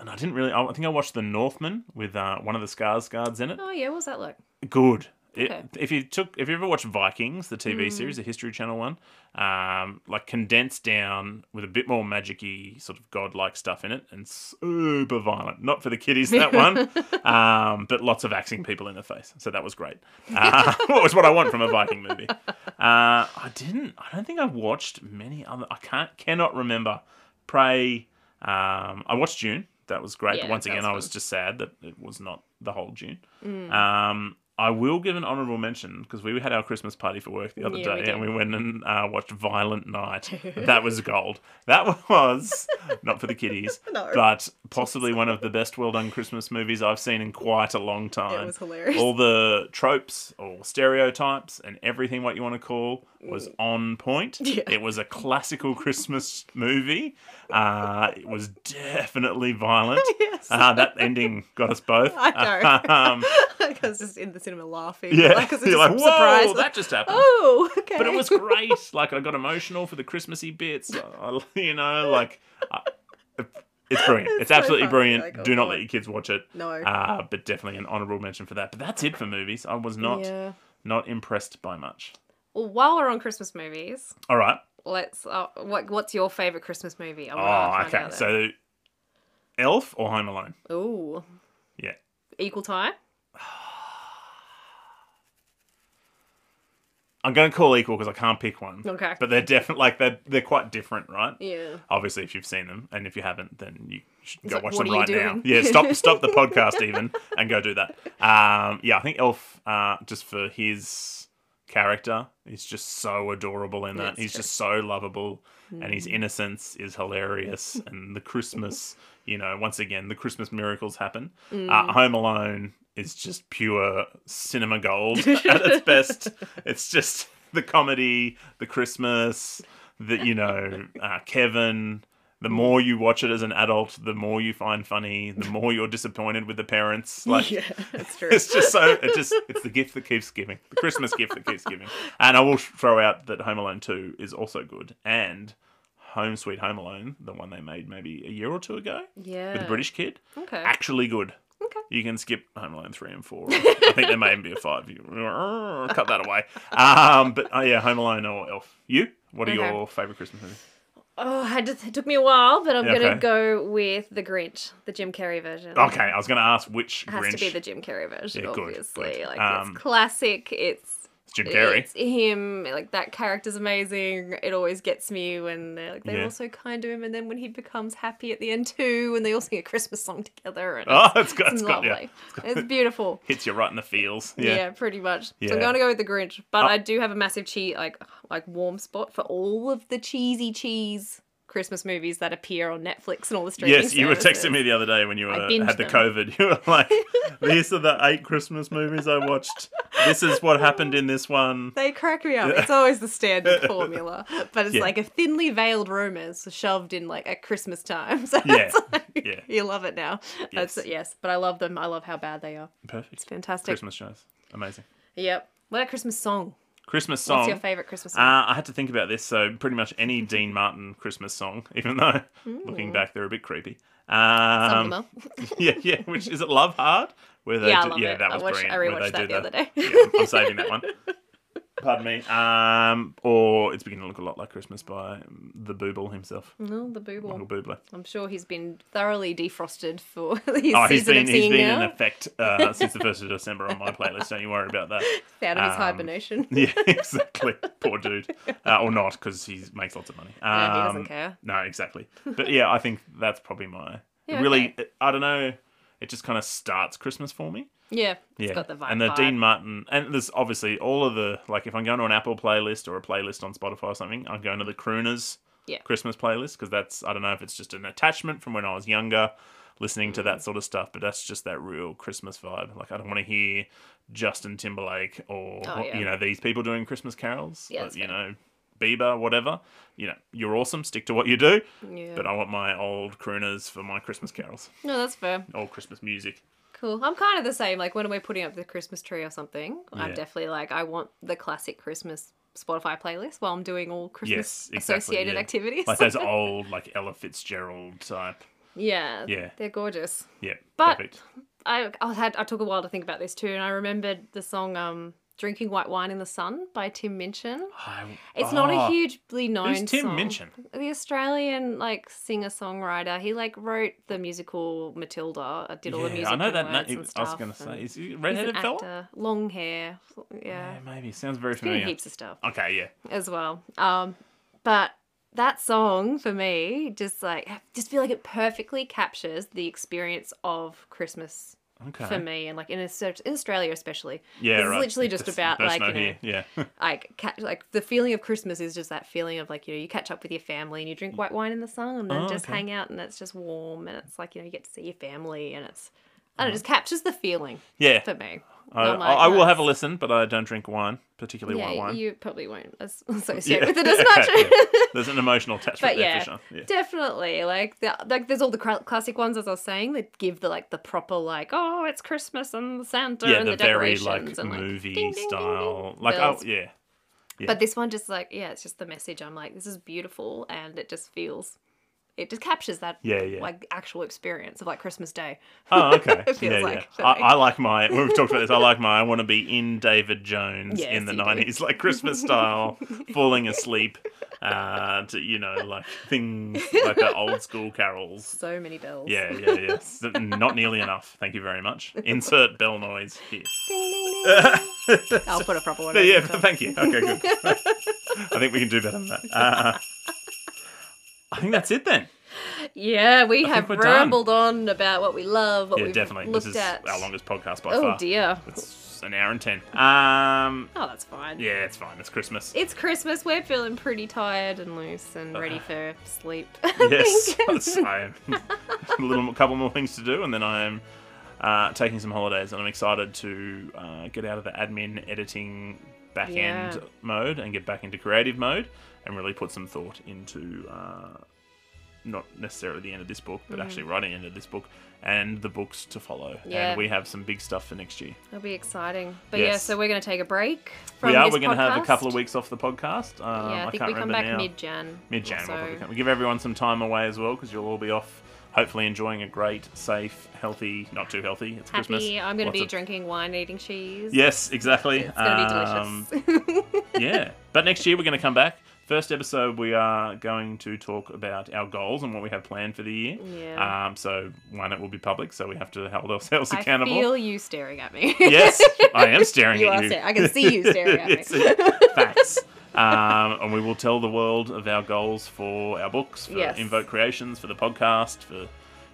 Speaker 2: and I didn't really. I think I watched The Northman with uh, one of the Skarsgårds in it.
Speaker 1: Oh yeah, what was that like?
Speaker 2: Good. It,
Speaker 1: Okay. Mm.
Speaker 2: If you took, if you ever watched Vikings, the TV series, the History Channel one, um, like condensed down with a bit more magicy sort of godlike stuff in it, and super violent. Not for the kiddies
Speaker 1: (laughs)
Speaker 2: that one, um, but lots of axing people in the face. So that was great. Uh, (laughs) what was what I want from a Viking movie. Uh, I didn't. I don't think I watched many other. I can't. Cannot remember. Prey. Um, I watched June. That was great.
Speaker 1: Yeah,
Speaker 2: but once
Speaker 1: that
Speaker 2: again,
Speaker 1: was
Speaker 2: I
Speaker 1: fun.
Speaker 2: was just sad that it was not the whole June.
Speaker 1: Mm.
Speaker 2: Um, I will give an honourable mention because we had our Christmas party for work the other
Speaker 1: Yeah, we
Speaker 2: day,
Speaker 1: did.
Speaker 2: and we went and uh, watched
Speaker 1: (laughs)
Speaker 2: Violent Night. that was gold. That (laughs) was not for the kiddies,
Speaker 1: (laughs) No.
Speaker 2: but possibly one of the best well done Christmas movies I've seen in quite a long time.
Speaker 1: was hilarious.
Speaker 2: (laughs) All the tropes or stereotypes and everything what you want to call was on point.
Speaker 1: Mm. (laughs) Yeah.
Speaker 2: It was a classical Christmas movie. Uh, it was definitely violent.
Speaker 1: (laughs) Yes.
Speaker 2: Uh, that ending got us both.
Speaker 1: (laughs) I
Speaker 2: (laughs) um,
Speaker 1: I was just in the cinema laughing.
Speaker 2: yeah,
Speaker 1: like, 'cause it
Speaker 2: (laughs) you're
Speaker 1: just
Speaker 2: like, whoa,
Speaker 1: surprised.
Speaker 2: that just happened.
Speaker 1: (laughs) oh, okay.
Speaker 2: But it was great. Like I got emotional for the Christmassy bits. I,
Speaker 1: (laughs)
Speaker 2: you know, like I, it's brilliant. It's,
Speaker 1: so
Speaker 2: absolutely
Speaker 1: funny,
Speaker 2: brilliant.
Speaker 1: like, oh
Speaker 2: Do not
Speaker 1: God.
Speaker 2: let your kids watch it.
Speaker 1: No.
Speaker 2: Uh, but definitely an honourable mention for that. But that's it for movies. I was not
Speaker 1: Yeah.
Speaker 2: not impressed by much.
Speaker 1: Well, while we're on Christmas movies,
Speaker 2: All right.
Speaker 1: let's. Uh, what What's your favorite Christmas movie? I
Speaker 2: Oh,
Speaker 1: wanna find
Speaker 2: okay.
Speaker 1: out that.
Speaker 2: So, Elf or Home Alone?
Speaker 1: ooh,
Speaker 2: Yeah.
Speaker 1: equal time.
Speaker 2: I'm going to call equal because I can't pick one.
Speaker 1: Okay.
Speaker 2: But they're definitely like they're they're quite different, right?
Speaker 1: Yeah.
Speaker 2: Obviously, if you've seen them, and if you haven't, then you should go
Speaker 1: like,
Speaker 2: watch
Speaker 1: what
Speaker 2: them
Speaker 1: are you
Speaker 2: right now.
Speaker 1: doing?
Speaker 2: Yeah. Stop
Speaker 1: (laughs)
Speaker 2: stop the podcast even and go do that. Um. Yeah. I think Elf. Uh. Just for his character, he's just so adorable in that.
Speaker 1: That's
Speaker 2: he's
Speaker 1: true.
Speaker 2: just so lovable, and his innocence is hilarious. and the Christmas, you know, once again, the Christmas miracles happen. Uh, Home Alone is just pure cinema gold at its best. It's just the comedy, the Christmas, the you know, uh, Kevin. The more you watch it as an adult, the more you find funny. The more you're disappointed with the parents.
Speaker 1: (laughs)
Speaker 2: Like
Speaker 1: yeah,
Speaker 2: (laughs)
Speaker 1: that's true.
Speaker 2: it's just so it just it's the gift that keeps giving the christmas gift that keeps giving and i will throw out that home alone 2 is also good and home sweet home alone the one they made maybe a year or two ago
Speaker 1: yeah.
Speaker 2: with the british kid
Speaker 1: Okay.
Speaker 2: actually good
Speaker 1: Okay.
Speaker 2: you can skip home alone 3 and 4 i think there may even be a 5 you (laughs) cut that away um but oh yeah home alone or elf you what are
Speaker 1: Okay.
Speaker 2: your favorite christmas movies
Speaker 1: Oh, I had to- it took me a while, but I'm
Speaker 2: Yeah,
Speaker 1: gonna
Speaker 2: okay.
Speaker 1: go with the Grinch, the Jim Carrey version.
Speaker 2: okay i was going to ask which
Speaker 1: It has
Speaker 2: grinch
Speaker 1: to be the Jim Carrey version,
Speaker 2: Yeah, good,
Speaker 1: obviously.
Speaker 2: good.
Speaker 1: Like
Speaker 2: Um,
Speaker 1: it's classic. It's
Speaker 2: It's jim carrey
Speaker 1: It's him. Like that character's amazing. It always gets me when they're like they're
Speaker 2: Yeah.
Speaker 1: all so kind to him, and then when he becomes happy at the end too, and they all sing a Christmas song together, and
Speaker 2: (laughs) oh (laughs)
Speaker 1: it's,
Speaker 2: it's got
Speaker 1: it's
Speaker 2: it's got
Speaker 1: lovely.
Speaker 2: yeah
Speaker 1: it's beautiful.
Speaker 2: hits you right in the feels
Speaker 1: Yeah.
Speaker 2: yeah.
Speaker 1: pretty much. So
Speaker 2: Yeah.
Speaker 1: I'm going to go with the Grinch, but
Speaker 2: Oh.
Speaker 1: I do have a massive cheat like like warm spot for all of the cheesy cheese Christmas movies that appear on Netflix and all the streaming.
Speaker 2: Yes, you were
Speaker 1: services.
Speaker 2: texting me the other day when you
Speaker 1: I
Speaker 2: were,
Speaker 1: binged
Speaker 2: had the
Speaker 1: them.
Speaker 2: COVID. (laughs) You were
Speaker 1: (laughs)
Speaker 2: like, "These are the eight Christmas movies I watched. This is what happened in this one."
Speaker 1: They crack me up. It's always the
Speaker 2: (laughs)
Speaker 1: standard formula, but it's
Speaker 2: Yeah.
Speaker 1: like a thinly veiled romance shoved in like at Christmas time. (laughs) So
Speaker 2: Yeah.
Speaker 1: it's like,
Speaker 2: Yeah.
Speaker 1: (laughs) you love it now. That's
Speaker 2: Yes.
Speaker 1: yes, but I love them. I love how bad they are. It's
Speaker 2: Perfect.
Speaker 1: fantastic.
Speaker 2: Christmas shows, amazing.
Speaker 1: Yep. What a Christmas song?
Speaker 2: Christmas song.
Speaker 1: What's your favorite Christmas song?
Speaker 2: Uh, I had to think about this. So pretty much any Dean Martin Christmas song, (laughs) even though looking back they're a bit creepy.
Speaker 1: Some
Speaker 2: Um,
Speaker 1: of them are.
Speaker 2: (laughs) yeah, yeah. Which is it? Love Hard. Where they
Speaker 1: Yeah, I
Speaker 2: do-
Speaker 1: love
Speaker 2: yeah,
Speaker 1: it.
Speaker 2: that
Speaker 1: I
Speaker 2: was
Speaker 1: watched-
Speaker 2: brilliant.
Speaker 1: I
Speaker 2: where
Speaker 1: rewatched
Speaker 2: they do
Speaker 1: that the other day. (laughs)
Speaker 2: yeah, I'm saving that one. Pardon me. Um, or it's beginning to look a lot like Christmas by um, the Booble himself,
Speaker 1: No, the boo
Speaker 2: Michael Bublé.
Speaker 1: I'm sure he's been thoroughly defrosted for (laughs) his
Speaker 2: Oh, he's
Speaker 1: season
Speaker 2: been
Speaker 1: of
Speaker 2: he's
Speaker 1: singing
Speaker 2: been in
Speaker 1: now.
Speaker 2: effect uh, since the first of December on my playlist. Don't you worry about that.
Speaker 1: (laughs) out of his
Speaker 2: um,
Speaker 1: hibernation. (laughs)
Speaker 2: Yeah, (laughs) exactly. Poor dude, uh, or not because he makes lots of money. Um,
Speaker 1: Yeah, he doesn't care.
Speaker 2: No, exactly. But yeah, I think that's probably my
Speaker 1: (laughs) Yeah,
Speaker 2: really. I don't know. It just kind of starts Christmas for me.
Speaker 1: Yeah,
Speaker 2: Yeah,
Speaker 1: it's got the vibe.
Speaker 2: and the
Speaker 1: vibe.
Speaker 2: Dean Martin, and there's obviously all of the like. If I'm going to an Apple playlist or a playlist on Spotify or something, I'm going to the crooners
Speaker 1: Yeah.
Speaker 2: Christmas playlist because that's I don't know if it's just an attachment from when I was younger, listening to
Speaker 1: Mm.
Speaker 2: that sort of stuff. But that's just that real Christmas vibe. Like I don't want to hear Justin Timberlake or
Speaker 1: Oh, yeah.
Speaker 2: you know these people doing Christmas carols.
Speaker 1: Yeah,
Speaker 2: uh,
Speaker 1: that's
Speaker 2: you
Speaker 1: fair.
Speaker 2: know Bieber, whatever. You know you're awesome. Stick to what you do.
Speaker 1: Yeah.
Speaker 2: But uh, I want my old crooners for my Christmas carols,
Speaker 1: No, that's fair.
Speaker 2: old Christmas music.
Speaker 1: Cool. I'm kind of the same. Like when we're putting up the Christmas tree or something, I'm
Speaker 2: Yeah.
Speaker 1: definitely like I want the classic Christmas Spotify playlist while I'm doing all Christmas (laughs)
Speaker 2: Yes, exactly,
Speaker 1: associated
Speaker 2: yeah.
Speaker 1: activities.
Speaker 2: Like
Speaker 1: (laughs)
Speaker 2: those old like Ella Fitzgerald type.
Speaker 1: yeah,
Speaker 2: Yeah.
Speaker 1: they're gorgeous.
Speaker 2: Yeah,
Speaker 1: But-
Speaker 2: perfect.
Speaker 1: I I had I took a while to think about this too, and I remembered the song um "Drinking White Wine in the Sun" by Tim Minchin.
Speaker 2: I-
Speaker 1: It's not
Speaker 2: oh,
Speaker 1: a hugely known.
Speaker 2: Who's Tim
Speaker 1: song.
Speaker 2: Minchin?
Speaker 1: The Australian like singer songwriter. He like wrote the musical Matilda. uh, Did all the
Speaker 2: Yeah,
Speaker 1: music.
Speaker 2: I know
Speaker 1: and
Speaker 2: that.
Speaker 1: words
Speaker 2: name
Speaker 1: and
Speaker 2: I was
Speaker 1: stuff,
Speaker 2: going to say,
Speaker 1: and
Speaker 2: is he a
Speaker 1: he's an
Speaker 2: redheaded fella?
Speaker 1: actor, long hair. Yeah,
Speaker 2: Yeah, maybe. Sounds very
Speaker 1: doing
Speaker 2: familiar.
Speaker 1: heaps of stuff
Speaker 2: Okay, yeah.
Speaker 1: as well. Um, but that song for me just like just feel like it perfectly captures the experience of Christmas
Speaker 2: Okay.
Speaker 1: for me and like in, Aus- in Australia especially.
Speaker 2: Uh-huh. yeah,
Speaker 1: it's
Speaker 2: right.
Speaker 1: literally just
Speaker 2: That's
Speaker 1: about, like,
Speaker 2: personal
Speaker 1: you know,
Speaker 2: here. Yeah. (laughs)
Speaker 1: like catch like the feeling of Christmas is just that feeling of like you know you catch up with your family and you drink white wine in the sun and then
Speaker 2: Oh,
Speaker 1: just
Speaker 2: okay.
Speaker 1: hang out and it's just warm and it's like you know you get to see your family and it's I don't know, it just captures the feeling
Speaker 2: yeah.
Speaker 1: for me.
Speaker 2: Uh-huh. I,
Speaker 1: I'm
Speaker 2: I,
Speaker 1: like,
Speaker 2: I will
Speaker 1: "Nice."
Speaker 2: have a listen, but I don't drink wine, particularly
Speaker 1: yeah,
Speaker 2: white wine.
Speaker 1: you probably won't as- (laughs) associate
Speaker 2: Yeah.
Speaker 1: with
Speaker 2: (laughs)
Speaker 1: it as much.
Speaker 2: Yeah. There's an emotional
Speaker 1: (laughs)
Speaker 2: attachment
Speaker 1: But
Speaker 2: there
Speaker 1: yeah,
Speaker 2: for sure. Yeah.
Speaker 1: Definitely, like the, like there's all the cra- classic ones as I was saying that give the like the proper like oh it's Christmas and the Santa
Speaker 2: Yeah,
Speaker 1: and
Speaker 2: the,
Speaker 1: the,
Speaker 2: very
Speaker 1: decorations
Speaker 2: like
Speaker 1: and like
Speaker 2: movie
Speaker 1: ding, ding, ding,
Speaker 2: style.
Speaker 1: ding,
Speaker 2: Like, oh,
Speaker 1: bells.
Speaker 2: yeah. Yeah.
Speaker 1: But this one just like, yeah, it's just the message. I'm like, this is beautiful and it just feels it just captures that
Speaker 2: Yeah, yeah.
Speaker 1: like actual experience of like Christmas Day.
Speaker 2: Oh, okay.
Speaker 1: (laughs) It feels
Speaker 2: yeah,
Speaker 1: like,
Speaker 2: yeah.
Speaker 1: for
Speaker 2: I,
Speaker 1: me.
Speaker 2: I like my. We've talked about this. I like my. I want to be in David Jones
Speaker 1: Yes,
Speaker 2: in the
Speaker 1: you do.
Speaker 2: nineties, like Christmas style, falling asleep, uh, to, you know, like things like the old school carols.
Speaker 1: So many bells.
Speaker 2: Yeah, yeah, yeah. S- Not nearly enough. Thank you very much.
Speaker 1: (laughs)
Speaker 2: Insert bell noise here.
Speaker 1: Ding, ding, ding. I'll put a proper one.
Speaker 2: (laughs) Yeah,
Speaker 1: in
Speaker 2: yeah,
Speaker 1: later.
Speaker 2: thank you.
Speaker 1: (laughs)
Speaker 2: Okay, good. I think we can do better than that. Uh, I think that's it then.
Speaker 1: Yeah, we have
Speaker 2: we're done.
Speaker 1: rambled on about what we love, what
Speaker 2: Yeah,
Speaker 1: we've
Speaker 2: definitely.
Speaker 1: looked
Speaker 2: This is
Speaker 1: at.
Speaker 2: our longest podcast by
Speaker 1: oh
Speaker 2: far.
Speaker 1: dear.
Speaker 2: It's an hour and ten. Um,
Speaker 1: Oh, that's fine.
Speaker 2: yeah, it's fine. It's Christmas.
Speaker 1: (laughs) It's Christmas. We're feeling pretty tired and loose and ready
Speaker 2: Uh-huh.
Speaker 1: for sleep. (laughs)
Speaker 2: yes, that's- I (laughs) am. a little more- couple more things to do, and then I'm uh, taking some holidays, and I'm excited to uh, get out of the admin editing back end
Speaker 1: Yeah.
Speaker 2: mode and get back into creative mode, and really put some thought into uh, not necessarily the end of this book, but actually writing the end of this book and the books to follow.
Speaker 1: Mm. Yeah.
Speaker 2: And we have some big stuff for next year.
Speaker 1: It'll be exciting. But yeah,
Speaker 2: Yes.
Speaker 1: so we're going to take a break from
Speaker 2: we are.
Speaker 1: this
Speaker 2: We're going to have a
Speaker 1: podcast.
Speaker 2: couple of weeks off the podcast. Um,
Speaker 1: Yeah, I think
Speaker 2: can't
Speaker 1: we come
Speaker 2: remember
Speaker 1: back
Speaker 2: now.
Speaker 1: mid Jan.
Speaker 2: mid Jan. We'll probably come. We give everyone some time away as well because you'll all be off, hopefully enjoying a great, safe, healthy, not too healthy. It's
Speaker 1: Happy.
Speaker 2: Christmas.
Speaker 1: I'm going to
Speaker 2: Lots
Speaker 1: be
Speaker 2: of-
Speaker 1: drinking wine, eating cheese.
Speaker 2: Yes, exactly.
Speaker 1: It's going to
Speaker 2: Um,
Speaker 1: be delicious.
Speaker 2: (laughs) yeah. But next year we're going to come back. First episode, we are going to talk about our goals and what we have planned for the year.
Speaker 1: Yeah.
Speaker 2: Um, so, one, it will be public, so we have to hold
Speaker 1: (laughs)
Speaker 2: ourselves
Speaker 1: I
Speaker 2: accountable.
Speaker 1: feel you staring at
Speaker 2: (laughs)
Speaker 1: me.
Speaker 2: Yes, I am staring
Speaker 1: You
Speaker 2: at
Speaker 1: are
Speaker 2: you.
Speaker 1: staring- I can see
Speaker 2: (laughs)
Speaker 1: you staring at me.
Speaker 2: It's-
Speaker 1: (laughs)
Speaker 2: Facts. Um, and we will tell the world of our goals for our books, for
Speaker 1: Yes.
Speaker 2: Invoke Creations, for the podcast, for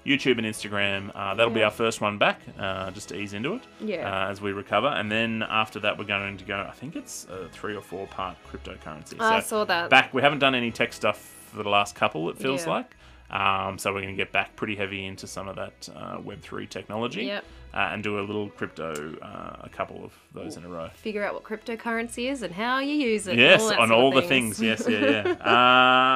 Speaker 2: YouTube and Instagram. Uh, that'll be
Speaker 1: Yeah.
Speaker 2: our first one back, uh, just to ease into it
Speaker 1: Yeah.
Speaker 2: uh, as we recover. And then after that, we're going to go, I think it's a three or four part cryptocurrency.
Speaker 1: I saw that.
Speaker 2: Back, we haven't done any tech stuff for the last couple, it feels
Speaker 1: Yeah.
Speaker 2: like. Um, so we're going to get back pretty heavy into some of that uh, Web3 technology
Speaker 1: Yep.
Speaker 2: uh, and do a little crypto, uh, a couple of those in a row.
Speaker 1: (laughs) Figure out what cryptocurrency is and how you use it. and
Speaker 2: Yes,
Speaker 1: all that
Speaker 2: on
Speaker 1: sort of
Speaker 2: all the things. Yes, yeah,
Speaker 1: (laughs)
Speaker 2: yeah.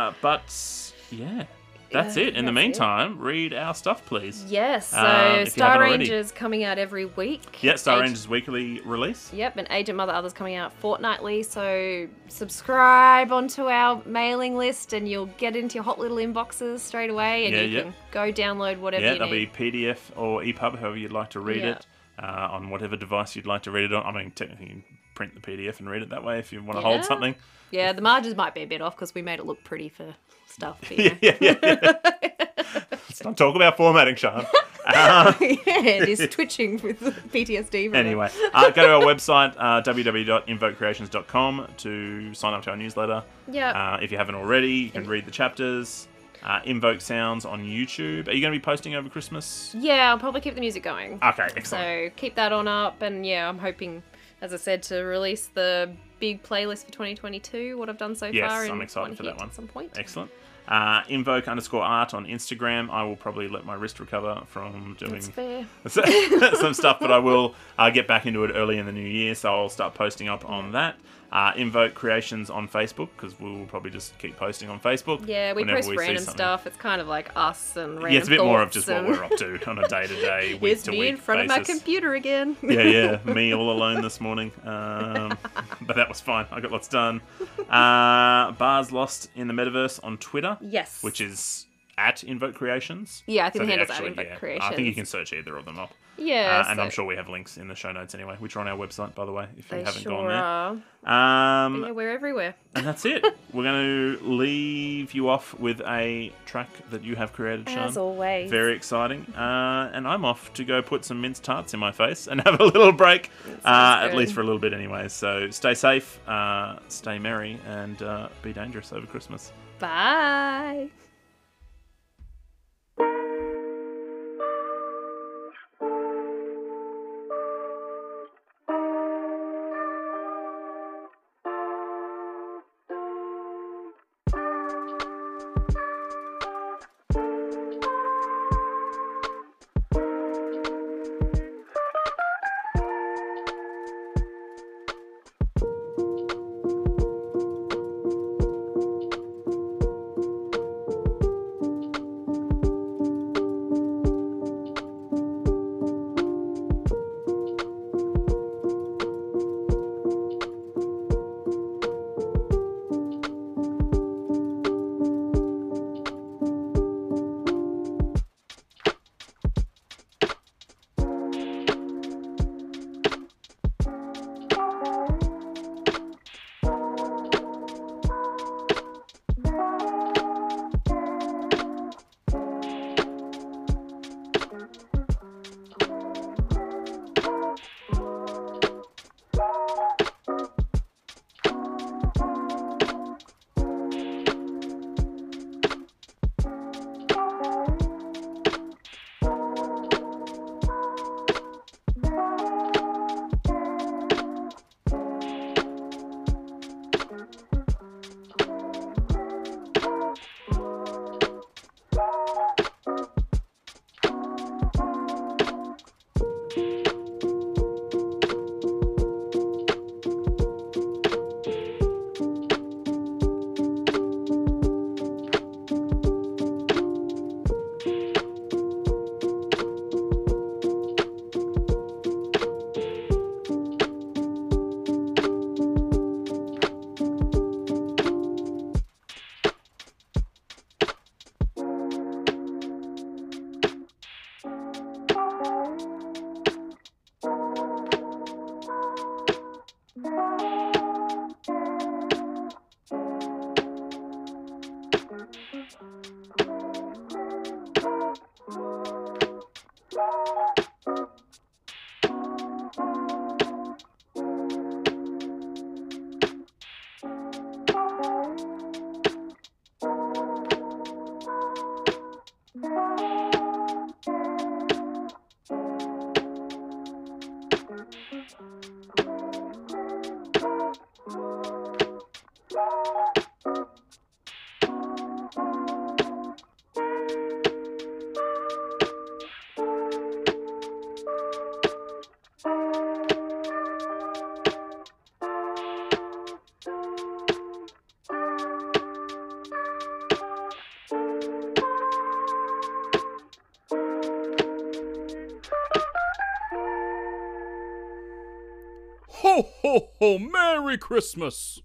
Speaker 2: uh, but yeah, that's
Speaker 1: Yeah,
Speaker 2: it. In the
Speaker 1: that's it.
Speaker 2: meantime, read our stuff, please.
Speaker 1: (laughs) Yes, so
Speaker 2: Um, if you
Speaker 1: Star
Speaker 2: haven't already.
Speaker 1: Rangers coming out every week.
Speaker 2: Yeah, Star
Speaker 1: Agent-
Speaker 2: Rangers weekly release.
Speaker 1: Yep, and Agent Mother Others coming out fortnightly. So subscribe onto our mailing list, and you'll get into your hot little inboxes straight away, and
Speaker 2: Yeah,
Speaker 1: you
Speaker 2: yeah.
Speaker 1: can go download whatever
Speaker 2: Yeah,
Speaker 1: you
Speaker 2: there'll be
Speaker 1: need.
Speaker 2: PDF or E EPUB, however you'd like to read
Speaker 1: Yeah.
Speaker 2: it, uh, on whatever device you'd like to read it on. I mean, technically, you can print the PDF and read it that way if you want to
Speaker 1: Yeah.
Speaker 2: hold something.
Speaker 1: Yeah, the margins might be a bit off because we made it look pretty for stuff. But yeah.
Speaker 2: (laughs) Yeah, yeah, yeah. Let's not talk about formatting, Sean.
Speaker 1: (laughs) yeah, it is twitching with the PTSD. From it.
Speaker 2: anyway, uh, go to our website, uh, www.invocrecreations.com, to sign up to our newsletter.
Speaker 1: Yep.
Speaker 2: Uh, if you haven't already, you can read the chapters. Uh, Invoke Sounds on YouTube. Are you going to be posting over Christmas?
Speaker 1: Yeah, I'll probably keep the music going.
Speaker 2: Okay, excellent.
Speaker 1: So keep that on up, and yeah, I'm hoping, as I said, to release the big playlist for 2022. What I've done so
Speaker 2: Yes,
Speaker 1: far.
Speaker 2: I'm
Speaker 1: in
Speaker 2: excited for that
Speaker 1: hit
Speaker 2: one.
Speaker 1: At some point.
Speaker 2: excellent. Uh, invoke underscore art on Instagram. I will probably let my wrist recover from doing
Speaker 1: That's fair.
Speaker 2: (laughs) some stuff, but I will uh, get back into it early in the new year, so I'll start posting up on that. Uh, Invoke Creations on Facebook, because we will probably just keep posting on Facebook.
Speaker 1: Yeah, we
Speaker 2: whenever
Speaker 1: post
Speaker 2: see
Speaker 1: random
Speaker 2: something.
Speaker 1: stuff. It's kind of like us and random.
Speaker 2: Yeah, it's a bit more of
Speaker 1: thoughts
Speaker 2: just what
Speaker 1: and-
Speaker 2: we're up to on a day
Speaker 1: (laughs)
Speaker 2: to day, week
Speaker 1: Here's
Speaker 2: to
Speaker 1: me
Speaker 2: week
Speaker 1: in front of my
Speaker 2: basis.
Speaker 1: computer again.
Speaker 2: (laughs) yeah, yeah, me all alone this morning. Um, (laughs) but that was fine. I got lots done. Uh, bars lost in the metaverse on Twitter,
Speaker 1: yes.
Speaker 2: which is at Invoke Creations.
Speaker 1: Yeah, I think
Speaker 2: the
Speaker 1: the handle's at
Speaker 2: actual-
Speaker 1: Invoke
Speaker 2: I think you
Speaker 1: Creations.
Speaker 2: can search either of them up.
Speaker 1: yeah,
Speaker 2: uh, and I'm
Speaker 1: so
Speaker 2: sure we have links in the show notes anyway, which are on our website, by the way, if you
Speaker 1: they
Speaker 2: haven't
Speaker 1: sure
Speaker 2: gone there.
Speaker 1: are. Yeah,
Speaker 2: Um,
Speaker 1: we're everywhere.
Speaker 2: and
Speaker 1: (laughs)
Speaker 2: that's it. We're going to leave you off with a track that you have created, Sean.
Speaker 1: As always.
Speaker 2: Very exciting. Uh, and I'm off to go put some minced tarts in my face and (laughs) have a little break, uh, at
Speaker 1: good.
Speaker 2: least for a little bit anyway. So stay safe, uh, stay merry, and uh, be dangerous over Christmas.
Speaker 1: Bye.
Speaker 3: Ho ho ho! Merry Christmas!